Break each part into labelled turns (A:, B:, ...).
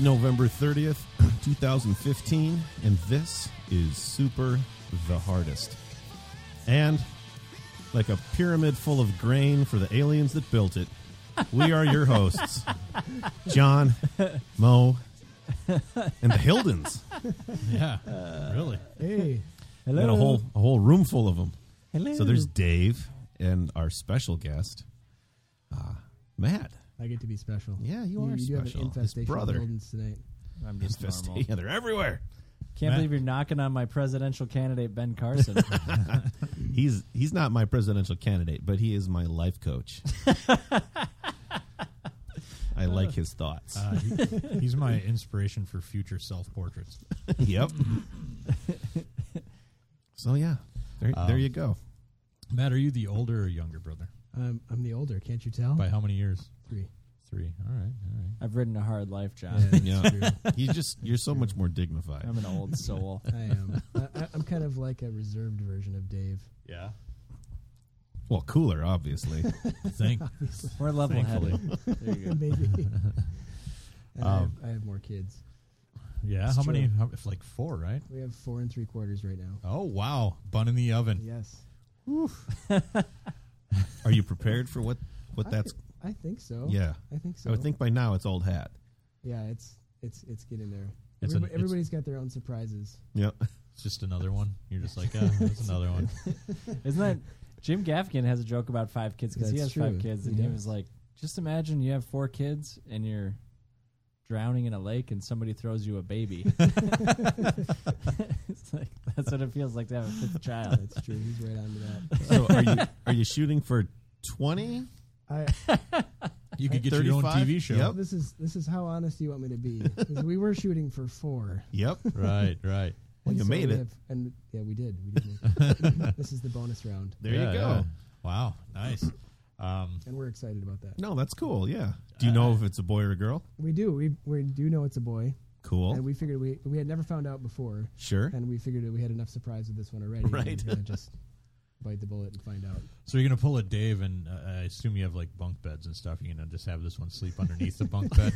A: November 30th, 2015, and this is Super the Hardest. And like a pyramid full of grain for the aliens that built it, we are your hosts, John, Mo, and the Hildens.
B: Yeah, really.
C: Hey,
A: We had a whole a whole room full of them.
C: Hello.
A: So there's Dave and our special guest, uh, Matt.
C: I get to be special.
A: Yeah, you are
C: you do
A: special.
C: have an
A: His
C: infestation
A: brother.
C: of Goldens tonight.
D: I'm just
A: Infest-
D: normal.
A: Yeah, they're everywhere.
D: Can't
B: Matt-
D: believe you're knocking on my presidential candidate Ben Carson.
A: He's he's not my presidential candidate, but he is my life coach. I like his thoughts.
B: Uh, he- he's my inspiration for future self portraits.
A: yep. so yeah, Uh, there, there you go.
B: Matt, are you the older or younger brother?
C: I'm, I'm the older. Can't you tell?
B: By how many years?
C: Three.
B: Three. All right. All right.
D: I've ridden a hard life, John.
C: Yeah,
A: Yeah.
C: that's true.
A: You just you're so much more dignified.
D: I'm an old soul.
C: I am. I, I- I'm kind of like a reserved version of Dave.
B: Yeah.
A: Well, cooler, obviously.
B: Thank.
D: We're level headed. There you go.
C: Maybe. And I, have,
B: Um,
C: I have more kids.
B: Yeah.
C: It's
B: how many?
C: true.
B: How, if like four, right?
C: We have four and three quarters right now.
B: Oh wow! Bun in the
A: uh,
B: oven.
C: Yes,
A: Are you prepared for what what that's?
C: I think so.
A: Yeah,
C: I think
A: I
C: so.
A: would think by now it's old hat.
C: Yeah, it's it's it's getting there.
B: It's an-
C: Everybody,
B: it's-
C: everybody's got their own surprises.
A: Yep.
B: It's just another one. You're just like, oh, that's another one.
D: Isn't that Jim Gaffigan has a joke about five kids because he has
C: That's
D: five
C: true.
D: kids, and
C: He
D: he
C: does.
D: was like, "Just imagine you have four kids and you're drowning in a lake, and somebody throws you a baby." it's like that's what it feels like to have a fifth child.
C: That's true. He's right onto that.
A: So are you are you shooting for twenty?
C: I,
B: You could get your own
A: 35?
B: TV show.
A: Yep.
C: this is this is how honest you want me to be. 'Cause we were shooting for four.
A: Yep.
B: Right. Right.
A: Well,
C: And
A: you
C: so
A: made
C: we
A: it.
C: have- and yeah, we did. We did make it. this is the bonus round,
A: There
B: Yeah,
A: you go.
B: yeah. Wow. Nice. Um,
C: and we're excited about that.
A: No, that's cool. Yeah. Do you know if it's a boy or a girl?
C: We do. We we do know it's a boy, and
A: Cool.
C: we figured we we had never found out before,
A: Sure.
C: and we figured that we had enough surprise with this one already. and
A: Right.
C: we're gonna just bite the bullet and find out.
B: so you're gonna pull a Dave, and uh, I assume you have like bunk beds and stuff. You're gonna just have this one sleep underneath the bunk bed.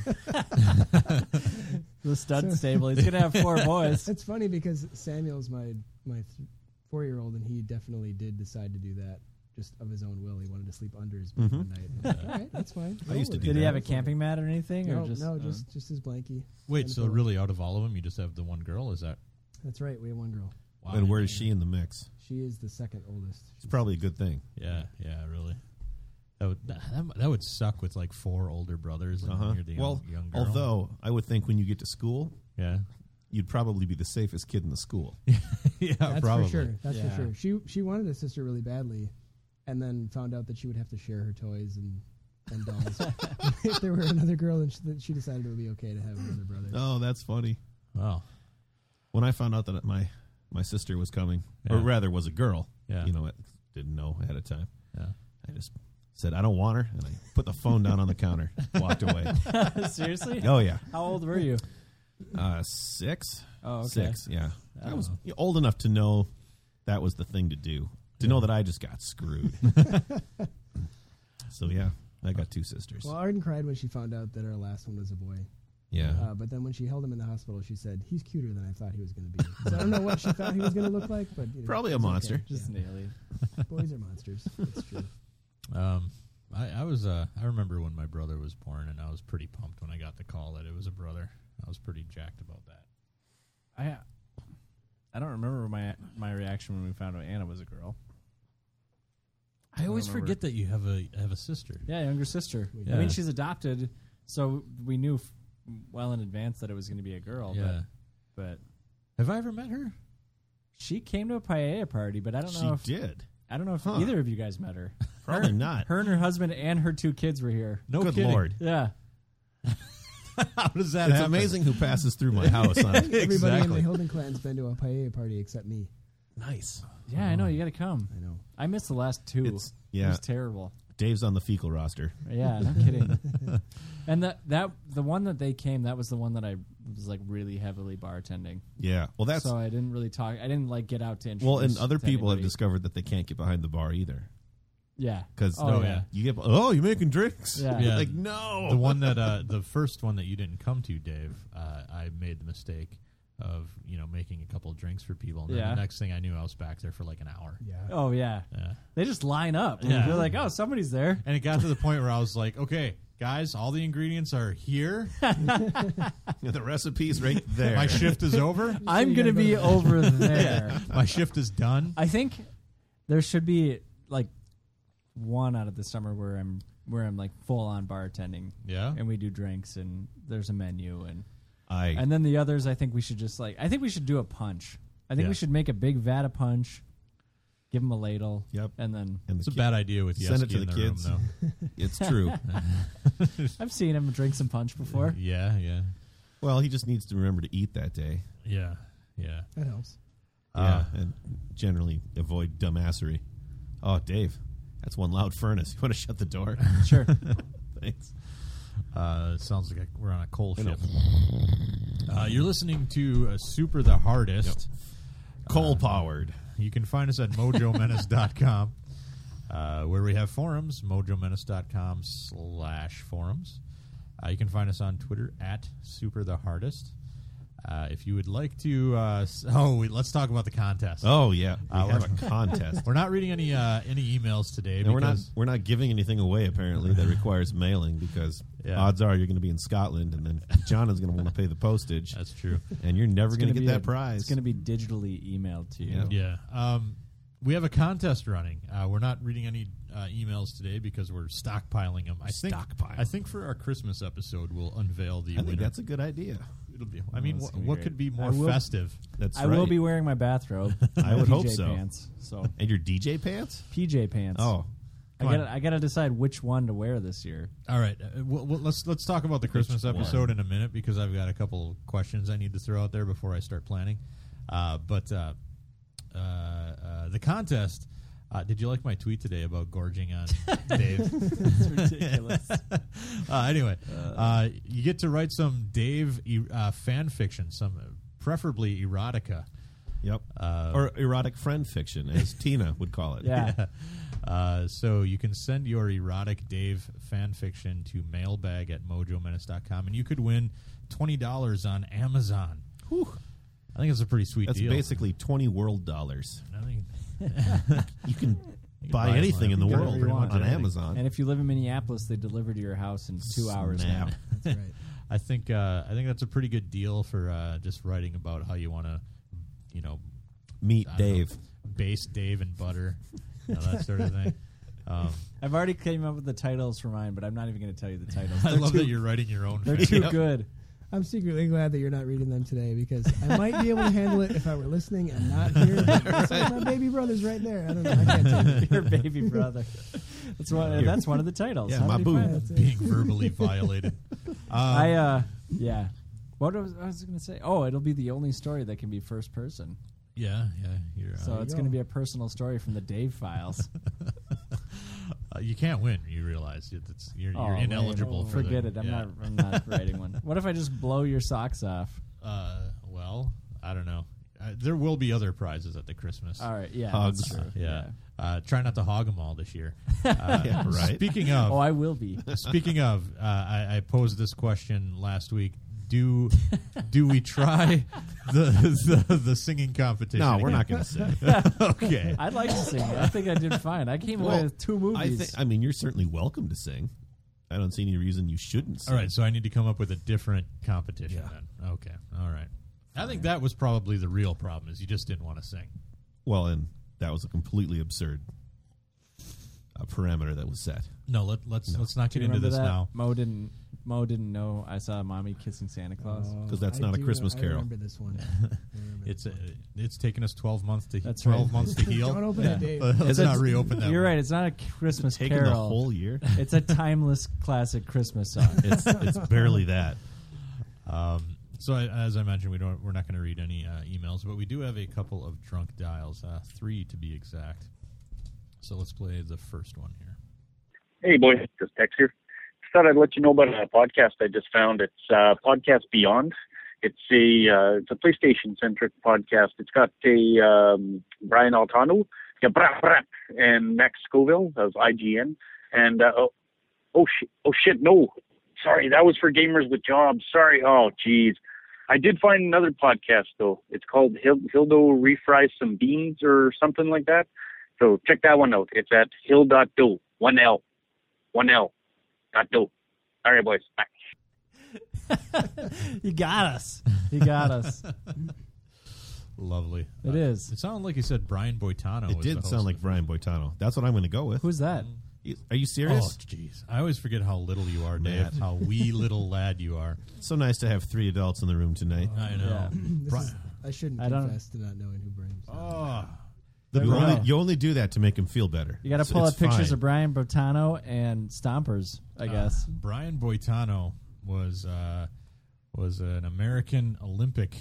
D: The stud stable. He's gonna have four boys.
C: It's funny because Samuel's my my th- four year old, and he definitely did decide to do that just of his own will. He wanted to sleep under his bed one night. And I'm like, All right, that's fine.
A: Mm-hmm. I used to do
D: Did he
A: that.
D: have a camping mat or anything,
C: No,
D: or just
C: no,
D: uh,
C: just just his blankie.
B: Wait.
C: And
B: So
C: for-
B: really, out of all of them, you just have the one girl? Is that?
C: That's right. We have one girl.
B: Wow.
A: and where is she in the mix?
C: She is the second oldest.
A: It's probably a good thing.
B: Yeah, yeah, really. That would that, that, would suck with like four older brothers and
A: Uh-huh.
B: you're the young,
A: Well,
B: young girl.
A: although I would think when you get to school,
B: yeah,
A: you'd probably be the safest kid in the school.
B: yeah,
C: That's
B: probably.
C: for sure. That's
D: Yeah.
C: for sure. She she wanted a sister really badly, and then found out that she would have to share her toys and and dolls if there were another girl, and she, that she decided it would be okay to have another brother.
A: Oh, that's funny.
B: Wow.
A: When I found out that my my sister was coming, or
B: Yeah.
A: rather was a girl,
B: Yeah.
A: you know, I didn't know ahead of time.
B: Yeah.
A: I just said I don't want her, and I put the phone down on the counter, walked away.
D: seriously?
A: Oh yeah,
D: How old were you?
A: uh, six.
D: Oh, okay.
A: Six, Uh-huh. yeah. I was
B: Oh.
A: old enough to know that was the thing to do. To know that I just got screwed. so yeah, I got two sisters.
C: Well, Arden cried when she found out that our last one was a boy.
A: Yeah.
C: Uh, but then when she held him in the hospital, she said, "He's cuter than I thought he was going to be." So I don't know what she thought he was going to look like, but you know,
A: Probably a
C: it's okay.
A: monster.
D: Just an
C: Yeah.
D: alien.
C: Boys are monsters. It's true.
B: Um, I, I was uh, I remember when my brother was born, and I was pretty pumped when I got the call that it was a brother. I was pretty jacked about that.
D: I I don't remember my my reaction when we found out Anna was a girl.
B: I always
D: remember.
B: forget that you have a have a sister.
D: Yeah, younger sister. I
B: Yeah.
D: mean, she's adopted, so we knew f- well in advance that it was going to be a girl.
B: Yeah.
D: But, but
B: Have I ever met her?
D: she came to a paella party, but I don't
A: She
D: know if
A: did.
D: I don't know if
A: Huh.
D: either of you guys met her.
A: Probably not.
D: Her and her husband and her two kids were here.
B: No
A: Good
B: kidding.
A: lord.
D: Yeah,
B: How does that
A: It's
B: happen?
A: amazing who passes through my house on a
C: Everybody in the
B: Exactly.
C: Hilden clan's been to a paella party except me.
A: nice.
D: yeah. I know you got to come.
C: I know.
D: I missed the last two.
A: Uh-huh. It's
D: It
A: yeah.
D: was terrible.
A: Dave's on the fecal roster.
D: Yeah, no kidding. and that that the one that they came, that was the one that I was like really heavily bartending.
A: Yeah. Well that's
D: so I didn't really talk. I didn't like get out to introduce.
A: well and other
D: to
A: people have
D: anybody.
A: discovered that they can't get behind the bar either.
D: Yeah.
A: because
D: oh,
B: no,
D: yeah.
A: you get oh you're making drinks
D: Yeah.
B: Yeah.
A: like no
B: the one that uh, the first one that you didn't come to, Dave. Uh, I made the mistake of you know making a couple drinks for people, and then
D: Yeah.
B: the next thing I knew, I was back there for like an hour.
C: Yeah.
D: Oh yeah.
B: Yeah.
D: They just line up.
B: Yeah.
D: They're like, oh, somebody's there.
B: And it got to the point where I was like, okay, guys, all the ingredients are here.
A: the recipe's right there
B: My shift is over.
D: I'm
C: you gotta
D: gonna
C: go
D: be
C: to-
D: over there.
B: My shift is done.
D: I think there should be like one out of the summer where I'm where I'm like full on bartending
B: Yeah.
D: and we do drinks and there's a menu and
A: I
D: and then the others I think we should just like I think we should do a punch. I think
B: Yeah.
D: we should make a big vat of punch, give them a ladle,
A: Yep.
D: and then
A: and
B: It's
A: the
B: a
A: kid-
B: bad idea with
A: Send it
B: Yeski
A: to
B: in
A: the
B: room,
A: kids.
B: though.
A: it's true
D: I've seen him drink some punch before.
B: Yeah, yeah,
A: well he just needs to remember to eat that day
B: yeah, yeah.
C: That helps.
A: Uh,
B: Yeah.
A: and generally avoid dumbassery oh Dave that's one loud furnace you want to shut the door
D: Sure.
A: thanks
B: Uh, sounds like a, we're on a coal
A: I know.
B: ship. Uh, you're listening to uh, Super the Hardest.
A: coal powered
B: You can find us at mojomenace.com, uh, where we have forums, mojomenace.com slash forums. Uh, you can find us on Twitter at Super the Hardest. Uh, if you would like to, uh, s- oh, wait, let's talk about the contest.
A: oh yeah we
B: Uh,
A: have a contest
B: We're not reading any uh, any emails today
A: and we're not
B: because
A: we're not giving anything away apparently that requires mailing because
B: Yeah.
A: odds are you're going to be in Scotland and then John is going to want to pay the postage
B: that's true.
A: and you're never going to get
D: be
A: that
D: a-
A: prize.
D: It's gonna be digitally emailed to you.
A: Yeah.
B: Yeah. Um, we have a contest running. Uh, we're not reading any uh, emails today because we're stockpiling them. I think.
A: Stockpile.
B: I think for our Christmas episode, we'll unveil the
A: I think
B: winner.
A: that's a good idea.
B: It'll be. I mean,
D: that's
B: wh-
D: gonna be
B: what
D: great.
B: could be
D: I
B: more
D: will-
B: festive?
A: That's
D: I
A: right.
D: will be wearing my bathrobe.
A: I
D: my
A: would hope
D: PJ
A: so.
D: Pants, so
A: And your DJ pants?
D: PJ pants.
A: Oh,
D: I
B: Come on.
D: gotta, I gotta decide which one to wear this year.
B: All right. Uh, well, well, let's let's talk about the Christmas
A: one?
B: episode in a minute because I've got a couple questions I need to throw out there before I start planning. Uh, but uh, uh, uh, the contest. Uh, did you like my tweet today about gorging on Dave?
D: It's ridiculous.
B: uh, anyway, uh, you get to write some Dave e- uh, fan fiction, some preferably erotica.
A: yep.
B: Uh,
A: or erotic friend fiction, as Tina would call it.
D: yeah.
B: uh, so you can send your erotic Dave fan fiction to mailbag at mojomenace.com, and you could win twenty dollars on Amazon. I think it's a pretty sweet
A: That's
B: deal.
A: basically twenty world dollars.
B: I think-
A: You can
B: You can
A: buy,
B: buy
A: anything in the
B: pretty
A: world
D: much
A: on
B: anything.
A: Amazon.
D: And if you live in Minneapolis, they deliver to your house in two hours.
A: Snap.
D: Now.
C: That's right.
B: I think uh, I think that's a pretty good deal for uh, just writing about how you want to, you know,
A: Meet
B: I don't know,
A: Dave.
B: base Dave and butter, you know, that sort of thing. Um,
D: I've already came up with the titles for mine, but I'm not even going to tell you the titles.
B: I
D: They're
B: love
D: too,
B: that you're writing your own.
D: They're
B: fan
D: too good.
C: I'm secretly glad that you're not reading them today because I might be able to handle it if I were listening and not here. But it's like my baby brother's right there. I don't know. I can't take it.
D: Your baby brother. That's one. That's one of the titles.
A: Yeah,
D: How
A: my
D: did he
A: boo.
D: find that?
B: being verbally violated. Um,
D: I uh, yeah. What was I was going to say? Oh, it'll be the only story that can be first person.
B: yeah, yeah. You're, uh,
D: So
C: There you
D: it's going to
C: go.
D: be a personal story from the Dave files.
B: uh, you can't win. You realize it, it's you're,
D: Oh,
B: you're
D: man.
B: ineligible. for
D: Forget
B: the-
D: it. I'm
B: yeah.
D: not. I'm not writing one. What if I just blow your socks off?
B: Uh, well, I don't know. Uh, there will be other prizes at the Christmas.
D: All right. Yeah.
A: Hugs.
D: that's true.
B: yeah. Uh, try not to hog them all this year. Uh,
A: Yeah, right.
B: Speaking
D: yeah.
B: of,
D: Oh, I will be.
B: Speaking of, uh, I, I posed this question last week. Do do we try the the, the singing competition?
A: No, we're not
B: again?
A: going to say.
B: Okay.
D: I'd like to sing. it. I think I did fine. I came away
A: Well,
D: with two
A: I,
D: movies.
A: think. I mean, you're certainly welcome to sing. I don't see any reason you shouldn't. sing.
B: All right. So I need to come up with a different competition
A: Yeah.
B: then. Okay. All right. I think that was probably the real problem is you just didn't want to sing.
A: Well, and that was a completely absurd uh, parameter that was set.
B: No, let, let's let's not
D: Do
B: get
D: you
B: into
D: remember
B: this
D: that?
B: now.
D: Mo didn't. Mo didn't know I saw mommy kissing Santa Claus.
C: Oh,
A: 'Cause that's
C: I
A: not a
C: do
A: Christmas
C: know-
A: carol.
C: I remember this one. I remember
B: It's
C: this
B: uh
C: one.
B: it's taken us twelve months to
D: That's
B: twelve
D: right.
B: months to heal.
C: Don't open
D: Yeah.
C: it, Dave.
B: let's
D: That's-
B: not reopen that.
D: You're
B: one.
D: right. It's not a Christmas
A: Taking
D: carol.
A: the whole year,
D: it's a timeless classic Christmas song.
A: it's it's barely that.
B: Um, so I, as I mentioned, we don't we're not going to read any uh, emails, but we do have a couple of drunk dials, uh, three to be exact. So let's play the first one here.
E: Hey, boy, just text here. Just thought I'd let you know about a podcast I just found. It's uh, Podcast Beyond. It's a uh, it's a PlayStation centric podcast. It's got a um, Brian Altano yeah, brap, brap. And Max Scoville, that was IGN. And uh, oh, oh shit, oh shit, no, sorry, that was for gamers with jobs. Sorry, oh geez. I did find another podcast though. It's called Hil- Hildo Refries Some Beans or something like that. So check that one out. It's at hill.do. One L. One L. Dot do. All right, boys. Bye.
F: you got us.
D: He got us.
B: Lovely.
D: It is.
B: It sounded like you said Brian Boitano.
A: It
B: was the
A: did
B: host
A: sound like
B: of-
A: Brian Boitano. That's what I'm going to go with.
D: Who's that?
A: Are you serious?
B: Oh, jeez. I always forget how little you are, Dave.
A: Matt.
B: How wee little lad you are.
A: So nice to have three adults in the room tonight.
D: Oh,
B: I know.
D: Yeah.
C: This
B: Bri-
C: is- I shouldn't
D: I don't-
C: confess to not knowing who Brian's.
B: Oh,
A: The-
D: There
A: you,
D: we
A: only,
D: go.
A: you only do that to make him feel better.
D: You got to
A: It's-
D: pull
A: it's
D: up pictures
A: fine. Ah.
D: of Brian Bertano and Stompers, I guess.
B: Brian Boitano was uh, was an American Olympic.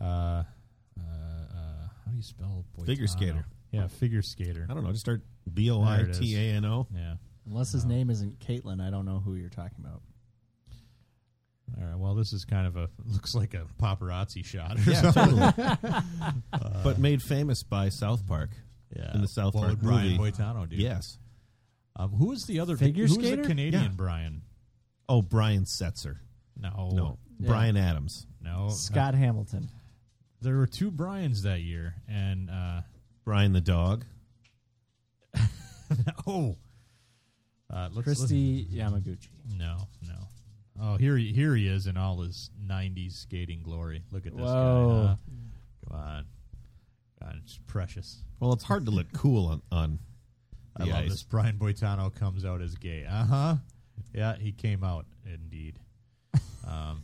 B: Uh, uh, uh, how do you spell Boitano?
A: Figure skater.
B: Yeah, figure skater.
A: I don't know. Just start B O I T A N O.
B: Yeah.
D: Unless his name isn't Caitlin, I don't know who you're talking about.
A: Oh,
B: All right. Well, this is kind of a looks like a paparazzi shot. Or
A: Yeah,
B: something.
A: totally. but made famous by South Park.
B: yeah.
A: In the South
B: what
A: Park
B: would Brian
A: movie.
B: Boitano do?
A: Yes.
B: Um, who was the other
D: Figure
B: who
D: skater?
B: Was the Canadian
A: Yeah.
B: Brian.
A: Oh, Brian Setzer.
B: No.
A: No,
D: Yeah.
A: Brian Adams.
B: No.
D: Scott Hamilton.
B: There were two Brian's that year, and uh,
A: Brian the dog.
B: oh, uh, let's,
D: Christy Yamaguchi.
B: let's- no, no. Oh, here he here he is in all his '90s skating glory. Look at this guy.
D: Whoa.
B: Huh? Come on, God, it's precious.
A: Well, it's hard to look cool on. on
B: I
A: the
B: love
A: ice.
B: this. Brian Boitano comes out as gay. Uh huh. Yeah, he came out indeed. Um,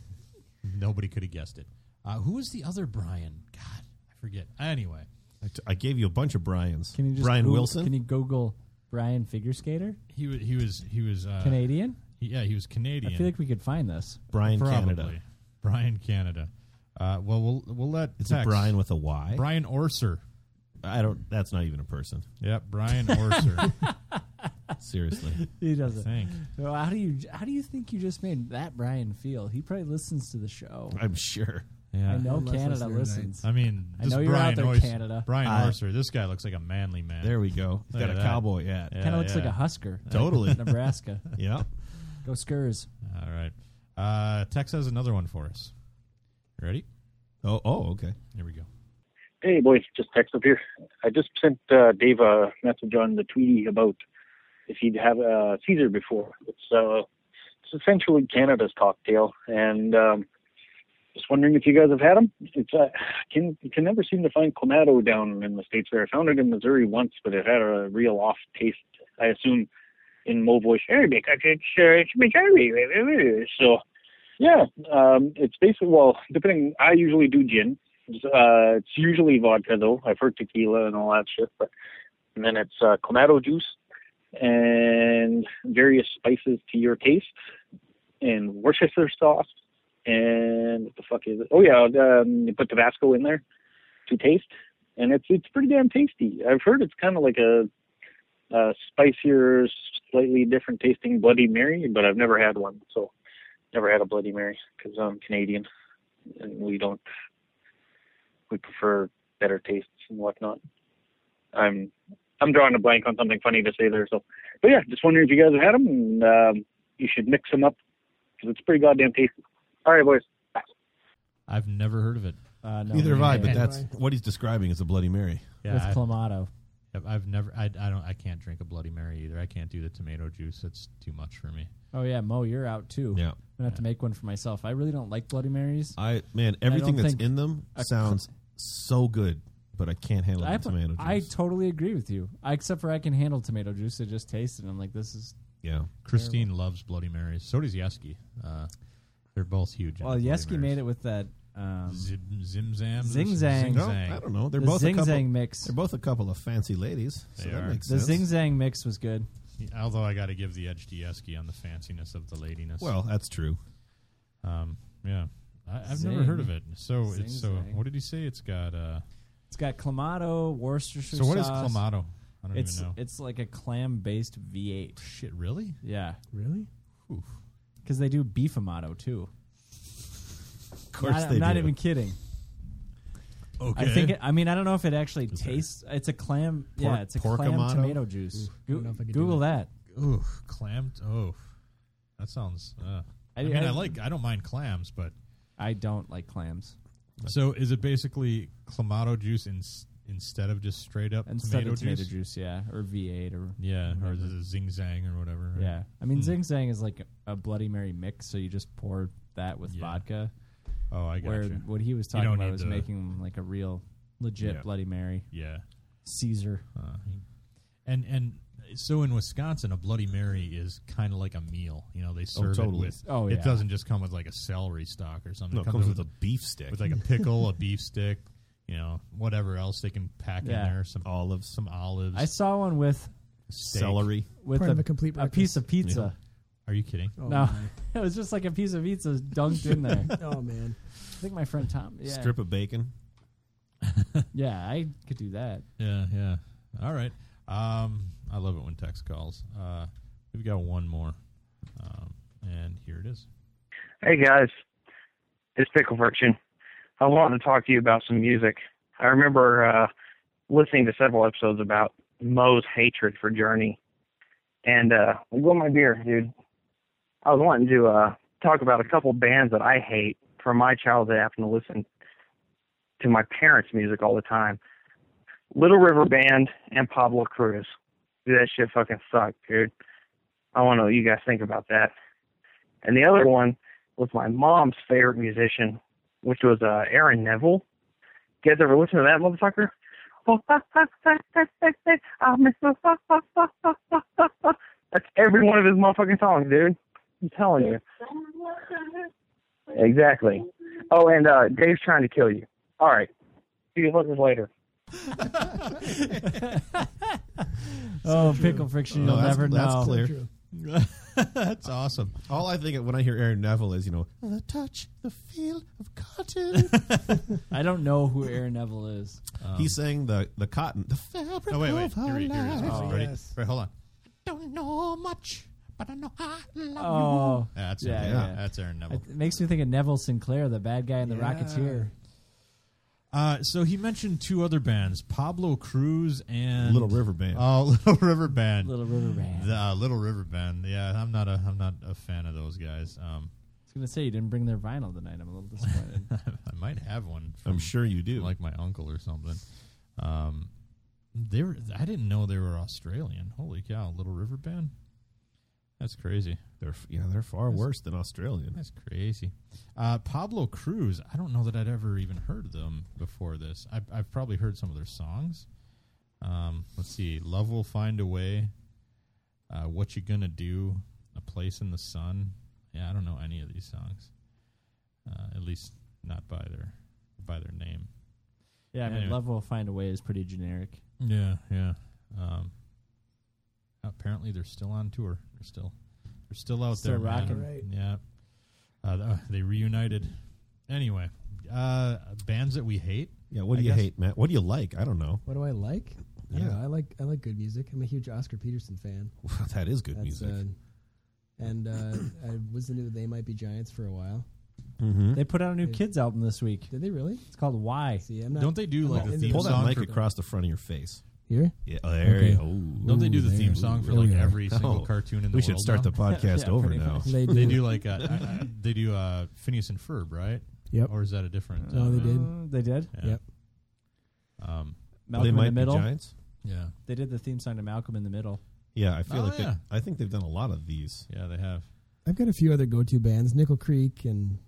B: nobody could have guessed it. Uh, who was the other Brian? God, I forget. Anyway,
A: I, t- I gave you a bunch of Brian's.
D: Can you just
A: Brian
D: Google-
A: Wilson?
D: Can you Google Brian figure skater?
B: he was he was he was uh,
D: Canadian?
B: Yeah, he was Canadian.
D: I feel like we could find this.
A: Brian
B: Probably.
A: Canada.
B: Brian Canada. Uh, well, we'll we'll let
A: It's a
B: text.
A: Brian with a Y.
B: Brian Orser.
A: I don't. That's not even a person.
B: Yep, Brian Orser.
A: Seriously.
D: He
B: I
D: doesn't.
B: think.
D: Well, how do you how do you think you just made that Brian feel? He probably listens to the show.
A: I'm sure.
B: Yeah.
D: I know
C: Unless
D: Canada
C: listener
D: listens.
B: I mean,
D: I
B: this
D: know you're
B: Brian
D: out there,
B: Orser,
D: Canada.
B: Brian
A: I-
B: Orser. This guy looks like a manly man.
A: There we go. He's
B: Look
A: got
B: at
A: a
B: that.
A: cowboy hat.
B: Yeah,
D: Kind of looks
B: yeah.
D: like a Husker.
A: Totally.
D: Nebraska.
A: yeah.
D: Go Skurs.
B: All right. Uh, Tex has another one for us. You ready?
A: Oh. Oh. Okay.
B: Here we go.
E: Hey, boys, just text up here. I just sent uh, Dave a message on the Tweety about if he'd have uh, Caesar before. It's, uh, it's essentially Canada's cocktail, and um, just wondering if you guys have had them. It's uh, can can never seem to find clamato down in the states. There, I found it in Missouri once, but it had a real off taste. I assume in Mo voice, "Hey, because it's uh, it's Missouri." So, yeah, um, it's basically well, depending. I usually do gin uh, it's usually vodka though. I've heard tequila and all that shit, but and then it's uh, clamato juice and various spices to your taste, and Worcester sauce, and what the fuck is it? Oh yeah, um, you put Tabasco in there to taste, and it's it's pretty damn tasty. I've heard it's kind of like a, a spicier, slightly different tasting Bloody Mary, but I've never had one, so never had a Bloody Mary because I'm Canadian and we don't we prefer better tastes and whatnot. I'm I'm drawing a blank on something funny to say there. So, but yeah, just wondering if you guys have had them. And, um, you should mix them up because it's pretty goddamn tasty. All right, boys.
B: I've never heard of it.
D: Uh, no,
A: Neither have I. But
D: and
A: that's what he's describing is a Bloody Mary.
B: Yeah,
D: with
B: I-
D: Clamato.
B: I've, I've never. I, I don't. I can't drink a Bloody Mary either. I can't do the tomato juice. That's too much for me.
D: Oh yeah, Mo, you're out too.
A: Yeah.
D: I'm gonna have to make one for myself. I really don't like Bloody Marys.
A: I man,
D: don't
A: everything that's
D: think
A: in them
D: a cl-
A: sounds so good, but I can't handle
D: I,
A: the tomato juice.
D: I totally agree with you. I, except for I can handle tomato juice. I just taste it. and I'm like, this is
A: yeah.
B: Christine loves Bloody Marys. So does Yeski. Uh, they're both huge. on
D: well.
B: Bloody
D: Yeski
B: Marys.
D: made it with that. Um,
B: Zim, zim zam.
D: Zing
B: Zim-
D: zang.
B: Zing
A: No,
B: zang.
A: I don't know. They're
D: the
A: both
D: zing
A: a couple,
D: zang mix.
A: They're both a couple of fancy ladies. So
B: They
A: that
B: are.
A: makes
D: The
A: sense.
D: zing zang mix was good.
B: Although I got to give the edge to Yeski on the fanciness of the ladiness.
A: Well, that's true.
B: um, yeah, I, I've never
D: Zing.
B: heard of it. So
D: Zing
B: it's so.
D: zang.
B: What did he say? It's got. Uh,
D: It's got clamato, Worcestershire.
B: so what is
D: sauce.
B: clamato? I don't
D: It's
B: even know.
D: it's like a clam based V8.
B: Shit, really?
D: Yeah,
C: Really?
D: because they do beef amato too.
A: Of course
D: Not-
A: they
D: I'm not
A: do.
D: even kidding.
B: Okay.
D: I think. It, I mean, I don't know if it actually
A: Is there-
D: tastes. It's a clam.
A: Pork-
D: yeah, it's a
A: pork
D: clam
A: amato?
D: tomato juice.
C: Oof, I
D: Goo-
C: don't know if I could do
D: Google that.
B: Ooh, clam. Oh, that sounds. Uh, I, mean, I,
D: I-
B: like. I don't mind clams, but
D: I don't like clams.
B: so is it basically clamato juice in, instead of just straight up
D: Instead
B: tomato,
D: of tomato
B: juice?
D: juice? yeah, or V8 or
B: Yeah, or
D: Whatever.
B: the zing zang or whatever. right?
D: yeah. I mean,
B: Hmm.
D: Zing Zang is like a Bloody Mary mix, so you just pour that with
B: Yeah.
D: vodka.
B: Oh, I
D: Where
B: gotcha.
D: what he was talking
B: don't
D: about
B: need
D: was
B: the-
D: making like a real legit
B: Yeah.
D: Bloody Mary
B: yeah.
D: Caesar.
B: Uh, and and so in Wisconsin, a Bloody Mary is kind of like a meal. You know, they serve
A: totally.
B: it with.
D: Oh,
B: it
D: yeah.
B: doesn't just come with like a celery stalk or something.
A: No, it comes with a beef stick.
B: with like a pickle, a beef stick, you know, whatever else they can pack
D: Yeah.
B: in there. Some olives, some olives.
D: I saw one with
B: steak.
A: celery.
D: with
C: Part
D: a,
C: of a complete
D: a piece of pizza.
B: Are you kidding?
C: Oh,
D: No,
C: my.
D: it was just like a piece of pizza dunked in there.
C: oh man,
D: I think my friend Tom. Yeah,
A: Strip of bacon.
D: yeah, I could do that.
B: Yeah, yeah. All right. Um, I love it when text calls. Uh, we've got one more, um, and here it is.
E: Hey guys, it's Pickle Friction. I wanted to talk to you about some music. I remember uh, listening to several episodes about Moe's hatred for Journey. And uh, go my beer, dude. I was wanting to uh, talk about a couple bands that I hate from my childhood having to listen to my parents' music all the time. Little River Band and Pablo Cruz. Dude, that shit fucking sucked, dude. I want to know what you guys think about that. And the other one was my mom's favorite musician, which was uh, Aaron Neville. You guys ever listen to that motherfucker? That's every one of his motherfucking songs, dude. I'm telling you. Exactly. Oh, and uh, Dave's trying to kill you. All right. See you hookers later.
D: oh, pickle friction!
A: No,
D: You'll
A: that's-
D: never
A: that's
D: know.
A: clear.
C: true.
B: That's awesome.
A: All I think of when I hear Aaron Neville is, you know, the touch, the feel of cotton.
B: Uh-huh.
D: I don't know who Aaron Neville is.
A: he sang the the cotton, the fabric
B: Oh wait, wait.
A: of our
B: Here, it- here it is.
A: lives.
D: Oh,
B: Ready?
C: yes.
B: Wait, hold on.
A: Don't know much, but I know I love
D: Oh,
B: That's
D: Yeah,
B: Aaron,
D: yeah.
B: That's Aaron Neville.
D: it makes me think of Neville Sinclair, the bad guy in The
C: Yeah.
D: Rocketeer.
B: Uh, so he mentioned two other bands, Pablo Cruz and
A: Little River Band.
B: Oh, Little River Band.
D: Little River Band.
B: The uh, Little River Band. Yeah, I'm not a I'm not a fan of those guys. Um,
D: I was gonna say you didn't bring their vinyl tonight. I'm a little disappointed.
B: I might have one.
A: I'm sure you do.
B: like my uncle or something. Um, they were. I didn't know they were Australian. Holy cow, Little River Band. That's crazy.
A: they're f- yeah, they're far worse than Australian.
B: That's crazy. Uh, Pablo Cruz. I don't know that I'd ever even heard them before this. I've, I've probably heard some of their songs. Um, let's see. Love will find a way. Uh, what you gonna do? A place in the sun. Yeah, I don't know any of these songs. Uh, at least not by their by their name.
D: yeah, I mean,
B: Anyway.
D: Love Will Find a Way is pretty generic.
B: Yeah, yeah. Um, apparently they're still on tour. They're still they're still out
D: Still
B: there man.
D: rocking.
C: Right.
B: Yeah. Uh, th- uh, they reunited. Anyway, uh, bands that we hate.
A: Yeah, what
B: I
A: do you
B: guess-
A: hate, Matt? What do you like? I don't know.
C: What do I like? I
A: Yeah.
C: don't know. I like I like good music. I'm a huge Oscar Peterson fan.
A: Well, that is good
C: That's,
A: music.
C: Uh, and uh, I was into They Might Be Giants for a while.
A: mm-hmm.
D: They put out a new
C: They-
D: kids album this week.
C: Did they really?
D: It's called Why.
C: See, I'm not
B: Don't they do
C: I'm
B: like
C: not
B: the
C: into
B: theme
A: Pull
C: that.
B: song?
A: that mic
B: for-
A: across the front of your face.
C: here?
A: Yeah, there.
C: Okay.
A: Oh.
B: don't they do the
C: Ooh,
B: theme
C: there.
B: song for
A: Ooh,
B: like
A: yeah.
B: every single
A: Oh.
B: cartoon in the
A: We
B: world?
A: should start the
B: now?
A: podcast
D: Yeah,
A: over
D: pretty
A: now.
D: much.
C: They do.
B: They do like uh, I- I- they do uh, Phineas and Ferb, right?
C: Yep.
B: Or is that a different?
C: No, they
B: uh,
C: did.
D: Uh, They did.
B: Yeah.
C: Yep.
B: Um,
D: Malcolm
A: they
D: in
A: might
D: the Middle.
A: be giants.
B: yeah,
D: They did the theme song to Malcolm in the Middle.
A: Yeah, I feel
B: Oh,
A: like
B: yeah.
A: They, I think they've done a lot of these.
B: yeah, they have.
C: I've got a few other go-to bands, Nickel Creek and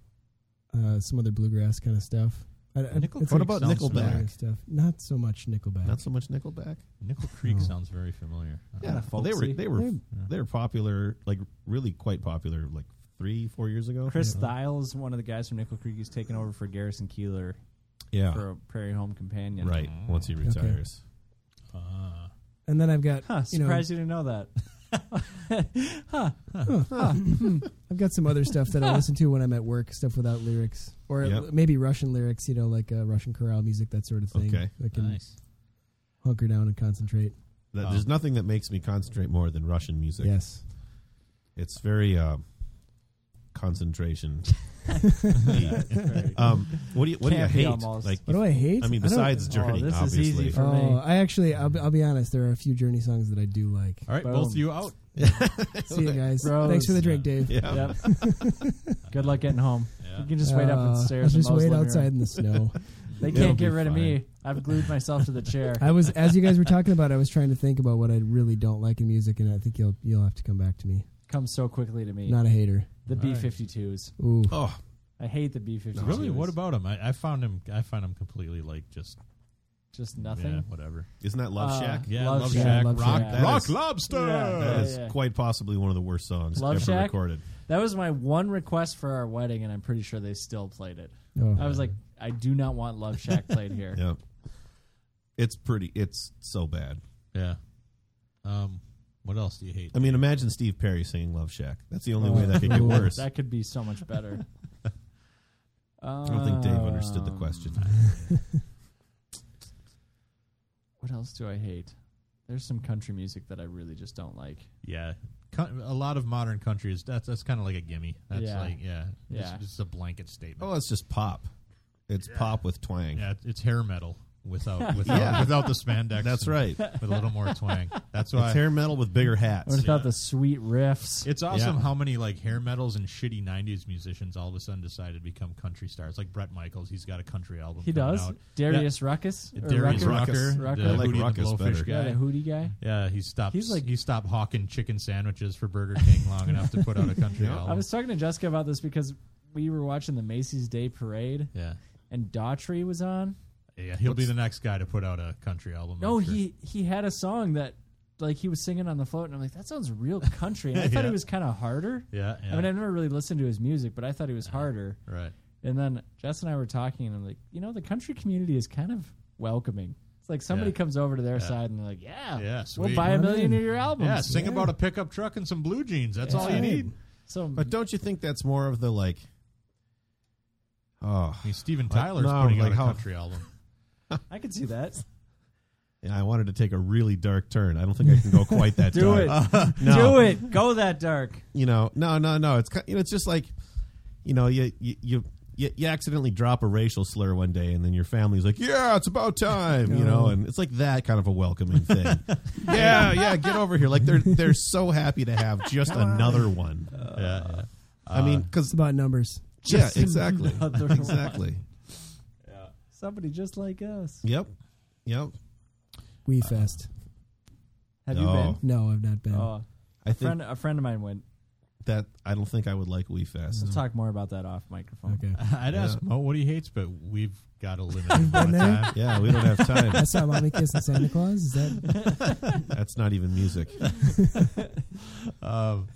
C: uh, some other bluegrass kind of stuff. I, I,
B: Nickel
A: Creek
C: it's like
A: What about
C: sounds familiar
A: Nickelback?
C: stuff? Not so much Nickelback.
A: Not so much Nickelback.
B: Nickel Creek
C: Oh.
B: sounds very familiar. Uh,
A: Yeah,
D: Kinda
A: well, they were
D: folksy.
A: they were
C: They're-
A: they were popular, like really quite popular, like three four years ago.
D: Chris Thiles, one of the guys from Nickel Creek, is taken over for Garrison Keeler
A: yeah,
D: for a Prairie Home Companion.
A: right. Once he retires,
B: Ah.
C: and then I've got
D: Huh,
C: you know
D: surprised you, didn't know that.
C: I've got some other stuff that I listen to when I'm at work, stuff without lyrics, or
A: Yep.
C: maybe Russian lyrics, you know, like uh, Russian chorale music, that sort of thing.
A: Okay.
C: I can
B: nice.
C: hunker down and concentrate.
A: Th- there's nothing that makes me concentrate more than Russian music.
C: Yes,
A: it's very uh, concentration.
D: Right.
A: Um, what do you what
D: Can't
A: do
D: be
A: you hate?
D: almost.
A: Like,
C: What do I hate?
A: I mean,
C: don't-
A: besides Journey,
D: Oh, this is
A: obviously.
D: easy for-
C: oh,
D: me.
C: I actually, I'll, be- I'll be honest. There are a few Journey songs that I do like.
B: All right,
D: Boom.
B: both of you out.
C: See you guys.
D: Rose.
C: Thanks for the drink, Dave.
A: yeah.
D: Yep. Good luck getting home.
B: Yeah.
D: You can just wait up
C: Uh,
D: at the stairs.
C: I'll
D: and
C: just
D: Mo's
C: wait
D: living room.
C: outside in the snow.
D: They
A: It'll
D: can't
A: be
D: get rid of
A: fine.
D: me. I've glued myself to the chair.
C: I was, as you guys were talking about, I was trying to think about what I really don't like in music, and I think you'll you'll have to come back to me.
D: Comes so quickly to me.
C: Not a hater.
D: the
B: All
D: B
B: right.
D: 52s.
C: Ooh,
A: Oh,
D: I hate the B 52s.
B: Really, what about him? I, I found him. I find him completely like just
D: just
B: Yeah,
D: nothing?
B: whatever.
A: isn't that Love
D: Uh,
A: Shack?
B: Yeah,
D: Love
B: Love
D: Shack.
B: Shack,
C: Yeah, Love
B: Rock,
D: Shack.
A: That
B: Rock
A: is-
B: Lobster.
A: That is
D: yeah.
A: quite possibly one of the worst songs
D: Love
A: ever
D: Shack?
A: recorded.
D: That was my one request for our wedding, and I'm pretty sure they still played it.
C: Oh.
D: I was like, I do not want Love Shack played here.
A: Yeah. It's pretty. It's so bad.
B: Yeah. Um, what else do you hate?
A: I mean, imagine Steve Perry singing Love Shack. That's the only
C: Oh.
A: way that could get
C: Ooh.
A: worse.
D: That could be so much better. Uh,
A: I don't think Dave understood the
D: Oh.
A: question.
D: What else do I hate? There's some country music that I really just don't like.
B: Yeah, Co- a lot of modern countries. That's that's kind of like a gimme. That's
D: Yeah.
B: like yeah,
D: Yeah.
B: It's just a blanket statement.
A: Oh, it's just pop. It's pop with twang.
B: Yeah, it's- it's hair metal without without
A: Yeah.
B: without the spandex.
A: That's
B: and
A: right.
B: With a little more twang. That's why.
A: It's hair metal with bigger
D: What
A: hats.
D: about the sweet riffs?
B: It's awesome
A: Yeah.
B: how many like hair metals and shitty '90s musicians all of a sudden decided to become country stars. Like Brett Michaels, he's got a country album.
D: he
B: coming
D: does.
B: out.
D: Darius Ruckus?
B: Yeah,
D: Or
B: Darius
D: Rucker?
B: Rucker,
D: Rucker?
B: the
D: I like
B: Hootie and the
A: Ruckus
B: Blowfish
A: better.
D: Yeah,
B: guy.
D: the Hootie guy?
B: Yeah, he stopped.
D: He's like-
B: he stopped hawking chicken sandwiches for Burger King long enough to put out a country
A: Yeah.
B: album.
D: I was talking to Jessica about this because we were watching the Macy's Day Parade
B: yeah,
D: and Daughtry was on.
B: yeah, he'll be
A: What's-
B: the next guy to put out a country album.
D: No,
B: I'm sure.
D: he he had a song that like he was singing on the float, and I'm like, that sounds real country. And I thought
B: Yeah.
D: he was kind of harder.
B: Yeah, yeah,
D: I mean, I've never really listened to his music, but I thought he was harder.
B: right.
D: And then Jess and I were talking, and I'm like, you know, the country community is kind of welcoming. It's like somebody
B: Yeah.
D: comes over to their side and they're like, yeah,
B: Yeah,
D: we'll
B: sweet.
D: buy a
C: Come
D: million
C: in.
D: of your albums.
B: Yeah, sing about a pickup truck and some blue jeans. That's all you
C: Right.
B: need.
D: So
A: But don't you think that's more of the like? Oh,
B: I mean, Steven
A: Like,
B: Tyler's
A: no,
B: putting
A: like
B: out a
A: how-
B: country album.
D: I could see that.
A: yeah, I wanted to take a really dark turn. I don't think I can go quite that.
D: Do it.
A: dark. No.
D: Do it. Go that dark.
A: you know, no, no, no. It's ki- you know, it's just like, you know, you you you you you accidentally drop a racial slur one day, and then your family's like, "Yeah, it's about time," you know, and it's like that kind of a welcoming thing. yeah, yeah, get over here. Like they're they're so happy to have just another one.
B: yeah, yeah.
A: I mean,
C: it's
A: because
C: about numbers.
A: yeah,
D: Uh, Just
A: exactly,
D: another one.
A: exactly.
D: Somebody just like us.
A: Yep, yep.
C: We fest.
D: Have you
A: No.
D: been?
C: No, I've not been.
D: Oh,
A: I think
D: friend, a friend of mine went.
A: that I don't think I would like Wee Fest.
D: We'll talk more about that off microphone.
C: Okay,
B: I'd ask Mo what he hates, but we've got a limited
C: been
B: amount of
C: there?
B: time.
A: Yeah, we don't have
C: I
A: time.
C: saw Mommy Kissing Santa Claus. Is that
A: That's not even music.
B: Um,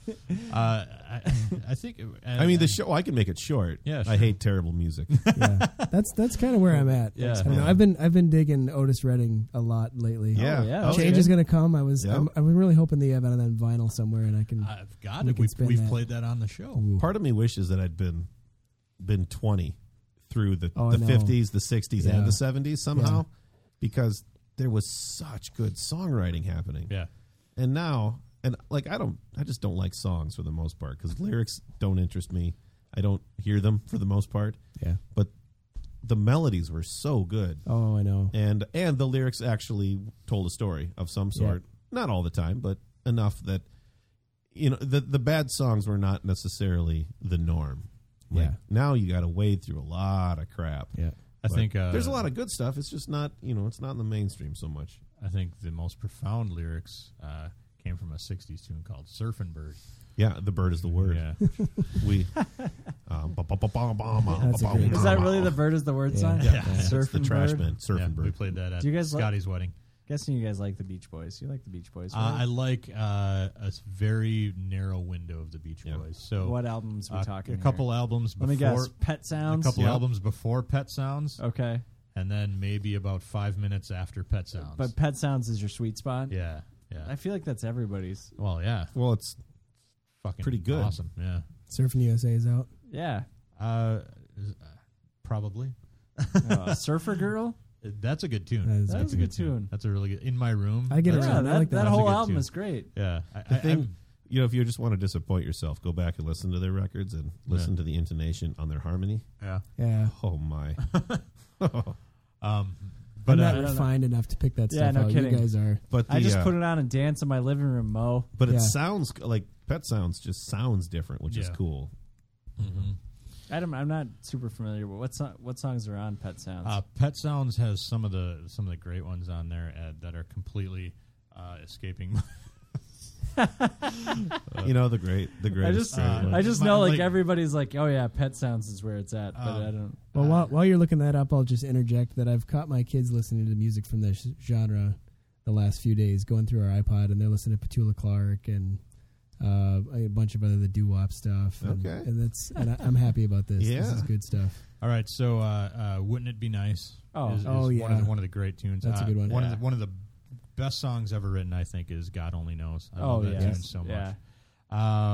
B: uh, I, I think. uh,
A: I mean, the show I can make it short.
B: Yeah,
A: I
B: sure.
A: hate terrible music.
C: yeah? That's that's kind of where I'm at.
B: Yeah.
C: I don't know. I've been I've been digging Otis Redding a lot lately.
A: Yeah,
D: yeah.
A: Oh,
C: change
D: okay.
C: is gonna come. I was
A: Yeah.
C: I'm, I'm really hoping they have it on that vinyl somewhere, and I can.
B: I've got
C: We
B: it.
C: can
B: We've,
C: spin
B: we've
C: that.
B: played that on the show.
C: Ooh.
A: part of me wishes that I'd been been twenty through the
C: Oh, I
A: the
C: know.
A: fifties, the sixties,
C: Yeah.
A: and the seventies somehow, because there was such good songwriting happening.
B: Yeah,
A: And now, and like I don't, I just don't like songs for the most part because lyrics don't interest me. I don't hear them for the most part,
C: yeah.
A: but the melodies were so good,
C: Oh, I know.
A: and and the lyrics actually told a story of some sort. Not all the time, but enough that you know the the bad songs were not necessarily the norm. Like
C: Yeah.
A: now you got to wade through a lot of crap.
C: Yeah.
B: I
A: But
B: think uh,
A: there's a lot of good stuff. It's just not you know it's not in the mainstream so much.
B: I think the most profound lyrics uh, came from a '60s tune called "Surfin' Bird."
A: Yeah, the bird is the word.
B: Yeah,
A: We. Um, That's
C: That's a great-
D: Is that really the bird is the word
C: Yeah.
D: song?
C: Yeah.
A: It's the
D: Surfing
A: trash
D: bird.
A: man, surfing
B: yeah, we
A: bird.
B: played that at
D: Do you guys like-
B: Scotty's wedding.
D: Guessing you guys like the Beach Boys. You like the Beach Boys.
B: Uh,
D: Right?
B: I like uh, a s- very narrow window of the Beach
A: Yeah.
B: Boys. So
D: what albums we
B: uh,
D: talking?
B: a
D: here?
B: couple albums before
D: Let me guess. Pet
B: a
D: Sounds. Oh.
B: couple
A: Yeah.
B: albums before Pet Sounds,
D: Okay,
B: and then maybe about five minutes after Pet Sounds.
D: but Pet Sounds is your sweet spot.
B: yeah, yeah.
D: I feel like that's everybody's.
B: well, yeah,
A: Well, it's
B: fucking
A: Pretty good.
B: Awesome. Yeah.
C: Surfing USA is out.
D: Yeah.
B: Uh, is- uh, probably. Uh,
D: Uh, Surfer Girl.
B: That's a good tune.
C: That is-
D: That
B: That's
D: is a good tune.
B: That's a really good. In my room.
C: I get
D: Yeah,
C: around.
D: that,
C: I like
D: that
C: that.
B: That's a
D: whole
B: good
D: album
B: tune.
D: is great.
B: Yeah. I,
A: the
B: I,
A: thing.
B: I'm-
A: you know, if you just want to disappoint yourself, go back and listen to their records and listen to the intonation on their harmony.
B: Yeah.
C: Yeah.
A: Oh my!
B: Um,
C: I'm
B: but
C: not
B: uh,
D: don't know.
C: refined enough to pick that
D: Yeah,
C: stuff
D: no
C: out.
D: kidding.
C: You guys are.
A: But the,
D: I just
A: uh,
D: put it on and dance in my living room, Mo.
A: But it
C: Yeah.
A: sounds like Pet Sounds just sounds different, which is
B: Yeah.
A: cool.
B: mhm.
D: Adam, I'm not super familiar, but what song, what songs are on Pet Sounds?
B: Uh, Pet Sounds has some of the some of the great ones on there Ed, that are completely uh, escaping. my-
A: You know the great, the
D: Uh, I
A: greatest.
D: just
A: great
B: uh,
A: one.
D: I just
B: My-
D: know like,
B: like-
D: everybody's like, oh yeah, Pet Sounds is where it's at, but
B: Um,
D: I don't.
C: Well, while, while you're looking that up, I'll just interject that I've caught my kids listening to music from this genre the last few days, going through our iPod, and they're listening to Petula Clark and uh, a bunch of other the doo wop stuff. And,
A: Okay.
C: and that's and I, I'm happy about this. This
A: Yeah.
C: is good stuff.
B: All right, so uh, uh, wouldn't it be nice?
D: Oh.
B: is, is
C: Oh,
B: one of
C: yeah.
B: the, one of the great tunes.
C: That's a
B: Uh,
C: good one.
B: One
A: Yeah.
B: of the, one of the best songs ever written, I think, is God Only Knows. I
D: Oh
B: love that
D: yeah,
B: tune so much.
D: yeah.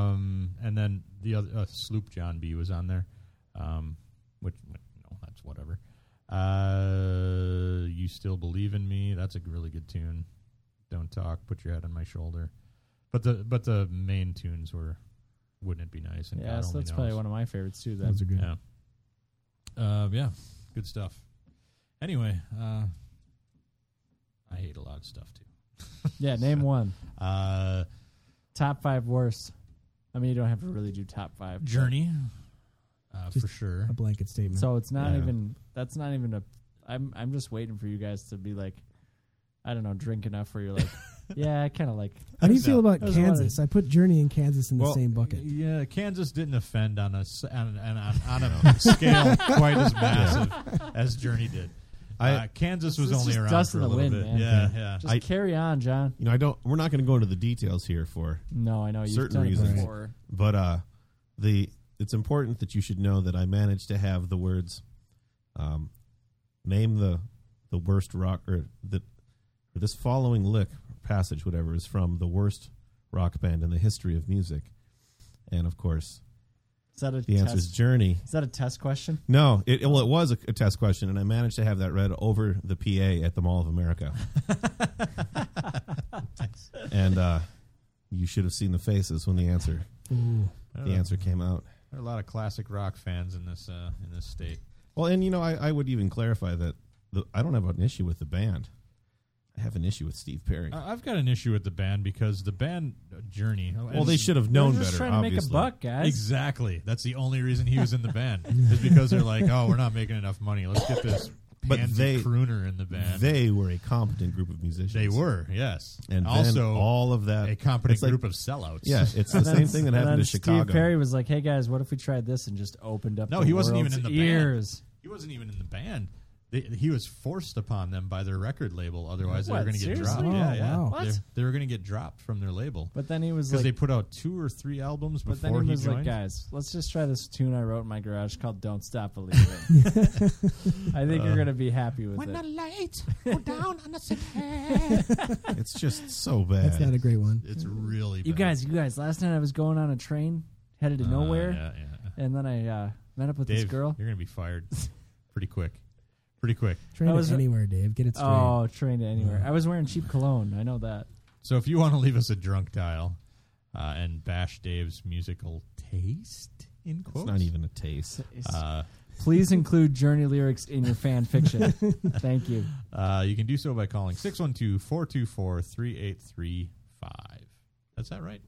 B: Um, and then the other uh, Sloop John B was on there, um, which, which no, that's whatever. Uh, you still believe in me? That's a really good tune. Don't talk. Put your head on my shoulder. But the but the main tunes were, wouldn't it be nice? And
D: Yeah,
B: God
D: so
B: only
D: that's
B: knows.
D: probably one of my favorites too. Then
C: Those are good.
B: Yeah. Uh, yeah, good stuff. Anyway, uh, I hate a lot of stuff too.
D: yeah, name one.
B: Uh,
D: Top five worst. I mean, you don't have to really do top five. but-
B: Journey, uh,
C: Just
B: for sure.
C: A blanket statement.
D: So it's not
A: Yeah.
D: even. That's not even a. I'm. I'm just waiting for you guys to be like, I don't know, drink enough where you're like, yeah, I kind of like.
C: How do you feel about
D: That was a lot of-
C: Kansas? I put Journey and Kansas in the same bucket.
B: Yeah, Kansas didn't offend on a s- on, on, on, on a scale quite as massive as Journey did.
A: I-
B: uh, Kansas was
D: It's
B: only
D: just
B: around
D: dust
B: for
D: in
B: a
D: the
B: little
D: wind,
B: bit.
D: man.
B: Yeah, yeah.
D: Just
A: I-
D: carry on, John.
A: you know, I don't. We're not going to go into the details here for,
D: No, I know you've
A: Certain
D: done
A: reasons.
D: it
A: Right.
D: before.
A: but uh, the it's important that you should know that I managed to have the words, um, name the the worst rock or the or this following lick passage, whatever, is from the worst rock band in the history of music, and of course
D: Is that a
A: the
D: test?
A: answer is Journey.
D: is that a test question?
A: No, it well, it was a, a test question, and I managed to have that read over the PA at the Mall of America. and uh, you should have seen the faces when the answer
C: Ooh.
B: I don't
A: the
B: know.
A: answer came out.
B: There are a lot of classic rock fans in this uh, in this state.
A: Well, and you know, I, I would even clarify that the, I don't have an issue with the band. I have an issue with Steve Perry.
D: Uh,
B: I- I've got an issue with the band because the band uh, Journey.
D: Oh,
A: well, they should have known
D: We're just
A: better.
D: trying to
A: obviously,
D: make a buck, guys.
B: Exactly. That's the only reason he was in the band is because they're like, oh, we're not making enough money. Let's get this
A: But
B: pansy
A: they-
B: crooner in the band.
A: they were a competent group of musicians.
B: They were, yes,
A: and
B: also
A: then all of that.
B: a competent
A: it's like-
B: group of sellouts.
A: Yeah, it's the same thing that
D: And
A: happened
D: then
A: to Chicago.
D: Steve Perry was like, "Hey guys, what if we tried this and just opened up?"
B: No,
D: the
B: he wasn't even
D: world's
B: in the band.
D: ears.
B: He wasn't even in the band. They, he was forced upon them by their record label. Otherwise, they
D: What,
B: were going to get
D: seriously?
B: dropped.
C: Oh,
B: yeah, yeah.
C: wow.
B: They,
D: What?
B: they were going to get dropped from their label
D: But then he was
B: because
D: like,
B: they put out two or three albums
D: But then
B: before
D: he
B: he,
D: was like, uh,
B: joined.
D: guys, let's just try this tune I wrote in my garage called Don't Stop Believing. I think
B: Uh,
D: you're going to be happy with it.
B: lights go down on the city,
A: It's just so bad.
C: That's not a great one.
B: it's really
D: You
B: bad.
D: guys, you guys, last night I was going on a train headed to
B: Uh,
D: nowhere,
B: yeah, yeah.
D: and then I uh, met up with this
B: Dave,
D: girl.
B: you're going to be fired pretty quick. Pretty quick.
C: Train
D: I was-
C: it anywhere, Dave. Get it straight.
D: Oh, train to anywhere. I was wearing cheap cologne. I know that.
B: So if you want to leave us a drunk dial uh, and bash Dave's musical taste in
A: It's
B: quotes,
A: not even a taste.
B: Uh,
D: Please include Journey lyrics in your fan fiction. Thank you.
B: uh, you can do so by calling 612-424-3835. That's that right?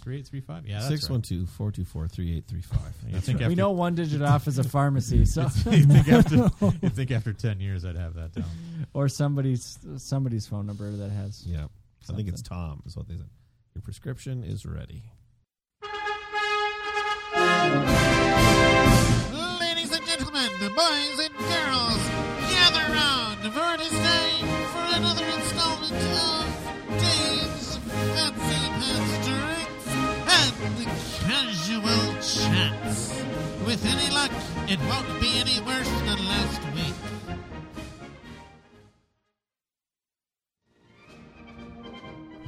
B: 3835? Yeah, that's
A: Six
B: right.
A: one two four two four three eight three five.
B: You think,
D: we know
B: after,
D: one digit off is a pharmacy, so
B: you think after you think after 10 years I'd have that down.
D: or somebody's somebody's phone number that has.
A: Yeah. I think it's
D: Something.
A: Tom, is what they said. Your prescription is ready.
F: Ladies and gentlemen, boys and girls, gather round for it is time for another installment of Dave's Fancy Pants Drinks and Casual Chats. With any luck, it won't be any worse than last week.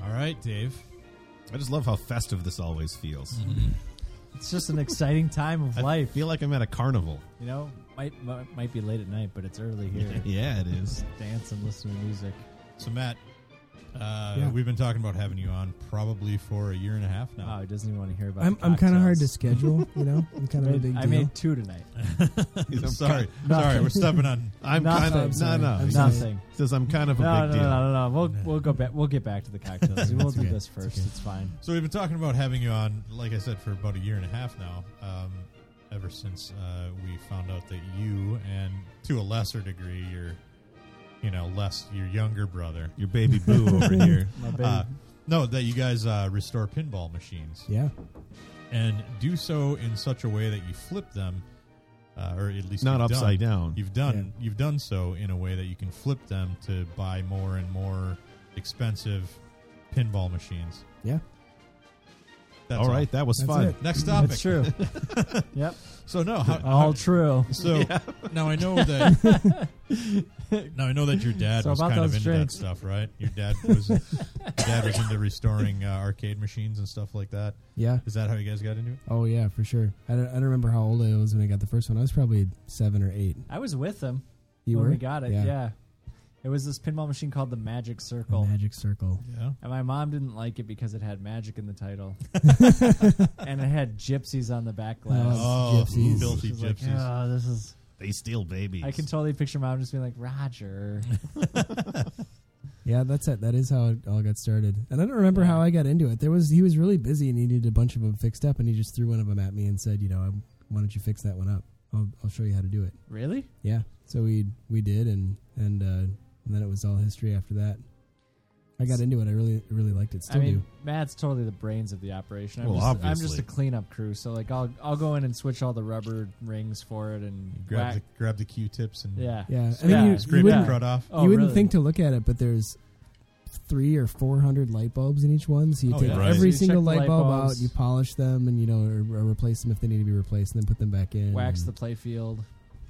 B: All right, Dave.
A: I just love how festive this always feels.
D: It's just an exciting time of
A: I
D: life.
A: feel like I'm at a carnival.
D: You know, might might- might be late at night, but it's early here.
A: Yeah, it is.
D: Dance and listen to music.
B: So Matt, Uh,
C: Yeah.
B: We've been talking about having you on probably for a year and a half now.
D: Oh, he doesn't even want to hear about.
C: I'm
D: the
C: I'm kind of hard to
D: cocktails.
C: schedule. You know, I'm kind of a
D: Made-
C: big deal.
D: I made two tonight.
B: I'm sorry,
D: No.
B: sorry, we're stepping on.
A: I'm
D: Nothing.
A: kind of no,
C: Sorry.
A: no.
C: I'm
A: He
C: sorry.
A: says-
D: Nothing.
A: says I'm kind of a
D: No,
A: big
D: no,
A: deal.
D: no, no, no. We'll we'll go back. We'll get back to the cocktails. we'll
C: It's
D: do
C: okay.
D: this first.
C: okay.
D: It's fine.
B: So we've been talking about having you on, like I said, for about a year and a half now. Um, ever since uh, we found out that you and, to a lesser degree, your, you know, less your younger brother,
A: Your baby boo over here.
D: My baby.
B: uh, no, that you guys uh, restore pinball machines.
C: Yeah,
B: and do so in such a way that you flip them, uh, or at least
A: Not
B: you've
A: upside
B: done.
A: down.
B: You've done you've done so in a way that you can flip them to buy more and more expensive pinball machines.
C: yeah.
B: That's
A: all right, that was
C: That's
A: fun.
C: it.
B: Next topic.
D: That's true. yep.
B: So no, how,
D: All
B: how,
D: true.
B: so now I know that now I know that your dad
D: So
B: was
D: about
B: kind of
D: those
B: into
D: drinks.
B: that stuff, right? Your dad was your dad was into restoring uh, arcade machines and stuff like that.
C: Yeah.
B: Is that how you guys got into it?
C: Oh yeah, for sure. I don't, I don't remember how old I was when I got the first one. I was probably seven or eight.
D: I was with him
C: You
D: when
C: were?
D: Oh, we got it.
C: Yeah.
D: Yeah. It was this pinball machine called the Magic
C: The
D: Circle.
C: Magic Circle.
B: Yeah.
D: And my mom didn't like it because it had magic in the title. and it had gypsies on the back glass.
B: Oh,
C: Gypsies.
B: filthy
D: She's like,
B: gypsies.
D: "Oh, this is
A: They steal babies.
D: I can totally picture mom just being like, Roger.
C: Yeah, that's it. That is how it all got started. And I don't remember how I got into it. There was he was really busy and he needed a bunch of them fixed up, and he just threw one of them at me and said, you know, "Um, why don't you fix that one up? I'll I'll show you how to do it.
D: really?
C: Yeah. So we we did, and and, uh, and then it was all history after that. I got into it. I really really liked it.
D: I
C: Still
D: mean,
C: do.
D: Matt's totally the brains of the operation. I'm,
A: Well,
D: just, I'm just
A: obviously.
D: a cleanup crew, so like I'll I'll go in and switch all the rubber rings for it and
B: grab the
D: whack-
B: grab the Q-tips and
D: yeah
C: Yeah. I mean,
D: Yeah,
C: you- you,
B: scrape the
C: wouldn't,
B: crud off.
D: Oh,
C: you wouldn't
D: really?
C: think to look at it, but there's three or four hundred light bulbs in each one. So you
B: Oh,
C: take
B: yeah. Right.
C: every
D: So you
C: single
D: check the
C: light
D: light
C: bulb
D: bulbs.
C: out, you polish them, and you know, or, or replace them if they need to be replaced, and then put them back in.
D: wax the
C: and
D: play field,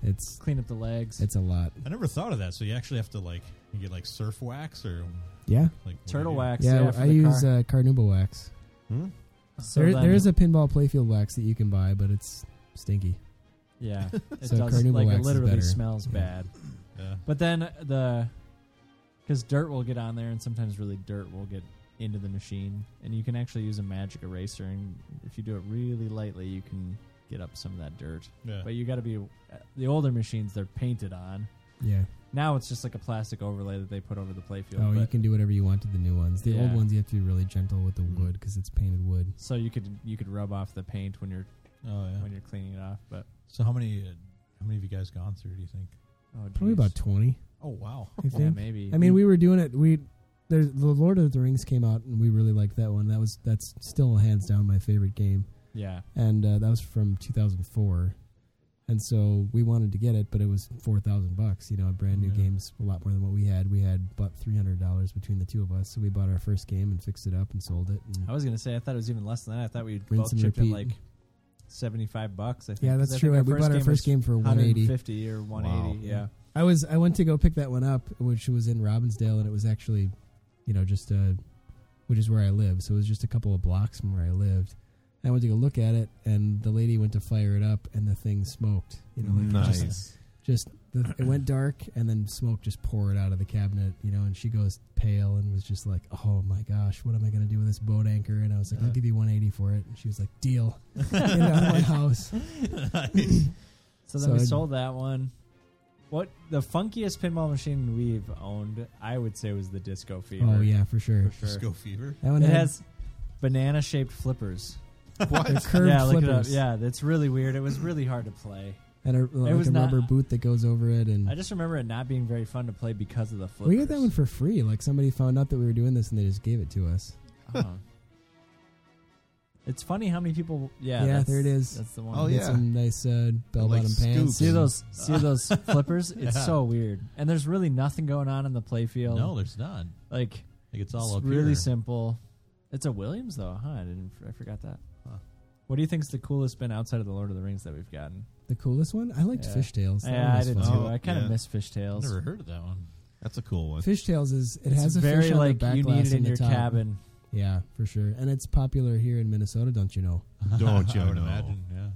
C: It's
D: clean up the legs,
C: it's a lot.
B: I never thought of that. So you actually have to like you get like surf wax or
C: Yeah.
B: like what do
D: turtle
B: you do?
D: wax.
C: Yeah,
D: for
C: I
D: the
C: use
D: car.
C: uh, Carnuba wax.
A: Hmm?
D: So
C: there,
D: then-
C: there is a pinball playfield wax that you can buy, but it's stinky.
D: yeah. It
C: So
D: does
C: carnauba
D: like
C: wax
D: it
C: is
D: literally
C: better.
D: smells
C: Yeah.
D: bad.
B: Yeah.
D: But then the because dirt will get on there, and sometimes really dirt will get into the machine, and you can actually use a magic eraser, and if you do it really lightly, you can get up some of that dirt.
B: Yeah.
D: But you got to be uh, the older machines; they're painted on.
C: Yeah.
D: Now it's just like a plastic overlay that they put over the playfield.
C: Oh, you
D: but-
C: can do whatever you want to the new ones. The old
D: Yeah. Mm.
C: ones you have to be really gentle with the wood because it's painted wood.
D: so you could you could rub off the paint when you're
B: oh
D: when
B: yeah.
D: you're cleaning it off. But
B: So how many uh, how many of you guys gone through? Do you think?
D: oh,
C: Probably
D: geez.
C: about twenty.
B: Oh wow.
C: I
D: yeah,
C: think.
D: maybe.
C: I mean, we were doing it. We there's the Lord of the Rings came out, and we really liked that one. That was that's still hands down my favorite game,
D: yeah.
C: and uh, that was from 2004. And so we wanted to get it, but it was four thousand bucks. You know, a brand new
B: Yeah.
C: game's a lot more than what we had. We had about three hundred dollars between the two of us, so we bought our first game and fixed it up and sold it. And
D: I was gonna say I thought it was even less than that. I thought we
C: Rinse
D: both
C: and
D: chipped in
C: repeat.
D: like seventy five bucks. I think.
C: yeah,
D: 'Cause
C: that's
D: I think
C: true. we bought our
D: was
C: first game for one eighty.
D: 150 or 180.
A: Wow.
D: Yeah.
C: I was I went to go pick that one up, which was in Robbinsdale, and it was actually, you know, just uh, which is where I live. So it was just a couple of blocks from where I lived. I went to go look at it, and the lady went to fire it up, and the thing smoked. You know, like it just,
A: nice.
C: just the, it went dark, and then smoke just poured out of the cabinet. You know, and she goes pale and was just like, "Oh my gosh, what am I gonna do with this boat anchor?" And I was like, "I'll give you 180 for it." And she was like, "Deal." Get out of my house.
D: So then
C: So
D: we
C: I'd-
D: sold that one. What the funkiest pinball machine we've owned, I would say, was the Disco Fever.
C: Oh yeah, for sure.
D: for sure.
B: Disco fever.
C: That one
D: It
C: had-
D: has banana shaped flippers.
C: they're curved
D: yeah, look
C: flippers.
D: it up. Yeah, that's really weird. It was really hard to play.
C: and a, like
D: was
C: a
D: not-
C: rubber boot that goes over it.
D: I
C: And
D: just remember it not being very fun to play because of the flippers.
C: we got that one for free. Like somebody found out that we were doing this and they just gave it to us.
D: Oh. It's funny how many people. Yeah,
C: Yeah,
D: that's-
C: there it is.
D: That's the one.
A: Oh,
C: We had
A: yeah.
C: some nice uh, bell
A: Like
C: bottom pants.
A: scoops.
D: See those, see those flippers? It's
B: Yeah.
D: so weird, and there's really nothing going on in the playfield.
B: No, there's not.
D: like
B: Like it's all
D: it's
B: up
D: really
B: here.
D: simple. It's a Williams though, huh? I didn't. I forgot that.
B: Huh.
D: What do you think's the coolest bin outside of the Lord of the Rings that we've gotten?
C: The coolest one. I liked
D: Yeah.
C: fishtails. That
D: yeah,
C: one
D: I
C: was
D: did
C: fun.
D: too.
A: Oh,
D: I kind of
A: yeah.
D: miss
B: I've
D: fishtails.
B: never heard of that one.
A: That's a cool one.
C: Fishtails is it
D: it's
C: has a
D: very
C: fish on
D: like
C: the back
D: you need
C: glass
D: it
C: on
D: in
C: the
D: your
C: top.
D: cabin.
C: Yeah, for sure. And it's popular here in Minnesota, don't you know?
A: Don't you
B: I would
A: know.
B: imagine. Yeah.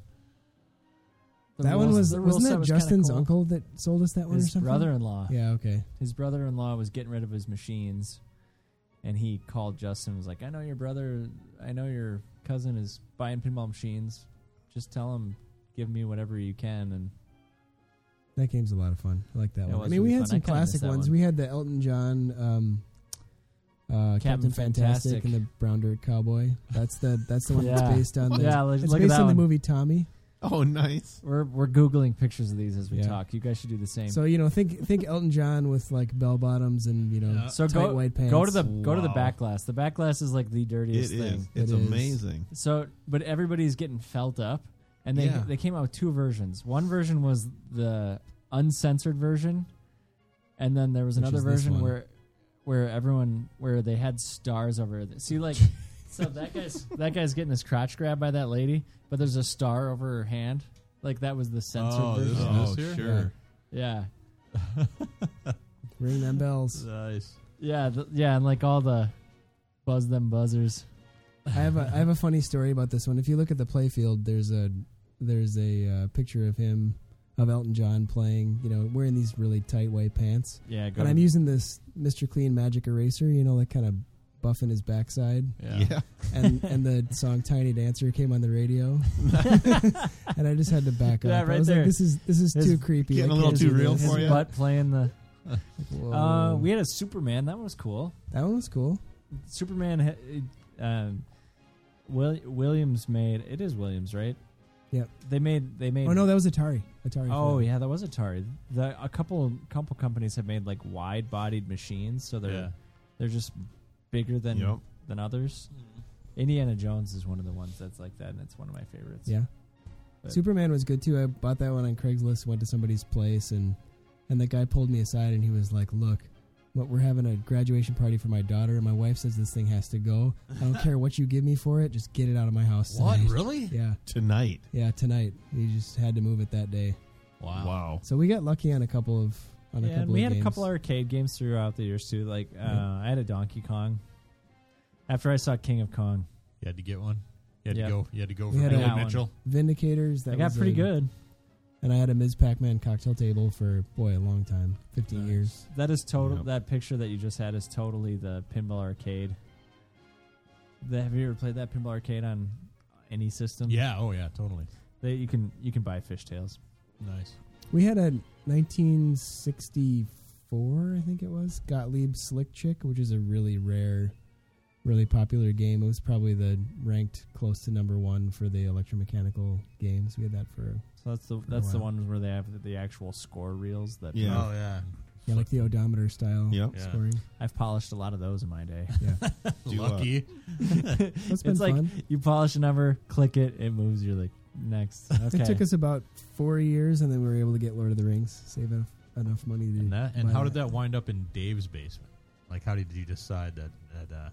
D: The
C: that one
D: rules-
C: was
D: the rule
C: wasn't
D: set
C: that
D: was kinda
C: Justin's
D: cool.
C: uncle that sold us that one or
D: His
C: something?
D: brother-in-law.
C: Yeah, okay.
D: His brother-in-law was getting rid of his machines, and he called Justin and was like, I know your brother, I know your cousin is buying pinball machines. Just tell him, give me whatever you can. And
C: That game's a lot of fun. I like that
D: It
C: one. I
D: was
C: mean, we
D: really
C: had
D: fun.
C: some
D: I kinda miss
C: classic
D: that
C: ones.
D: one.
C: We had the Elton John, um, uh, Captain,
D: Captain
C: Fantastic,
D: Fantastic.
C: and the Brown Dirt Cowboy. That's the that's the one that's
D: Yeah.
C: based on the
D: Yeah, let's
C: it's
D: look at
C: based
D: that
C: on the
D: one.
C: movie Tommy.
A: Oh, nice.
D: we're we're googling pictures of these as we
C: Yeah.
D: talk. You guys should do the same.
C: So you know, think think Elton John with like bell bottoms and you know
B: Yeah.
D: So
C: tight
D: go
C: white pants.
D: go to the go to the
B: Wow.
D: back glass. The back glass is like the dirtiest
A: it
D: thing.
A: is. It's
C: It is.
A: amazing.
D: So, but everybody's getting felt up, and they
A: Yeah.
D: they came out with two versions. One version was the uncensored version, and then there was
C: Which
D: another
C: is this
D: version
C: one.
D: where where everyone where they had stars over. it. See, like, so that guy's that guy's getting his crotch grabbed by that lady, but there's a star over her hand. Like that was the censored
B: Oh, this
D: version.
B: is
A: Oh,
B: this here?
A: sure.
D: Yeah,
C: ring them bells.
B: Nice.
D: yeah, th- yeah, and like all the buzz them buzzers.
C: I have a I have a funny story about this one. If you look at the playfield, there's a there's a uh, picture of him of Elton John playing. You know, wearing these really tight white pants,
D: Yeah, go
C: and
D: to-
C: I'm using this Mr. Clean Magic Eraser. You know, like kind of buffing his backside,
A: Yeah.
C: and and the song Tiny Dancer came on the radio, and I just had to back
D: Yeah,
C: up. I
D: right
C: was
D: there.
C: like, this is this is
D: His-
C: too creepy.
A: Getting
C: I
A: a little
C: can't
A: too
C: do
A: real
C: this.
D: his
A: for ya.
D: butt playing the.
C: Whoa.
D: Uh, we had a Superman. That one was cool.
C: that one was cool.
D: Superman. ha- Um, Will, Williams made it is Williams, right?
C: Yep.
D: They made they made.
C: Oh no, that was Atari. Atari.
D: Oh
C: film.
D: yeah, that was Atari. The, a couple couple companies have made like wide bodied machines, so they're
B: Yeah.
D: they're just bigger than
A: Yep.
D: than others. Indiana Jones is one of the ones that's like that, and it's one of my favorites.
C: Yeah.
D: But-
C: Superman was good too. I bought that one on Craigslist, went to somebody's place and and the guy pulled me aside and he was like, "Look, what we're having a graduation party for my daughter and my wife says this thing has to go. I don't care what you give me for it, just get it out of my house."
B: What?
C: tonight."
B: Really?
C: Yeah.
A: Tonight.
C: Yeah, tonight. He just had to move it that day.
B: Wow.
A: Wow.
C: So we got lucky on a couple of on a
D: Yeah,
C: couple
D: and we
C: of
D: had
C: games.
D: a couple arcade games throughout the years too. Like uh,
C: Yeah.
D: I had a Donkey Kong. After I saw King of Kong,
B: You had to get one. You had
D: Yeah.
B: to go. You had to go
C: We
B: for
C: had
B: Billy
D: that one.
B: Mitchell.
C: Vindicators that
D: I got
C: was
D: pretty
C: a-
D: good.
C: And I had a Ms. Pac-Man cocktail table for boy a long time, 15
B: Nice.
C: years.
D: That is total.
A: Yep.
D: That picture that you just had is totally the pinball arcade. The, have you ever played that pinball arcade on any system?
B: Yeah. Oh yeah. Totally.
D: They, you can you can buy fishtails.
B: Nice.
C: We had a 1964, I think it was, Gottlieb Slick Chick, which is a really rare, really popular game. It was probably the ranked close to number one for the electromechanical games. We had that for
D: So that's the that's the
C: wow.
D: ones where they have the, the actual score reels. That
A: Yeah.
B: Oh yeah.
C: yeah, like the odometer style
A: Yep.
B: Yeah.
C: scoring.
D: I've polished a lot of those in my day.
C: Yeah,
A: Do, uh,
B: Lucky.
C: that's been
D: it's like
C: fun.
D: you polish a number, click it, it moves. You're like next. Okay.
C: It took us about four years, and then we were able to get Lord of the Rings, save enough, enough money to.
B: and that. And
C: buy
B: how did that wind up in Dave's basement? Like, how did you decide that? That uh,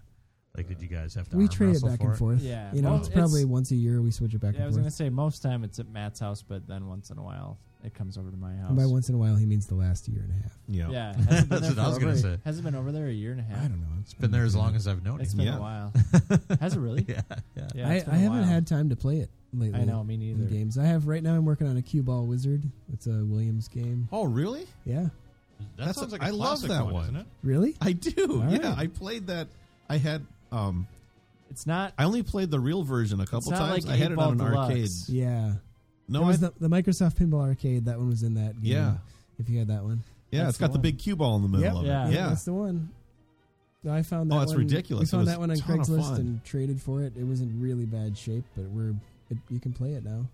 B: like, did you guys have to?
C: We
B: arm
C: trade it
B: wrestle
C: back
B: for
C: and forth.
D: Yeah.
C: you know,
B: Well,
C: it's
D: it's-
C: probably once a year we switch it back
D: yeah, I
C: and
D: was
C: forth.
D: gonna say most time it's at Matt's house, but then once in a while it comes over to my house.
C: And by once in a while, he means the last year and a half.
A: Yeah.
D: Yeah, has it been
B: That's
D: there
B: what I was
D: for
B: gonna
D: over-
B: say.
D: Has it been over there a year and a half?
C: I don't know.
B: It's been there as long as I've known
D: It's
B: him.
D: been
A: Yeah.
D: a while. Has it really?
B: yeah. Yeah.
D: Yeah,
C: I,
D: it's been
C: I
D: a
C: haven't
D: while.
C: had time to play it lately.
D: I know, me neither.
C: in games I have right now. I'm working on a cue ball wizard. It's a Williams game.
A: Oh, really?
C: Yeah,
B: That
A: That's
B: sounds
A: a-
B: like a
A: I love
B: classic
A: that
B: one,
A: one.
B: isn't it?
C: really?
A: I do.
C: All
A: yeah.
C: right.
A: I played that. I had. um
D: It's not.
A: I only played the real version a couple
D: not
A: times.
D: like
A: I had it
D: 8-Ball
A: on an arcade.
D: Deluxe.
C: Yeah.
A: No,
C: It
A: I,
C: was the, the Microsoft Pinball Arcade. That one was in that. Game,
A: Yeah.
C: If you had that one.
A: yeah,
D: that's
A: it's got
D: the
A: the
D: one.
A: big cue ball in the middle
C: Yep.
A: of
D: Yeah.
A: it. Yeah,
C: That's the one. No, I found that.
A: Oh, that's
C: one-
A: ridiculous. It
C: We found
A: was
C: that one on
A: a ton of
C: Craigslist
A: fun.
C: and traded for it. It was in really bad shape, but we're it, you can play it now.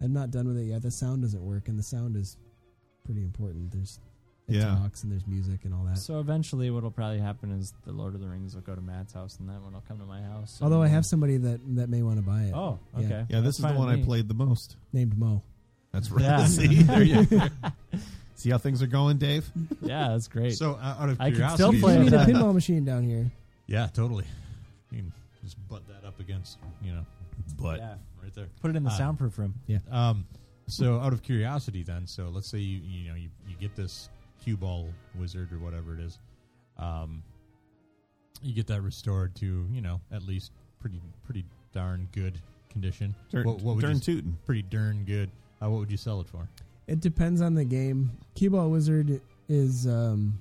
C: I'm not done with it yet. The sound doesn't work, and the sound is pretty important. There's it
A: Yeah.
C: talks and there's music and all that.
D: So eventually, what'll probably happen is the Lord of the Rings will go to Matt's house, and that one will come to my house. and
C: Although I
D: we'll-
C: have somebody that that may want to buy it,
D: Oh,
C: Yeah.
D: okay.
A: yeah.
D: That's
A: This is the
D: fine
A: one
D: with
A: I
D: me.
A: played the most.
C: named Mo.
A: That's right.
D: Yeah.
A: See, there you go. See how things are going, Dave.
D: Yeah, that's great.
B: So uh, out of
D: I could
B: curiosity,
D: still
C: We
D: play
C: need a
D: that.
C: pinball machine down here.
B: Yeah, totally. You can just butt that up against you know
A: But
D: yeah.
B: right there.
D: Put it in the
B: Uh,
D: soundproof room.
B: Um, so out of curiosity, then, so let's say you you know you, you get this cue ball wizard or whatever it is, um, you get that restored to you know at least pretty pretty darn good condition.
A: Darn,
B: what, what would
A: darn
B: you,
A: tootin'.
B: pretty darn good? Uh, what would you sell it for?
C: It depends on the game. Cue ball Wizard is um,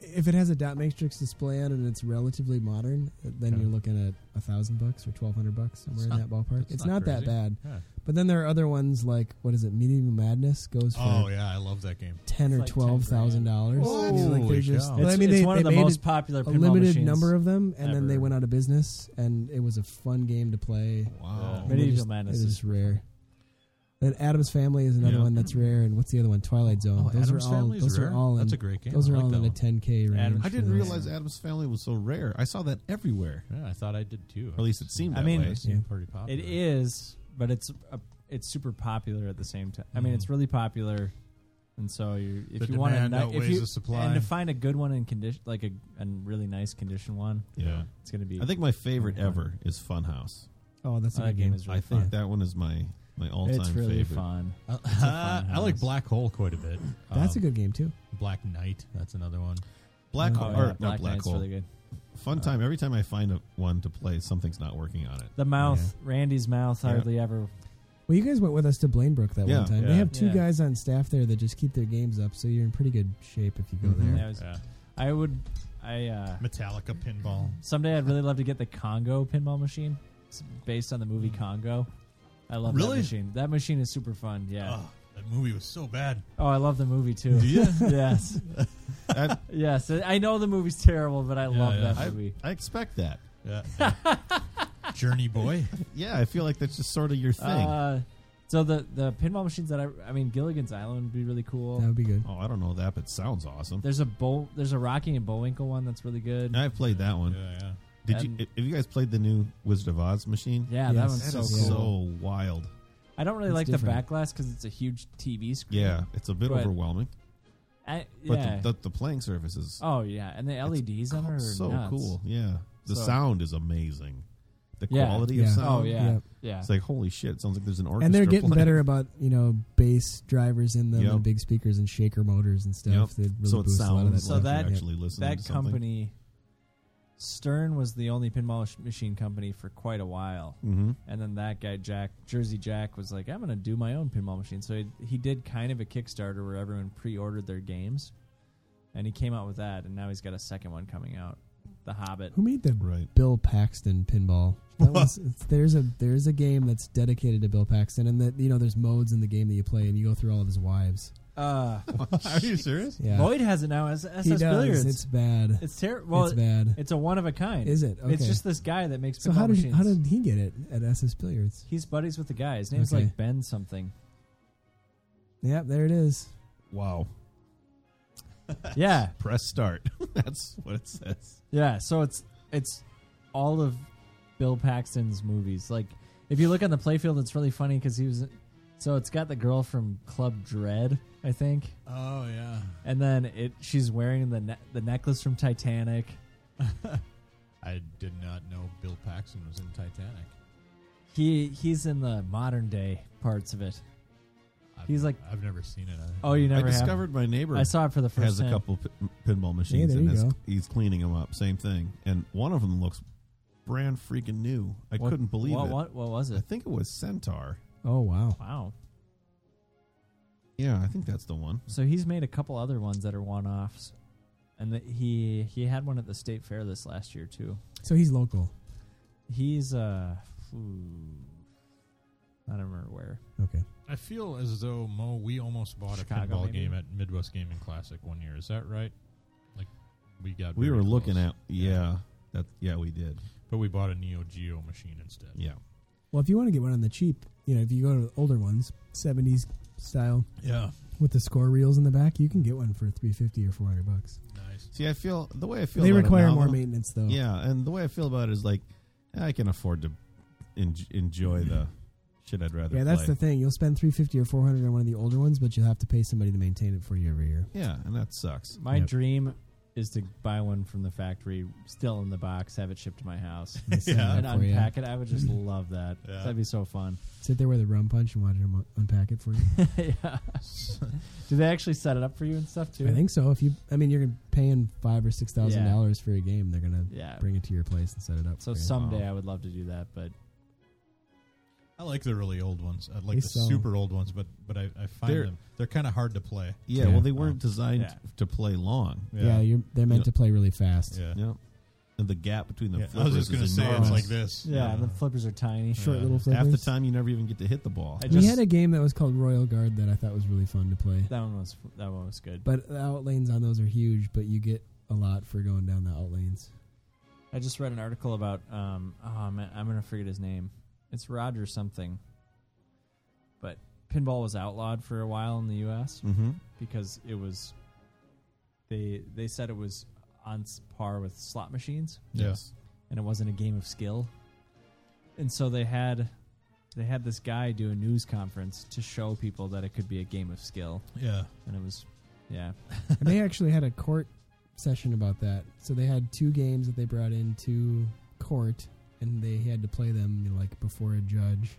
C: i- if it has a dot matrix display on it and it's relatively modern, then
B: Yeah.
C: you're looking at a thousand bucks or twelve hundred bucks somewhere
B: It's
C: in
B: not-
C: that ballpark.
B: that's
C: It's
B: not
C: not, that
B: crazy.
C: bad.
B: Yeah.
C: But then there are other ones like what is it? Medieval Madness goes for
B: Oh yeah, I love that game.
C: ten
D: It's
C: or
D: like 10
C: twelve thousand dollars. Like
B: What? Holy
C: they're just.
B: cow.
C: but I mean,
D: it's
C: they,
D: one
C: they
D: of the
C: made
D: most
C: it
D: popular
C: a
D: pinball
C: limited
D: machines.
C: number of them, and then they
D: ever.
C: went out of business, and it was a fun game to play.
D: Yeah.
B: Wow.
D: Medieval
C: It just-
D: Madness
C: It
D: is
C: is rare. Then Adam's Family is another
A: Yeah.
C: one that's rare, and what's the other one? Twilight Zone.
B: Oh,
C: those
B: Adam's
C: are all.
B: Family's
C: Those
B: rare.
C: are all. In,
B: That's a great game.
C: Those
B: I
C: are
B: like
C: all
B: that
C: in the
B: one.
C: 10k range.
D: Adam's-
C: for
A: I didn't
C: those.
A: realize Adam's Family was so rare. I saw that everywhere.
B: Yeah, I thought I did too.
A: Or at least it seemed
D: I
A: that
D: mean,
A: way.
B: it seemed
C: Yeah.
B: pretty popular.
D: It is, but it's a, it's super popular at the same time. I mean, it's really popular, and so you if
B: The
D: you want to
B: demand
D: if
B: outweighs
D: you
B: the supply.
D: and to find a good one in condition like a, a really nice condition one,
A: Yeah.
D: it's gonna be.
A: I think my favorite ever is Funhouse.
C: Oh, that's a good
D: that game is really
A: I think
D: fun.
A: that one is my my all time
D: it's really
A: favorite.
D: fun.
B: Uh,
D: a fun
B: I like
D: house.
B: Black Hole quite a bit.
C: That's a
B: Um,
C: good game too.
B: Black Knight. That's another one.
A: Black
C: Oh,
A: hole,
D: yeah,
A: or not black
D: Knight's
A: hole.
D: really good.
A: Fun time every time I find a one to play. Something's not working on it.
D: The mouth, Randy's mouth,
A: Yeah.
D: hardly ever.
C: Well, you guys went with us to Blainbrook that
A: Yeah.
C: one time.
B: Yeah.
C: They have two
D: Yeah.
C: guys on staff there that just keep their games up, so you're in pretty good shape if you go
A: Mhm.
C: there.
D: that was-
B: Yeah.
D: I would. I uh,
B: Metallica Pinball.
D: someday I'd really love to get the Congo pinball machine. It's based on the movie Congo. I love that
B: Really?
D: machine. That machine is super fun. Yeah.
B: Oh, that movie was so bad.
D: Oh, I love the movie too.
B: Do you?
D: yes.
A: I,
D: Yes. I know the movie's terrible, but I love
B: yeah.
D: that movie.
A: I expect that.
B: Yeah. Journey Boy.
A: Yeah, I feel like that's just sort of your thing.
D: Uh, so the the pinball machines that I I mean Gilligan's Island would be really cool.
C: That would be good.
A: oh, I don't know that, but it sounds awesome.
D: There's a bowl there's a Rocky and Bullwinkle one that's really good.
A: I've played that one.
B: Yeah, yeah.
A: Did
D: And-
A: you? Have you guys played the new Wizard of Oz machine?
D: yeah, that
C: Yes.
D: one's
A: That is
D: so
A: so,
D: cool.
A: wild.
D: I don't really
C: It's
D: like the
C: different.
D: back glass because it's a huge TV screen.
A: Yeah, it's a bit
D: But-
A: overwhelming,
D: I,
A: but
D: yeah.
A: the, the, the playing surface is
D: oh yeah, and the LEDs on her are
A: so
D: nuts.
A: cool. Yeah, the
D: So-
A: sound is amazing. The
D: Yeah.
A: quality of
C: Yeah.
A: sound.
D: Oh yeah, yeah.
C: Yeah.
A: It's like holy shit! It sounds like there's an orchestra.
C: And they're getting
A: playing.
C: better about you know bass drivers in them
A: Yep.
C: and big speakers and shaker motors
A: Yep.
C: and stuff. They really
A: so it
C: boost a lot of that.
A: sounds
D: So
A: like
C: stuff.
D: that-
A: you're actually listening
D: that
A: to something.
D: company. Stern was the only pinball sh- machine company for quite a while.
A: Mhm.
D: And then that guy Jack Jersey Jack was like, "I'm going to do my own pinball machine." So he, he did kind of a Kickstarter where everyone pre-ordered their games, and he came out with that. And now he's got a second one coming out, The Hobbit.
C: Who made the
A: Right.
C: Bill Paxton pinball? That was, it's, there's a there's a game that's dedicated to Bill Paxton, and that you know there's modes in the game that you play, and you go through all of his wives.
D: Uh,
B: Are you serious?
C: Yeah,
D: Lloyd has it now as SS
C: he does.
D: Billiards.
C: It's
D: It's,
C: bad. It's,
D: terrible. Well, it's,
C: bad.
D: a one of a kind.
C: Is it?
D: It's
C: Okay.
D: just this guy that makes pinball
C: so how did he,
D: machines.
C: how did he get it at SS Billiards?
D: He's buddies with the guy. His name's
C: Okay.
D: like Ben something.
C: Yep, there it is.
A: Wow.
D: Yeah,
A: Press start. That's what it says.
D: Yeah, so it's it's all of Bill Paxton's movies. Like if you look on the playfield, it's really funny because he was. So it's got the girl from Club Dread, I think,
B: Oh yeah.
D: and then it she's wearing the ne- the necklace from Titanic.
B: I did not know Bill Paxton was in Titanic.
D: He he's in the modern day parts of it.
B: I've
D: He's
B: never-
D: like-
B: I've never seen it. I-
D: Oh, you never
A: I
D: have?
A: discovered my neighbor
D: I saw it for the first
A: has a
D: time.
A: couple pin- pinball machines
C: there
A: and
C: you
A: has,
C: go.
A: he's cleaning them up. Same thing. And one of them looks brand freaking new. I
D: What-
A: couldn't believe
D: what,
A: it.
D: What what was
A: I
D: it?
A: think it was Centaur.
C: Oh wow.
D: Wow.
A: Yeah, I think that's the one.
D: So he's made a couple other ones that are one offs, and that he he had one at the state fair this last year too.
C: So he's local.
D: He's uh, ooh, I don't remember where.
C: Okay.
B: I feel as though Mo, we almost bought
D: Chicago,
B: a pinball
D: maybe?
B: game at Midwest Gaming Classic one year. Is that right? Like we got.
A: We
B: very
A: were looking
B: close.
A: at yeah. That yeah, we did.
B: but we bought a Neo Geo machine instead.
A: Yeah.
C: Well, if you want to get one on the cheap, you know, if you go to the older ones, '70s style
B: Yeah.
C: with the score reels in the back, you can get one for 350 or 400 bucks.
B: Nice.
A: See, I feel the way I feel.
C: They
A: about it
C: require
A: now,
C: more
A: though-
C: maintenance though.
A: Yeah, and the way I feel about it is like I can afford to en- enjoy the shit I'd rather.
C: Yeah, that's
A: play.
C: the thing. You'll spend 350 or 400 on one of the older ones, but you'll have to pay somebody to maintain it for you every year.
A: Yeah, and that sucks.
D: My
C: Yep.
D: dream is to buy one from the factory, still in the box, have it shipped to my house,
C: They set it
B: Yeah.
C: up
D: and
C: for you.
D: unpack it. I would just love that.
B: Yeah.
D: That'd be so fun.
C: Sit there with a rum punch and watch them unpack it for you.
D: yeah. Do they actually set it up for you and stuff too?
C: I think so. If you, I mean, you're paying five or six thousand dollars for a game, they're gonna
D: Yeah.
C: bring it to your place and set it up.
D: So
C: for you.
D: someday I would love to do that, but
B: I like the really old ones. I like
C: They
B: the
C: sell 'em.
B: super old ones, but but I, I find
A: They're-
B: them they're kind of hard to play.
A: Yeah,
C: Yeah.
A: well, they weren't designed
B: Oh. yeah.
A: to play long.
C: Yeah, you're, they're meant
A: Yeah.
C: to play really fast.
B: yeah.
A: Yep. And the gap between the
B: Yeah, I
A: flippers
B: was just gonna
A: is
B: say
A: enormous.
B: it's like this.
D: Yeah, the flippers are tiny.
C: Short
B: Yeah.
C: little
A: half
C: flippers.
A: the time you never even get to hit the ball.
D: I
C: we
D: just-
C: had a game that was called Royal Guard that I thought was really fun to play.
D: That one was that one was good.
C: But the out lanes on those are huge, but you get a lot for going down the out lanes.
D: I just read an article about um oh man, I'm gonna forget his name. It's Roger something. But pinball was outlawed for a while in the U.S.
C: Hmm.
A: Mm-hmm.
D: because it was they they said it was on s- par with slot machines
A: Yes.
D: and it wasn't a game of skill. And so they had they had this guy do a news conference to show people that it could be a game of skill,
B: yeah.
D: and it was yeah
C: and they actually had a court session about that. So they had two games that they brought into court, and they had to play them you know, like before a judge.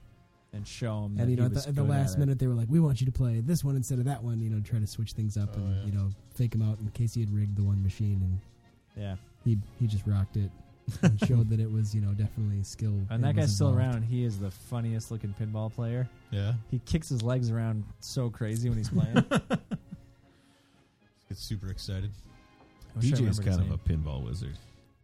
D: and show them.
C: And you know, at
D: was
C: the, at the
D: good
C: last
D: at it.
C: minute, they were like, "We want you to play this one instead of that one." You know, try to switch things up
B: Oh,
C: and
B: yeah.
C: you know fake them out in case he had rigged the one machine, and
D: yeah.
C: he he just rocked it and showed that it was you know definitely skill.
D: And that guy's
C: was
D: still
C: involved.
D: around. He is the funniest looking pinball player.
B: Yeah.
D: He kicks his legs around so crazy when he's playing.
B: Get super excited.
D: I
A: DJ
D: wish I
A: is
D: remembered his
A: kind of a
D: name.
A: pinball wizard.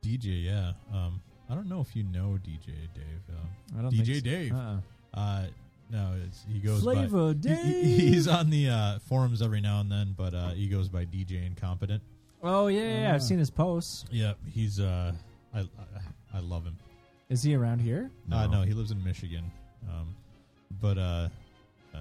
B: DJ, yeah. Um, I don't know if you know DJ Dave. Um,
D: I don't
B: DJ
D: think so.
B: Dave.
D: Uh-uh.
B: Uh, no, it's, he goes by.
D: Flavor
B: he-
D: Dave.
B: he- he's on the uh, forums every now and then, but uh, he goes by DJ Incompetent.
D: oh yeah, yeah, yeah,
C: Ah.
B: Uh.
D: I've seen his posts.
B: Yep, he's. Uh, I, I I love him.
D: Is he around here?
B: Uh, no, he lives in Michigan, um, but uh, uh,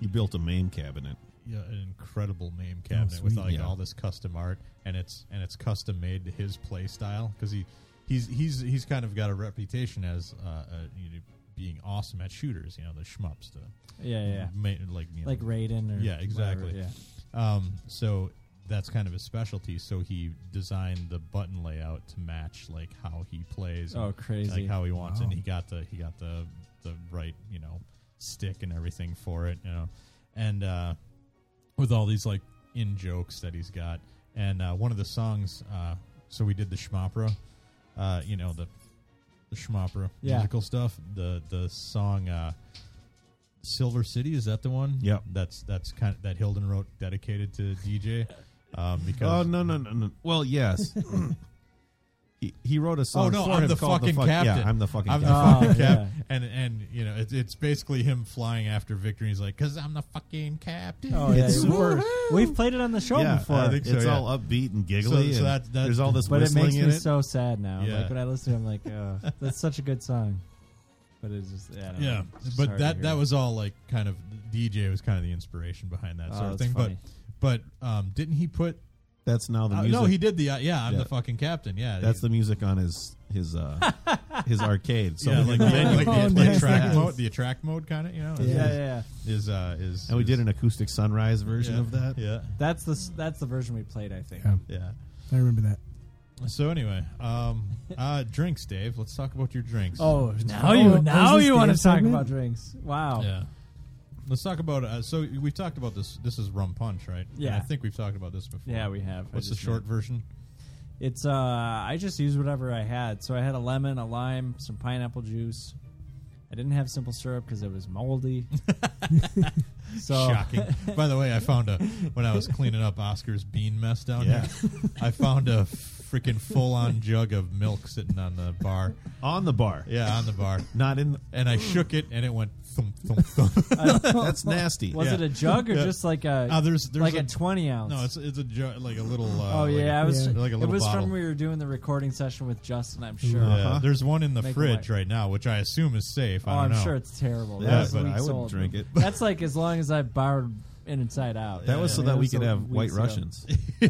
A: He built a main cabinet.
B: yeah, an incredible name
D: Oh,
B: cabinet with
A: sweet,
B: like
A: yeah.
B: all this custom art, and it's and it's custom made to his play style because he he's he's he's kind of got a reputation as uh, uh, you know, being awesome at shooters, you know, the shmups, the
D: Yeah, yeah. yeah.
B: ma- like you know,
D: Like Raiden or
B: Yeah, exactly.
D: whatever, yeah.
B: Um, so that's kind of his specialty. So he designed the button layout to match like how he plays.
D: Oh,
B: and,
D: crazy.
B: Like how he wants, it. and
C: Wow.
B: he got the he got the the right you know stick and everything for it. You know, and uh, with all these like in jokes that he's got, and uh, one of the songs. Uh, so we did the schmopera. Uh, you know the the schmopera
D: Yeah.
B: musical stuff. The the song. Uh, Silver City is that the one?
A: Yep.
B: that's that's kind of, that Hilden wrote dedicated to DJ. Um,
A: Oh
B: because
A: no no no no. Well yes. he, he wrote a song.
B: Oh, no,
A: for
B: I'm
A: him
B: the
A: called
B: fucking
A: fuck-
B: captain.
A: Yeah, I'm the fucking
B: I'm the
A: captain.
D: captain.
B: fucking
D: Oh,
B: cap, and and you know it's it's basically him flying after victory. He's like, "Cause I'm the fucking captain."
D: Oh yeah,
A: It's-
D: yeah. We're- We've played it on the show
A: yeah, uh,
D: before.
B: I think
A: it's
B: so, yeah.
A: all upbeat and giggly.
B: So- so
A: and
B: that- that-
A: there's all this
D: but it
A: whistling
D: makes
A: in
D: me
A: it.
D: so sad now.
B: Yeah.
D: Like when I listen to him, I'm like, oh, that's such a good song. But it's just yeah. I don't
B: yeah,
D: know. It's just
B: but
D: hard to
B: that
D: hear.
B: that was all like kind of DJ was kind of the inspiration behind that
D: Oh,
B: sort of
D: that's
B: thing.
D: funny.
B: But but um, didn't he put?
A: That's now the
B: Uh,
A: music.
B: no, he did the uh, yeah. I'm
A: Yeah.
B: the fucking captain. Yeah,
A: That's
B: he,
A: the music on his his uh his arcade. So
B: yeah, like,
A: then you
B: like
A: can
B: the,
A: play
B: the attract
A: that.
B: mode, the attract mode kind of you know.
C: Yeah.
D: Oh, yeah,
B: is-
D: yeah, yeah.
B: Is uh is
A: And we
B: is-
A: did an acoustic sunrise version
B: yeah,
A: of that.
B: Yeah,
D: That's the s- that's the version we played. I think.
C: Yeah,
B: yeah.
C: I remember that.
B: So anyway, um, uh, drinks, Dave. Let's talk about your drinks.
D: Oh, now
C: Oh,
D: you
C: is
D: now
C: this
D: you want
C: Dave's
D: to talk
C: segment?
D: about drinks? Wow.
B: Yeah. Let's talk about. Uh, so we've talked about this. This is rum punch, right? And
D: Yeah.
B: I think we've talked about this before.
D: Yeah, we have. I
B: What's the
D: just
B: short
D: made-
B: version?
D: It's uh, I just used whatever I had. So I had a lemon, a lime, some pineapple juice. I didn't have simple syrup because it was moldy. so
B: Shocking. By the way, I found a when I was cleaning up Oscar's bean mess down
A: Yeah.
B: here. I found a freaking full-on jug of milk sitting on the bar.
A: On the bar.
B: Yeah, on the bar.
A: Not in
B: And I shook it, and it went thump thump thump.
A: that's nasty.
D: was
B: Yeah.
D: it a jug or
B: Yeah.
D: just like a
B: Uh, there's, there's
D: like a, twenty ounce?
B: no, it's it's a jug like a little. Uh,
D: oh
B: like
D: yeah,
B: a-
D: I was.
C: yeah.
B: like a
D: it
B: little
D: was
B: bottle.
D: from we were doing the recording session with Justin. I'm sure.
B: Yeah,
A: Uh-huh.
B: There's one in the
D: Make a
B: fridge
D: light.
B: right now, which I assume is safe.
D: Oh,
B: I don't
D: I'm
B: know.
D: sure it's terrible.
A: Yeah,
D: That was
A: but I
D: weeks
A: wouldn't
D: old.
A: drink it.
D: That's like as long as I borrowed in inside out.
A: that was so
D: Yeah.
A: that we
D: That
A: could
D: was
A: have
D: so
A: white
D: weeks ago.
A: Russians.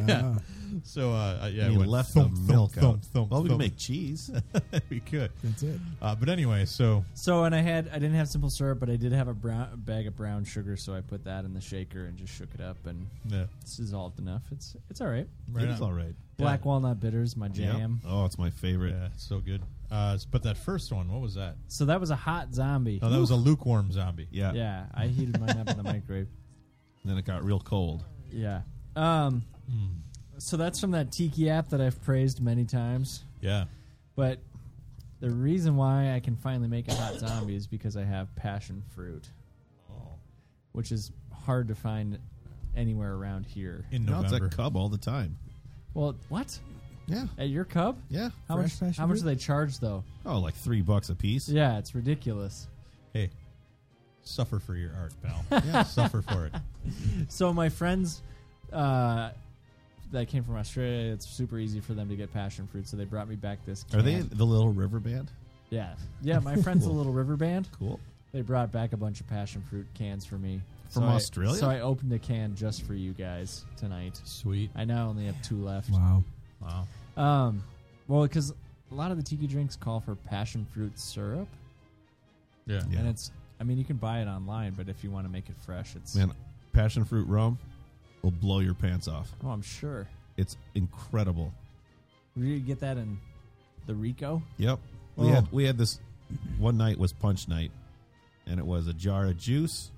B: yeah.
C: Ah,
B: So uh, uh, yeah,
A: And
B: it
A: you
B: went
A: left
B: thump,
A: the
B: thump,
A: milk
B: thump,
A: out.
B: thump,
A: well, we
B: thump.
A: can make cheese.
B: we could.
C: that's it.
B: Uh, but anyway, so
D: So and I had I didn't have simple syrup, but I did have a brown a bag of brown sugar, so I put that in the shaker and just shook it up and
B: yeah,
D: it's dissolved enough. It's it's all right.
B: right
A: it was
B: on.
A: all right.
D: Black walnut bitters, my jam.
A: Yep. Oh, it's my favorite.
B: Yeah, it's so good. Uh, s- but that first one, what was that?
D: So that was a hot zombie.
B: Oh, that was a lukewarm zombie.
A: Yeah.
D: yeah, I heated mine up in the microwave.
A: Then it got real cold.
D: Yeah. Um so that's from that tiki app that I've praised many times.
B: Yeah,
D: But The reason why I can finally make a hot zombie is because I have passion fruit, which is hard to find anywhere around here.
B: in
A: No, it's
B: November.
A: at Cub all the time.
D: Well, what
A: Yeah,
D: at your cub?
A: yeah.
D: How
C: Fresh
D: much?
C: passion
D: How much
C: fruit?
D: do they charge though?
A: Oh, like three bucks a piece.
D: Yeah, it's ridiculous.
B: hey, suffer for your art, pal. yeah, suffer for it.
D: So my friends uh, that came from Australia, it's super easy for them to get passion fruit. So they brought me back this.
A: Are they
D: can.
A: the Little River Band?
D: Yeah, yeah. My friends, the Little River Band,
A: Cool.
D: they brought back a bunch of passion fruit cans for me
A: From
D: So I-
A: Australia?
D: so I opened a can just for you guys tonight.
B: Sweet.
D: I now only have two left.
C: Wow.
B: Wow.
D: Um, well, because a lot of the tiki drinks call for passion fruit syrup,
B: Yeah.
A: Yeah.
D: and it's. I mean, you can buy it online, but if you want to make it fresh, it's.
A: Man, passion fruit rum will blow your pants off.
D: Oh, I'm sure.
A: It's incredible.
D: Did you get that in the Rico?
A: Yep. We
D: Oh.
A: had we had this one night was punch night, and it was a jar of juice,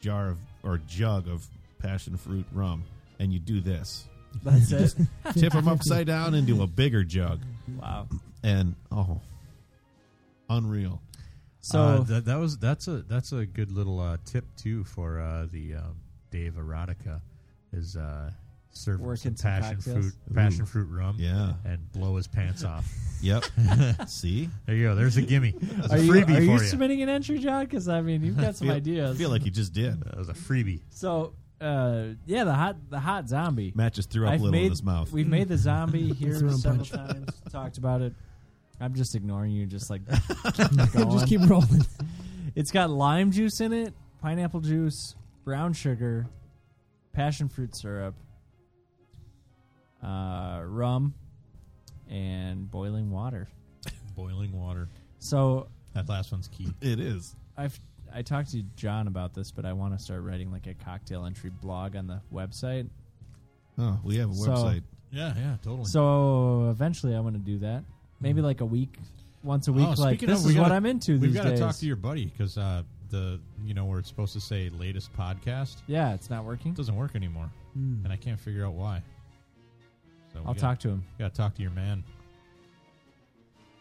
A: jar of or jug of passion fruit rum, and you do this.
D: That's it.
A: Tip them upside down into a bigger jug,
D: wow.
A: and oh, unreal.
D: So
B: Uh, that, that was that's a that's a good little uh, tip too for uh, the um, Dave Erotica is uh, serve him
D: Working
B: some
D: some
B: passion
D: cocktails.
B: fruit passion fruit rum
A: Yeah.
B: and blow his pants off.
A: Yep. See,
B: There you go. There's a gimme. That's
D: are
B: a
D: you
B: freebie
D: are
B: for
D: you
B: you.
D: submitting an entry, John? Because I mean, you've got some
A: Feel-
D: ideas.
A: feel like you just did.
B: that was a freebie.
D: so, uh, yeah, the hot the hot zombie.
A: Matt just threw up a
D: I've
A: little
D: made,
A: in his mouth.
D: We've made the zombie here
C: the wrong
D: several
C: punch.
D: times. Talked about it. I'm just ignoring you. Just like
C: Just
D: going.
C: keep rolling.
D: It's got lime juice in it, pineapple juice, brown sugar, passion fruit syrup, uh, rum, and boiling water.
B: Boiling water.
D: So
B: That last one's key.
A: It is.
D: I've I talked to John about this, but I want to start writing like a cocktail entry blog on the website.
A: Oh, we have a
D: So-
A: website.
B: Yeah, yeah, totally.
D: So eventually, I want to do that. Maybe like a week, once a week.
B: Hmm. Oh,
D: like
B: speaking
D: this
B: of,
D: is
B: we
D: what
B: gotta-
D: I'm into
B: We've
D: these
B: got to
D: days.
B: talk to your buddy because uh, the you know where it's supposed to say latest podcast
D: yeah, it's not working.
B: it doesn't work anymore, and I can't figure out why. So
D: Hmm. I'll talk to him.
B: Got to talk to your man.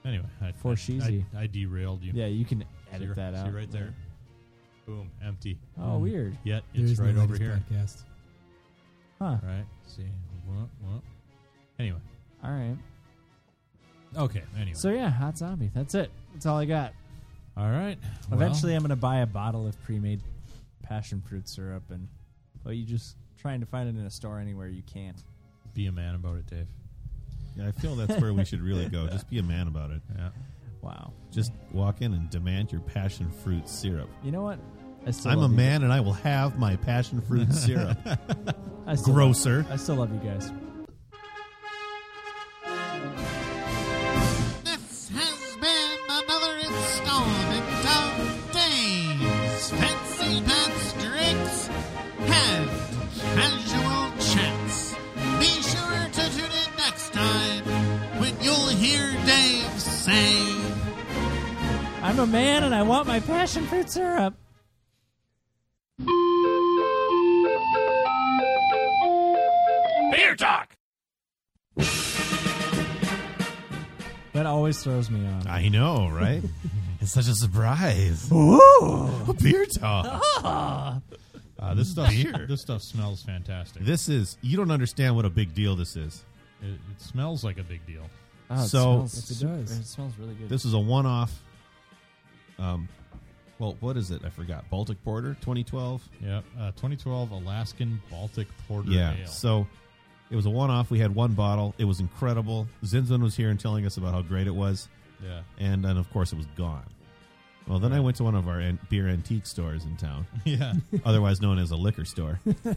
B: Anyway, I,
D: For
B: I-
D: sheezy.
B: I, I derailed you.
D: Yeah, you can
B: See
D: edit
B: r-
D: that out.
B: See right there. Hmm. Boom, empty.
D: Oh, weird.
B: Yet
C: There
B: it's
C: is no
B: right over
C: latest
B: here.
C: Podcast.
D: Huh.
B: Right. See. Whoop, whoop. Anyway.
D: All right.
B: Okay. Anyway.
D: So yeah, hot zombie. That's it. That's all I got.
B: All right. well-
D: Eventually, I'm gonna buy a bottle of pre-made passion fruit syrup, and well, you just trying to find it in a store anywhere you can't.
B: Be a man about it, Dave.
A: Yeah, I feel that's where we should really go. Just be a man about it.
B: Yeah.
D: Wow.
A: Just walk in and demand your passion fruit syrup.
D: You know what? I still
A: I'm a
D: love you
A: man and I will have my passion fruit syrup.
D: guys. I still
A: Grosser.
D: I still love you guys.
F: This has been another installment of Dave's Fancy Pants Drinks and Casual Chats. Be sure to tune in next time when you'll hear Dave say.
D: I'm a man and I want my passion fruit syrup. Beer talk. That always throws me off.
A: I know, right? it's such a surprise. Ooh. Ah. Beer talk.
B: Uh, this stuff.
A: Beer.
B: This stuff smells fantastic.
A: this is, you don't understand what a big deal this is.
B: It, it smells like a big deal.
D: Oh,
A: So-
D: it smells
C: Yes, it
D: super-
C: does.
D: It smells really good.
A: This is a one off. Um, well, what is it? I forgot. Baltic Porter 2012.
B: Yeah. Uh, 2012 Alaskan Baltic Porter
A: Yeah.
B: Ale.
A: So it was a one off. We had one bottle. It was incredible. Zinsman was here and telling us about how great it was.
B: yeah.
A: and then of course it was gone. Well, then I went to one of our an- beer antique stores in town,
B: Yeah.
A: otherwise known as a liquor store,
B: yeah.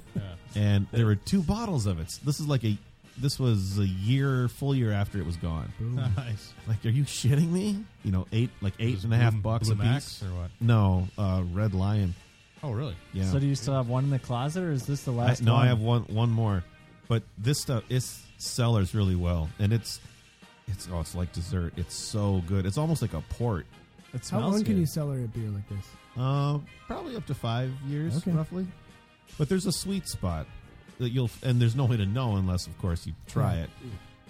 A: and there were two bottles of it. This is like a this was a year, full year after it was gone.
B: nice.
A: Like, are you shitting me? You know, eight like eight
B: Was
A: and a half
B: Blue-
A: bucks
B: Blue
A: a
B: Max
A: piece.
B: or what?
A: No, uh, Red Lion.
B: Oh, really?
A: Yeah.
D: So do you still have one in the closet, or is this the
A: I,
D: last?
A: no,
D: one?
A: I have one one more, but this stuff is sellers really well, and it's it's oh, it's like dessert. It's so good. It's almost like a port.
D: It
C: How
D: smells
C: long
D: good.
C: can you cellar a beer like this?
A: Uh, probably up to five years,
C: Okay.
A: roughly. But there's a sweet spot that you'll, and there's no way to know unless, of course, you try it.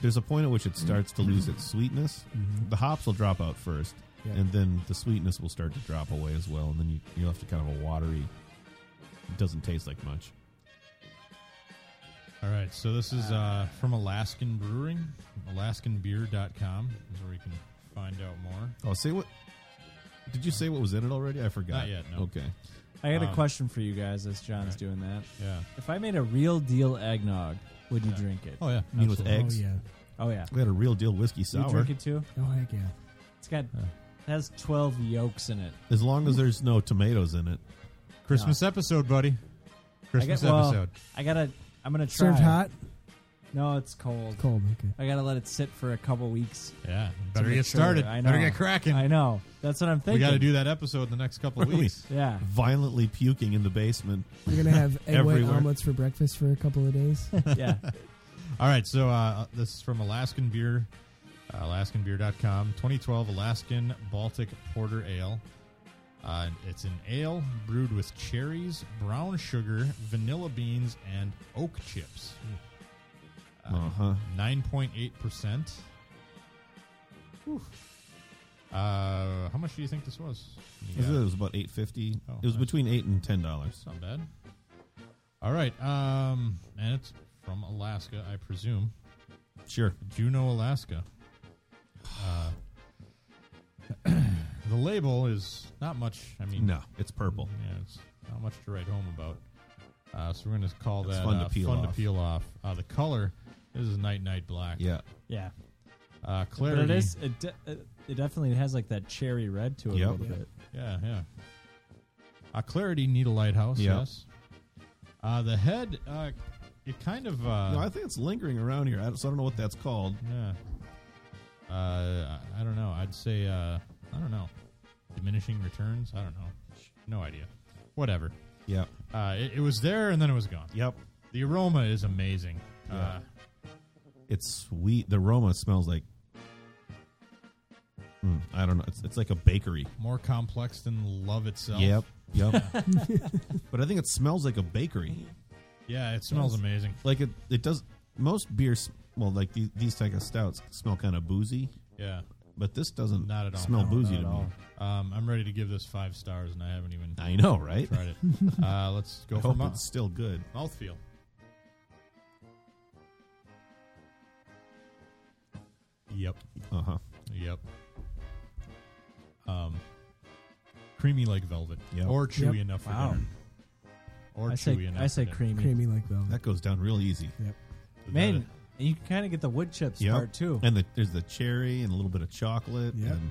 A: there's a point at which it starts to lose its sweetness.
C: Mhm.
A: The hops will drop out first,
C: Yeah.
A: and then the sweetness will start to drop away as well, and then you you'll have to kind of a watery. It doesn't taste like much.
B: All right, so this is uh, from Alaskan Brewing, AlaskanBeer.com is where you can find out more.
A: Oh, say what? Did you say what was in it already? I forgot.
B: Not yet, no.
A: Okay.
D: I got
B: Um,
D: a question for you guys as John's
B: right.
D: doing that.
B: Yeah.
D: If I made a real deal eggnog, would you
B: Yeah.
D: drink it?
B: Oh yeah.
A: You mean with
B: absolutely.
A: eggs?
C: Oh yeah.
D: Oh, yeah.
A: We had a real deal whiskey
D: You
A: sour.
D: drink it too?
C: Oh heck yeah.
D: It's got it has twelve yolks in it.
A: As long as there's no tomatoes in it.
B: Christmas episode, buddy. Christmas
D: I got, well,
B: episode.
D: I gotta. I'm gonna try.
C: Served
D: it.
C: hot,
D: No, it's cold.
C: cold. Okay.
D: I gotta let it sit for a couple weeks.
B: Yeah.
D: to
B: Better get
D: mature.
B: started.
D: I know.
B: Better get cracking.
D: I know. That's what I'm
B: we
D: thinking.
B: got to do that episode in the next couple of
A: Really?
B: weeks.
D: Yeah.
A: Violently puking in the basement.
C: You're gonna have egg white
A: Everywhere.
C: omelets for breakfast for a couple of days.
D: Yeah.
B: All right, so uh, this is from Alaskan Beer, uh, AlaskanBeer.com, 2012 Alaskan Baltic Porter Ale. Uh, it's an ale brewed with cherries, brown sugar, vanilla beans, and oak chips. Uh-huh.
A: Uh huh.
B: Nine point eight percent. Uh, how much do you think this was? You got
A: It
B: it?
A: was about eight fifty.
B: Oh,
A: it was
B: nice.
A: between eight and ten dollars.
B: It's not bad. All right, um, and it's from Alaska, I presume.
A: Sure.
B: Juneau, Alaska. Uh, the label is not much. I mean,
A: No, it's purple.
B: Yeah, it's not much to write home about. Uh, so we're going to call
A: It's
B: that
A: fun to
B: uh,
A: peel
B: fun
A: off.
B: To peel off. Uh, the color this is night night black.
A: Yeah.
D: Yeah.
B: Uh,
D: But
B: clarity.
D: it is. It, de- it it definitely has like that cherry red to it
A: Yep.
D: a little bit.
B: Yeah, yeah. Uh, clarity. Need a lighthouse.
A: Yeah.
B: Yes. Uh, the head. Uh, it kind of. Uh,
A: no, I think it's lingering around here. I don't, so I don't know what that's called.
B: Yeah. Uh, I- I don't know. I'd say uh, I don't know. Diminishing returns. I don't know. No idea. Whatever.
A: Yeah.
B: Uh, it, it was there and then it was gone.
A: Yep.
B: The aroma is amazing. Uh,
A: Yeah. It's sweet. The aroma smells like. Mm, I don't know. It's, it's like a bakery.
B: more complex than love itself.
A: Yep. Yep. but I think it smells like a bakery.
B: Yeah, it smells amazing.
A: Like it. It does. Most beers, well, like these, these type of stouts, smell kind of boozy.
B: Yeah.
A: But this doesn't
B: Not at all.
A: smell
B: No,
A: boozy
B: not
A: to
B: at
A: me.
B: Um, I'm ready to give this five stars, and I haven't even
A: I know, right?
B: tried it. Uh, let's go
A: I
B: for
A: hope
B: mou-
A: it's still good.
B: mouthfeel. Yep.
A: Uh huh.
B: Yep. Um, creamy like velvet,
A: Yep.
B: or
C: Yep.
B: chewy enough for
D: Wow.
B: dinner, or
D: I
B: chewy
D: say
B: enough.
D: I
B: for
D: say
B: dinner.
D: creamy.
C: Creamy like velvet.
A: That goes down real easy.
D: Man, and you can kind of get the wood chips
A: Yep.
D: part too,
A: And the, there's the cherry and a little bit of chocolate.
C: Yep.
A: And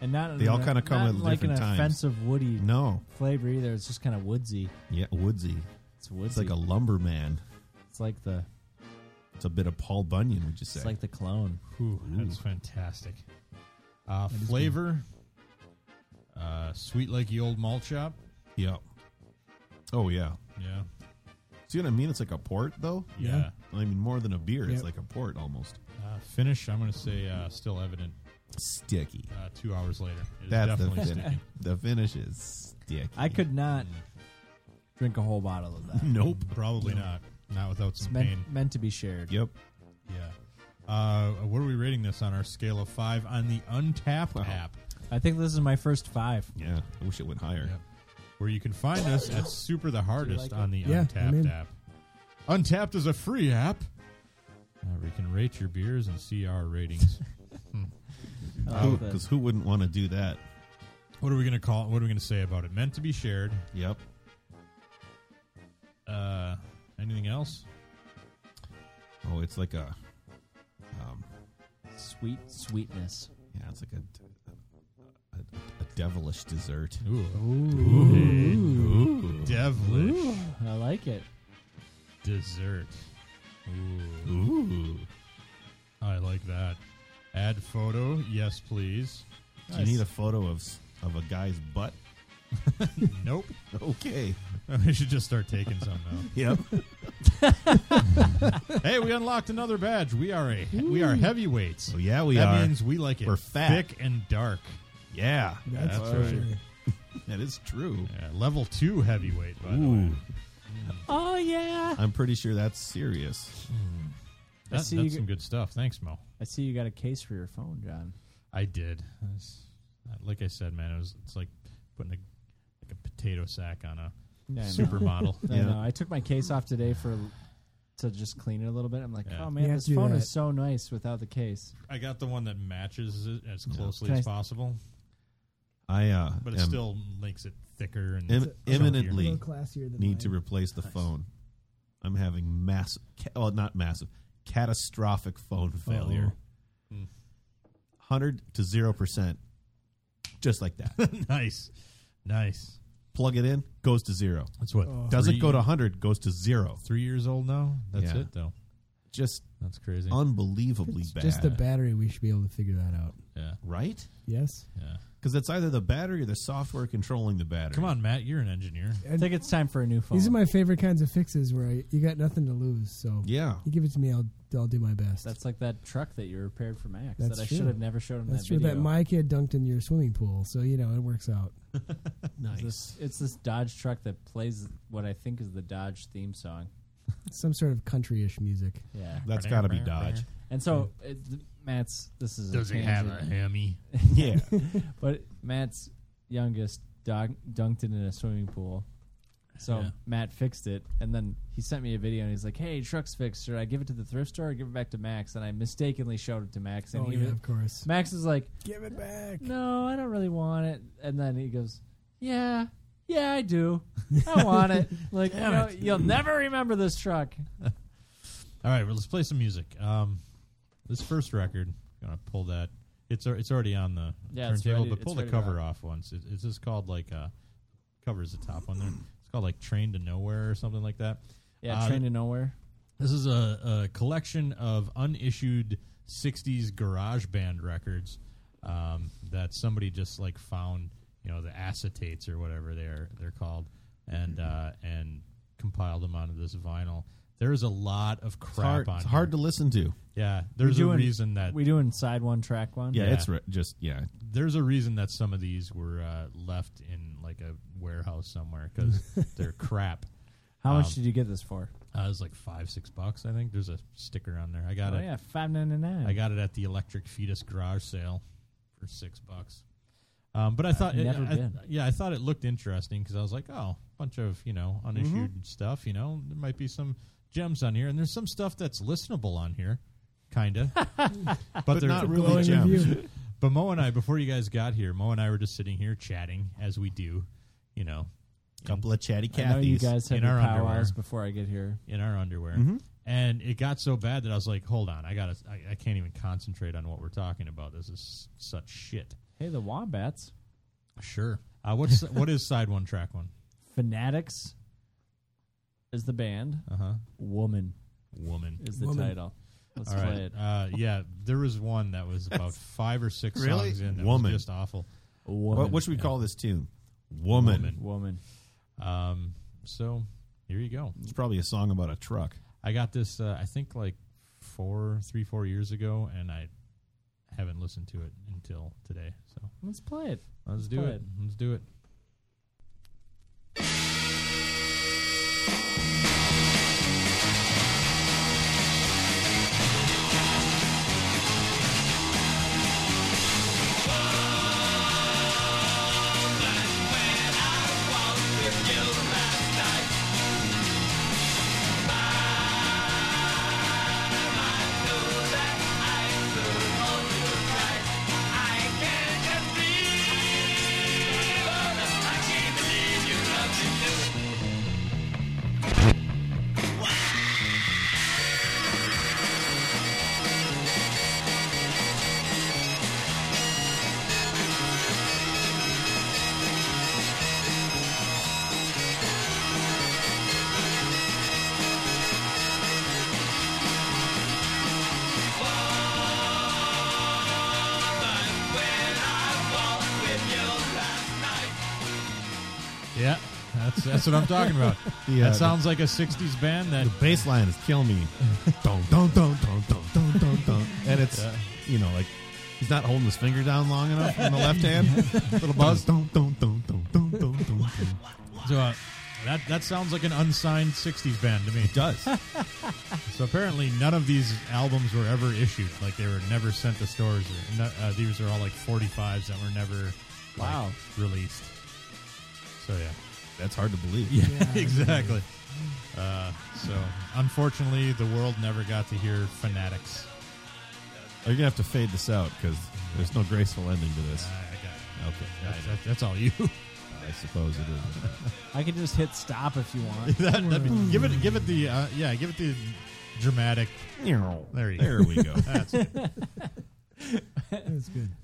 D: and not
A: They all
D: not-
A: kinda come
D: not
A: at
D: like an
A: different times.
D: offensive woody
A: no,
D: flavor either. It's just kind of woodsy.
A: yeah, woodsy.
D: It's woodsy.
A: It's like a lumberman.
D: It's like the.
A: It's a bit of Paul Bunyan, would you say?
D: It's like the clone.
B: Ooh, that's fantastic. Uh, flavor, uh, sweet like the old malt shop.
A: yeah. Oh yeah.
B: Yeah,
A: See what I mean? It's like a port, though.
B: yeah.
A: I mean, more than a beer,
C: Yep.
A: it's like a port almost.
B: Uh, finish. I'm gonna say uh, still evident.
A: Sticky.
B: Uh, two hours later, it's
A: That's the
B: definitely
A: finish.
B: sticky.
A: the finish is sticky.
D: I could not drink a whole bottle of that.
A: Nope.
B: Probably not. Not without
D: It's
B: some pain.
D: meant, meant to be shared.
A: Yep.
B: Yeah. Uh, what are we rating this on our scale of five on the Untapped
A: Wow.
B: app?
D: I think this is my first five.
A: Yeah. I wish it went higher.
B: Yep. Where you can find us at Super the Hardest
D: like
B: on the
C: Yeah,
B: Untapped
C: I'm in.
B: app. Untapped is a free app uh, where you can rate your beers and see our ratings.
D: I like that.
A: Because who wouldn't want to do that?
B: what are we gonna call? What are we gonna say about it? Meant to be shared.
A: Yep.
B: Uh, anything else?
A: Oh, it's like a. Um,
D: Sweet sweetness.
A: yeah, it's like a, a, a devilish dessert.
B: Ooh,
A: Ooh.
B: devilish
D: I like it.
B: dessert. Ooh.
A: Ooh.
B: I like that. Add photo, yes, please.
A: Do you need a photo of s- of a guy's butt?
B: Nope.
A: Okay.
B: we should just start taking some now.
A: Yep.
B: hey, we unlocked another badge. We are a we are heavyweights.
A: So yeah, we
B: that
A: are.
B: means we like it.
A: We're fat.
B: thick and dark.
A: yeah,
C: That's
B: That's
C: for
B: right.
C: sure.
A: that is true.
B: Yeah, level two heavyweight. By the way,
A: Ooh,
D: Oh yeah.
A: I'm pretty sure that's serious.
D: I
B: That's,
D: see
B: that's
D: you-
B: some good stuff. Thanks, Mo.
D: I see you got a case for your phone, John.
B: I did. That's- like I said, man, it was it's like putting a like a potato sack on a
D: Yeah, I know.
B: supermodel.
D: I
A: Yeah.
D: know. I took my case off today for to just clean it a little bit. I'm like,
B: Yeah.
D: oh
C: You
D: man,
C: have
D: this
C: to do
D: phone
C: that.
D: is so nice without the case.
B: I got the one that matches it as closely
D: Can
B: as
D: I-
B: possible,
A: I uh,
B: but it
A: am-
B: still makes it thicker and
A: Im-
B: chunkier.
A: imminently-
C: A little classier than
A: need to
C: mine.
A: replace the phone. I'm having massive, ca- well, not massive, catastrophic phone failure.
B: Hmm.
A: Hundred to zero percent, just like that.
B: nice, nice.
A: Plug it in, goes to zero.
B: That's what
C: Oh.
A: Doesn't
B: three-
A: go to hundred, goes to zero.
B: three years old now. That's
A: Yeah.
B: it though.
A: Just
B: That's crazy.
A: unbelievably
C: It's
A: bad.
C: Just the battery, we should be able to figure that out.
B: yeah,
A: right?
C: Yes.
B: yeah.
A: Because it's either the battery or the software controlling the battery.
B: Come on, Matt, you're an engineer.
D: I think it's time for a new phone.
C: These are my favorite kinds of fixes where I, you got nothing to lose. So
A: yeah.
C: you give it to me, I'll I'll do my best.
D: That's like that truck that you repaired for Max
C: That's
D: that I
C: true.
D: should have never showed him
C: That's
D: that
C: true.
D: video.
C: That my kid dunked in your swimming pool, so you know it works out.
D: It's this, it's this Dodge truck that plays what I think is the Dodge theme song.
C: Some sort of country-ish music.
D: Yeah.
A: That's got to be Dodge.
D: And so it, Matt's this is a tangent.
B: hammy?
A: yeah.
D: But Matt's youngest dog dunked it in a swimming pool. So
B: Yeah.
D: Matt fixed it, and then he sent me a video, and he's like, "Hey, truck's fixed. Should I give it to the thrift store or give it back to Max?" And I mistakenly showed it to Max, and
C: oh
D: he
C: yeah,
D: was-
C: of course.
D: Max is like,
C: Give it back.
D: "No, I don't really want it." And then he goes, "Yeah, yeah, I do. I want it. Like, you
B: Damn
D: know,
B: it.
D: you'll never remember this truck."
B: All right, well, let's play some music. Um, this first record, I'm gonna pull that. It's al- it's already on the
D: Yeah, it's
B: turntable,
D: ready-
B: but
D: it's
B: pull the
D: ready to
B: cover off once. It, it's just called like uh, covers the top one there. It's called like Train to Nowhere or something like that.
D: Yeah,
B: Uh,
D: train to nowhere.
B: This is a, a collection of unissued '60s garage band records um, that somebody just like found, you know, the acetates or whatever they're they're called, and uh, and compiled them onto this vinyl. There is a lot of crap
A: It's hard,
B: on.
A: it's
B: here.
A: hard to listen to.
B: Yeah, there's
D: We
B: a
D: doing-
B: reason that
D: We doing side one, track one.
A: Yeah,
B: Yeah.
A: it's re- just, yeah.
B: there's a reason that some of these were uh, left in like a warehouse somewhere because they're crap.
D: How
B: Um,
D: much did you get this for?
B: Uh, it was like five, six bucks, I think. There's a sticker on there. I got
D: Oh
B: it.
D: yeah, five ninety nine.
B: I got it at the Electric Fetus garage sale for six bucks. Um, but I thought, it,
D: never
B: I-
D: been.
B: yeah, I thought it looked interesting because I was like, oh, bunch of you know unissued stuff. You know, there might be some gems on here, and there's some stuff that's listenable on here, kinda, but, they're
A: not really
C: Glowing
A: gems.
C: review.
B: But Mo and I, before you guys got here, Mo and I were just sitting here chatting as we do, you know,
A: couple of chatty
D: I know you
A: Cathy's.
D: guys have
B: in
D: your
B: our underwear.
D: powwows before I get here.
B: in our underwear. And it got so bad that I was like, hold on, I gotta, I, I can't even concentrate on what we're talking about. This is such shit.
D: Hey, the Wombats,
B: Sure. Uh, what's what is side one track one?
D: Fanatics is the band.
B: Uh huh.
D: Woman
B: Woman.
D: is the
C: Woman.
D: title. Let's
B: All
D: play
B: right.
D: it.
B: Uh, yeah, there was one that was about five or six
A: Really?
B: songs in. That
A: Woman.
B: was just awful.
D: Woman.
A: What, what should we call this tune? Woman.
B: Woman.
D: Woman.
B: Um, so here you go.
A: It's probably a song about a truck.
B: I got this. Uh, I think like four, three, four years ago, and I haven't listened to it until today. So
D: Let's play it.
B: let's, do
D: play
B: it. Let's do it. Yeah, that's that's what I'm talking about.
A: Yeah,
B: that sounds like a '60s band. That
A: The bass line is killing me. dun, dun, dun, dun, dun, dun, dun, dun. And it's,
B: Yeah.
A: you know, like he's not holding his finger down long enough on the left hand. Little buzz. Dun, dun, dun, dun, dun, dun, dun, dun.
B: so, uh, that that sounds like an unsigned '60s band to me.
A: It does.
B: So apparently, none of these albums were ever issued. Like they were never sent to stores. Or, no- uh, these are all like 45s that were never like,
D: Wow.
B: released. So yeah,
A: That's hard to believe.
B: exactly. Uh, so unfortunately, the world never got to hear Fanatics.
A: You're gonna have to fade this out because there's no graceful ending to
B: Uh,
A: this.
B: I got
A: Okay,
B: that's, that's, that's all you.
A: I suppose it is.
D: I could just hit stop if you want.
B: that, that'd be- give it, give it the uh, yeah, give it the dramatic. There you go.
A: There we go.
C: That's good.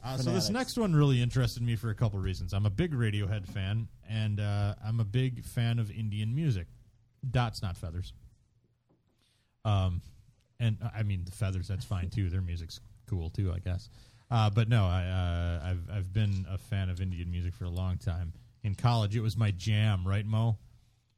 B: Uh, so this
D: Fanatics.
B: next one really interested me for a couple reasons. I'm a big Radiohead fan, and uh, I'm a big fan of Indian music. Dots, not feathers. Um, and uh, I mean the feathers. That's fine too. Their music's cool too, I guess. Uh, but no, I, uh, I've I've been a fan of Indian music for a long time. In college, it was my jam. Right, Mo?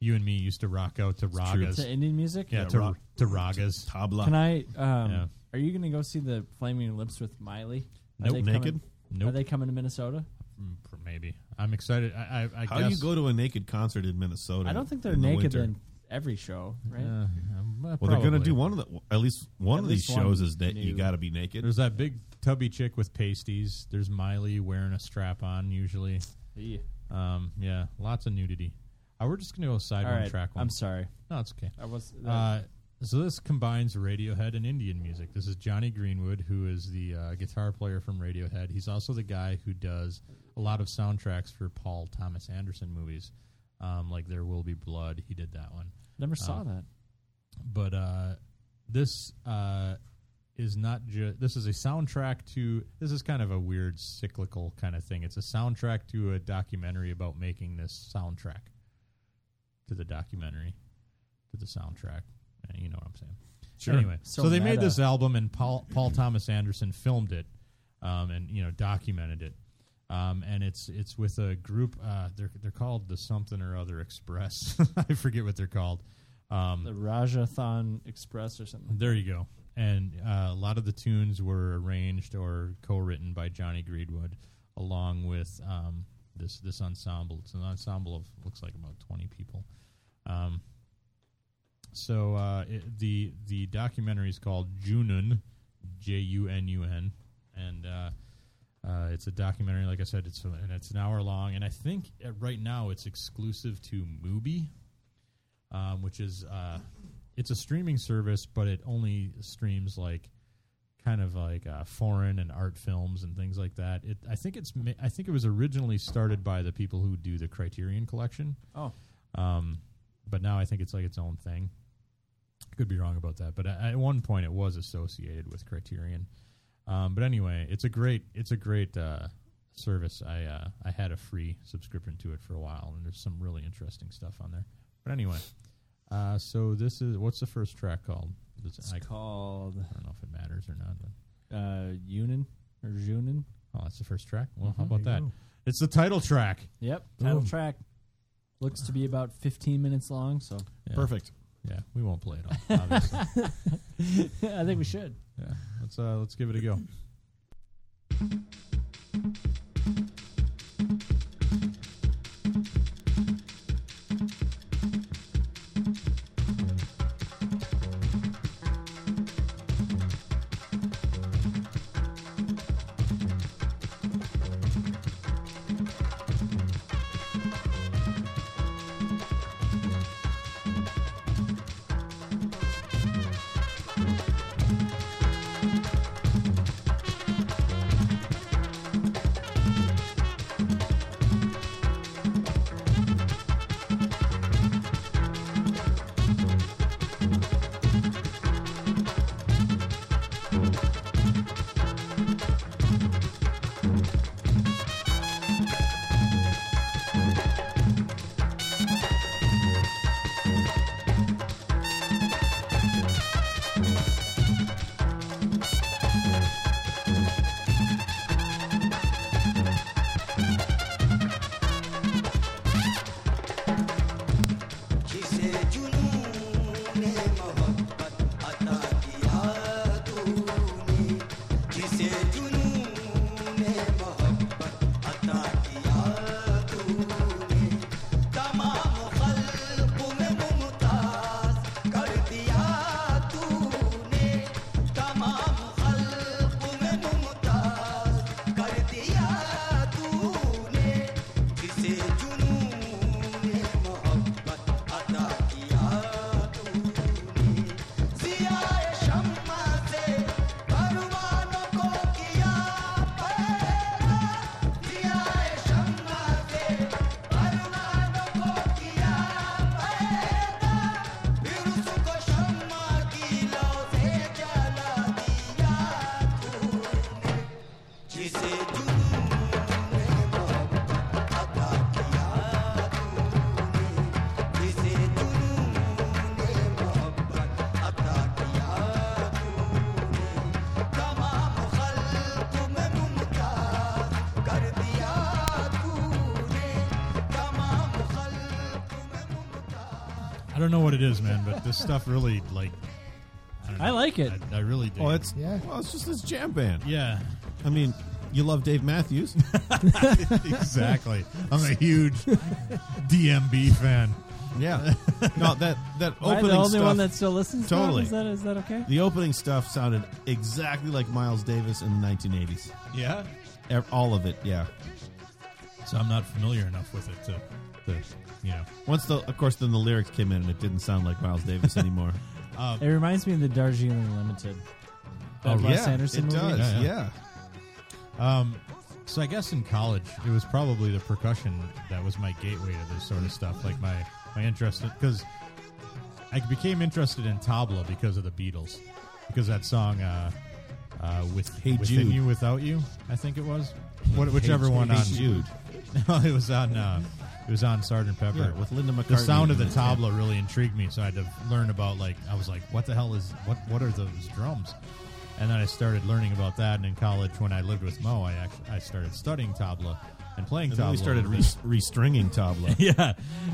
B: You and me used to rock out to
A: true.
B: ragas.
D: to Indian music?
B: yeah,
A: Yeah,
B: to,
A: rock-
B: to ragas.
A: Tabla.
D: Can I? Um,
B: Yeah.
D: Are you going to go see the Flaming Lips with Miley? Are
A: Nope.
D: they coming-
A: Naked?
D: Are
B: Nope.
D: they coming to Minnesota?
B: Mm, Maybe I'm excited. I, I, I
A: How
B: guess.
A: do you go to a naked concert in Minnesota?
D: I don't think they're
A: in the
D: naked
A: winter?
D: in every show, right?
B: Uh, um, uh,
A: Well, they're gonna
B: probably.
A: do one of the at least one
D: At
A: of these
D: least one
A: shows is that you
D: new-
A: got to be naked.
B: There's that big tubby chick with pasties. There's Miley wearing a strap on usually.
D: Yeah.
B: Um, yeah, lots of nudity. Uh, we're just gonna go side
D: All
B: one
D: right.
B: track one.
D: I'm sorry.
B: No, it's okay.
D: I was.
B: Uh, so this combines Radiohead and Indian music. This is Johnny Greenwood, who is the uh, guitar player from Radiohead. He's also the guy who does a lot of soundtracks for Paul Thomas Anderson movies, um, like There Will Be Blood. He did that one.
D: never saw
B: uh,
D: that.
B: but uh, this uh, is not just this is a soundtrack to this is kind of a weird cyclical kind of thing it's a soundtrack to a documentary about making this soundtrack to the documentary to the soundtrack Uh, you know what i'm saying anyway so,
D: So
B: they made
D: meta.
B: this album and paul, paul thomas anderson filmed it um, and you know documented it um, and it's it's with a group uh, they're, they're called the something or other express i forget what they're called um,
D: The Rajasthan Express or something.
B: there you go. And uh, a lot of the tunes were arranged or co-written by Johnny Greenwood, along with um, this this ensemble. It's an ensemble of looks like about twenty people. Um, so uh, it, the the documentary is called Junun, J U N U N, and uh, uh, it's a documentary. Like I said, it's and it's an hour long, and I think uh, right now it's exclusive to Mubi, um, which is uh, it's a streaming service, but it only streams like kind of like uh, foreign and art films and things like that. It, I think it's ma- I think it was originally started by the people who do the Criterion Collection.
D: Oh.
B: Um, but now I think it's like its own thing. Could be wrong about that, but at at one point it was associated with Criterion. Um, but anyway, it's a great it's a great uh, service. I uh, I had a free subscription to it for a while, and there's some really interesting stuff on there. But anyway, uh, so this is what's the first track called? This-
D: It's
B: I,
D: called
B: I don't know if it matters or not. But,
D: uh, Yunin or Junin.
B: oh, that's the first track. Well, how about that? It's the title track.
D: Yep. Title
C: Boom.
D: track looks to be about 15 minutes long, so
B: Yeah.
A: Perfect.
B: Yeah, we won't play it all. Obviously.
D: I think we should.
B: yeah, let's uh, let's give it a go. I don't know what it is, man, but this stuff really like. I, don't
D: I
B: know.
D: like it.
B: I, I really do.
A: Oh, it's
C: Yeah.
A: Well, it's just this jam band.
B: yeah,
A: I mean, you love Dave Matthews.
B: exactly. I'm a huge DMB fan.
A: yeah. No, that that
D: Am I
A: opening
D: the only
A: stuff.
D: one that still listens to him?
A: Totally.
D: Is that, is that okay?
A: the opening stuff sounded exactly like Miles Davis in the 1980s.
B: Yeah,
A: Ev- All of it, yeah.
B: so I'm not familiar enough with it to, to you know.
A: Once the, of course, then the lyrics came in and it didn't sound like Miles Davis anymore.
D: It reminds me of the Darjeeling Limited. That
B: Oh,
D: Wes
A: yeah,
D: Anderson
A: it
D: movie.
A: does.
B: Yeah,
A: Yeah,
B: yeah. Um, so I guess in college, it was probably the percussion that was my gateway to this sort of stuff. Like my my interest because I became interested in tabla because of the Beatles, because that song uh, uh, with
A: Hey
B: within
A: Jude.
B: you without you, I think it was, what, whichever one
A: Hey
B: on
A: Jude.
B: No, it was on uh, it was on Sergeant
A: Yeah,
B: Pepper
A: with Linda McCartney.
B: the sound of the
A: in it, yeah.
B: tabla really intrigued me, so I had to learn about like I was like, what the hell is what? What are those drums? And then I started learning about that. And in college, when I lived with Mo, I actually I started studying tabla and playing
A: And
B: tabla.
A: then we started
B: with
A: re-
B: him.
A: restringing tabla.
B: yeah,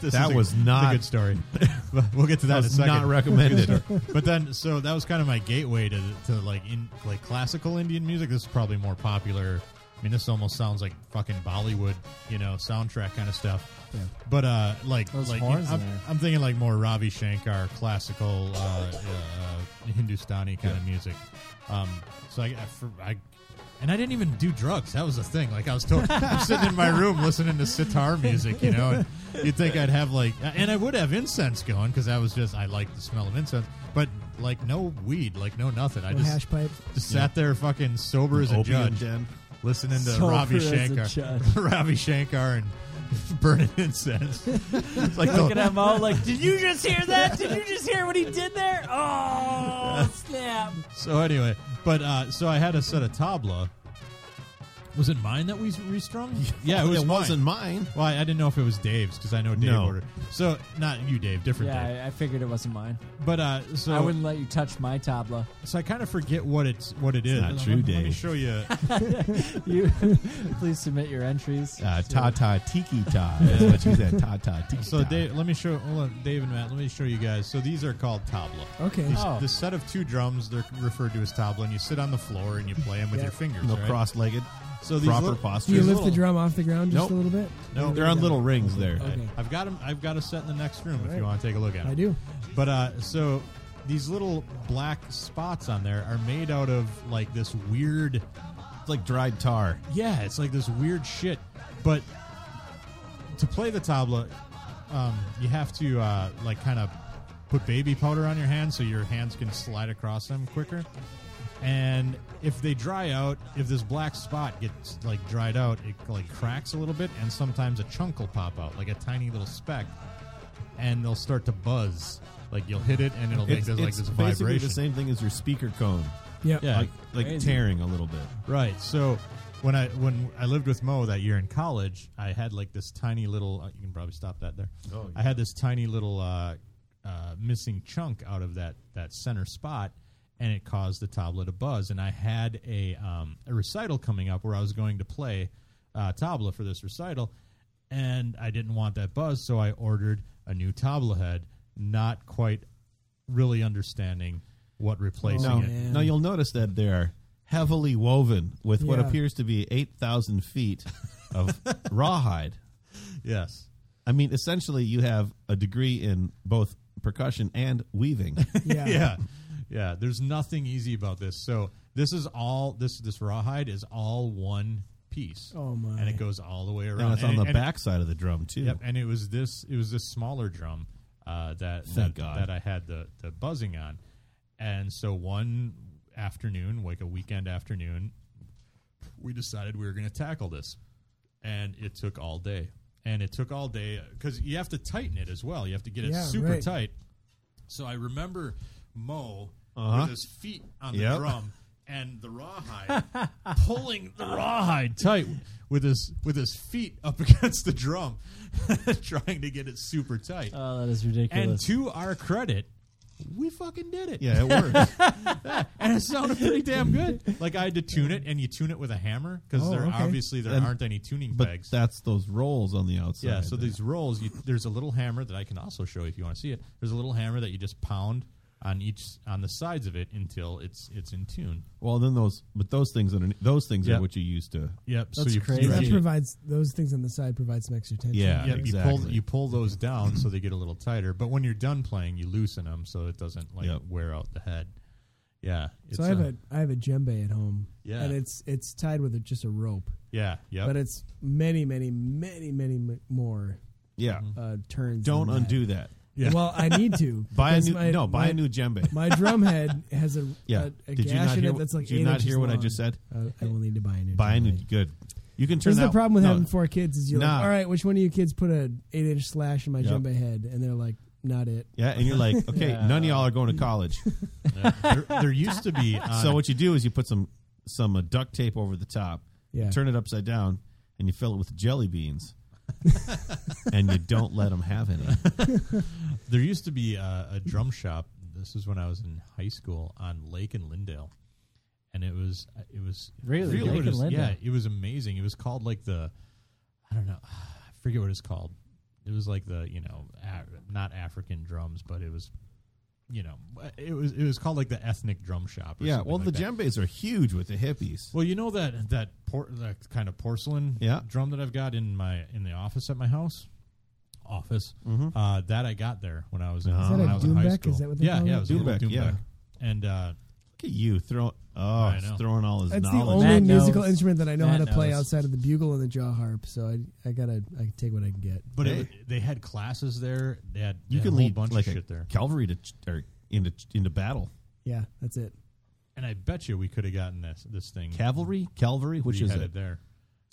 B: This
A: That
B: is a-
A: was
B: this is
A: not-
B: a good story. But we'll get to that,
A: That
B: in a
A: was
B: second.
A: not recommended.
B: but then, so that was kind of my gateway to to like in like classical Indian music. This is probably more popular. I mean, this almost sounds like fucking Bollywood, you know, soundtrack kind of stuff. But uh, like,
D: Those
B: like
D: horns
B: I'm,
D: in there.
B: I'm thinking like more Ravi Shankar, classical, uh, uh, uh, Hindustani kind of music. Um, so I, I, for, I, and I didn't even do drugs. That was the thing. Like I was told, I'm sitting in my room listening to sitar music. You know, and you'd think I'd have like, and I would have incense going because that was just I like the smell of incense. But like no weed, like no nothing. I
C: Or
B: just,
C: hash pipe.
B: just sat there fucking sober as a
A: Opium
B: judge
A: den.
B: listening to
D: Sober
B: Ravi
D: as a
B: Shankar,
D: judge.
B: Ravi Shankar, and burning incense. It's like
D: Look at
B: the,
D: him all like, did you just hear that? Did you just hear what he did there? Oh, snap.
B: so anyway, but uh, so I had a set of tabla. Was it mine that we restrung? Yeah, it was mine.
A: wasn't mine.
B: Well, I I didn't know if it was Dave's because I know Dave
A: No.
B: ordered. So not you, Dave, different Dave.
D: Yeah, I, I figured it wasn't mine.
B: But uh, so
D: I wouldn't let you touch my tabla.
B: so I kind of forget what it's what it is.
A: not
B: Let-
A: true,
B: let, Let me
A: Dave.
B: show you.
D: You please submit your entries.
B: Ah,
A: Uh, ta ta tiki ta. That's what you said. Ta ta tiki ta.
B: So Dave, let me show. Hold on, Dave and Matt, let me show you guys. So these are called tabla.
C: Okay.
B: These,
D: Oh.
B: This set of two drums, they're referred to as tabla, and you sit on the floor and you play them with
C: Yeah.
B: your fingers.
A: No
B: right?
A: cross-legged.
B: So these
A: proper
B: little-
C: Do you
A: postures.
C: lift
B: little-
C: the drum off the ground just
B: Nope.
C: a little bit?
B: No,
A: They're on little rings there.
C: Okay.
B: I've got 'em- I've got a set in the next room
C: All
B: if you
C: right.
B: want to take a look at it.
C: I do.
B: But uh, so these little black spots on there are made out of like this weird.
A: It's like dried tar.
B: Yeah, it's like this weird shit. But to play the tabla, um, you have to uh, like kind of put baby powder on your hands so your hands can slide across them quicker. And if they dry out, if this black spot gets like dried out, it like cracks a little bit, and sometimes a chunk will pop out, like a tiny little speck, and they'll start to buzz. Like you'll hit it, and it'll make
A: It's,
B: this, like
A: it's
B: this
A: basically
B: vibration.
A: the same thing as your speaker cone.
C: Yeah.
B: Yeah.
A: Like, like
D: Crazy.
A: tearing a little bit.
B: Right. So when I when I lived with Mo that year in college, I had like this tiny little. Uh, you can probably stop that there.
A: Oh,
B: I had this tiny little uh, uh, missing chunk out of that that center spot, and it caused the tabla to buzz. And I had a um, a recital coming up where I was going to play uh, tabla for this recital, and I didn't want that buzz, so I ordered a new tabla head. Not quite really understanding what replacing
A: Now,
B: it.
C: man.
A: now you'll notice that they are heavily woven with what
C: Yeah.
A: appears to be 8,000 feet of rawhide.
B: Yes.
A: I mean, essentially, you have a degree in both percussion and weaving.
C: Yeah.
B: yeah yeah there's nothing easy about this so this is all this this rawhide is all one piece
C: Oh, my.
B: and it goes all the way around
A: and it's on
B: it-
A: the
B: it-
A: back side of the drum, too.
B: yep and it was this it was this smaller drum uh, that that,
A: Thank God.
B: that i had the the buzzing on and so one afternoon like a weekend afternoon we decided we were going to tackle this and it took all day and it took all day because you have to tighten it as well you have to get it
C: Yeah,
B: super
C: right.
B: tight so I remember Mo
A: Uh-huh.
B: with his feet on the
A: Yep.
B: drum and the rawhide pulling the rawhide tight with his with his feet up against the drum, trying to get it super tight.
A: Uh,
D: Oh, that is
B: and
D: ridiculous.
B: to our credit, we fucking did it.
A: Yeah, it works.
B: and it sounded pretty damn good. Like I had to tune it, and you tune it with a hammer because
C: Oh,
B: there
C: okay.
B: obviously there
A: And-
B: aren't any tuning
A: but
B: pegs.
A: that's those rolls on the outside.
B: Yeah, so
A: there.
B: these rolls, you, there's a little hammer that I can also show you if you want to see it. There's a little hammer that you just pound on each on the sides of it until it's it's in tune.
A: Well, then those, but those things underneath, those things
B: Yeah.
A: are what you use to.
B: Yep.
D: That's
B: so you,
D: crazy.
B: You,
C: That
B: you-
C: provides those things on the side provide some extra tension.
A: Yeah.
B: yep, you pull
A: Exactly.
B: you pull those down so they get a little tighter. But when you're done playing, you loosen them so it doesn't like
A: Yep.
B: wear out the head. Yeah.
C: So I have
B: uh,
C: a I have a djembe at home.
B: Yeah.
C: And it's it's tied with a, just a rope,
B: yeah. Yep.
C: but it's many many many many m- more
A: Yeah,
C: uh, turns.
A: don't
C: than that.
A: undo that.
B: Yeah.
C: Well, I need to
A: Buy a
C: because
A: new
C: my-
A: no, buy
C: my-
A: a new djembe.
C: My drum head has a,
A: Yeah.
C: a, a
A: Did you
C: gash
A: not
C: in
A: hear
C: it
A: what-
C: that's like
A: did you
C: eight
A: not
C: inches
A: hear what I
C: long.
A: just said?
C: Uh, I will need to buy a new.
A: buy a new
C: drum head.
A: good. You can turn
C: This is
A: that
C: the problem with
A: no,
C: having four kids. Is you're
A: Nah.
C: like, all right, which one of you kids put a eight inch slash in my
A: Yep.
C: djembe head? And they're like, not it.
A: Yeah, and you're like, okay,
D: Yeah.
A: none of y'all are going to college.
B: Yeah. there, there used to be on,
A: so what you do is you put some some uh, duct tape over the top,
C: Yeah.
A: turn it upside down, and you fill it with jelly beans, and you don't let them have any.
B: There used to be a, a drum shop. This is when I was in high school on Lake and Lindale, and it was uh, it was
D: Really?
B: it
D: Lake and
B: was-
D: Lindale?
B: yeah, it was amazing. It was called like the I don't know, I forget what it's called. It was like the you know a, not African drums, but it was you know it was it was called like the ethnic drum shop. Or
A: Yeah,
B: something
A: well,
B: like
A: the
B: that.
A: djembes are huge with the hippies.
B: Well, you know that that por- that kind of porcelain
A: Yeah.
B: drum that I've got in my in the office at my house. Office
A: Mm-hmm.
B: uh, that I got there when I was in,
A: Is that
B: when
A: a
B: I was in high
C: Doombeck?
B: school.
C: Is that what they
B: yeah,
C: call
B: yeah,
C: it?
B: it was a little
A: Doombeck, Uh-huh. yeah.
B: Doombeck. and uh,
A: Look at you throw oh,
B: I
A: he's
B: know.
A: throwing all his
C: That's the
A: knowledge.
C: only
D: Matt knows.
C: musical instrument that I know how to
D: Matt
C: play
D: knows.
C: outside of the bugle and the jaw harp. So I, I gotta, I can take what I can get.
B: but it, they had classes there. They had they
A: you
B: had
A: can
B: a whole
A: lead
B: bunch
A: like
B: of
A: a
B: shit there,
A: cavalry to ch- or into into battle.
C: Yeah, that's it.
B: and I bet you we could have gotten this this thing.
A: Cavalry, cavalry, which
B: we
A: is
B: had
A: it?
B: it there.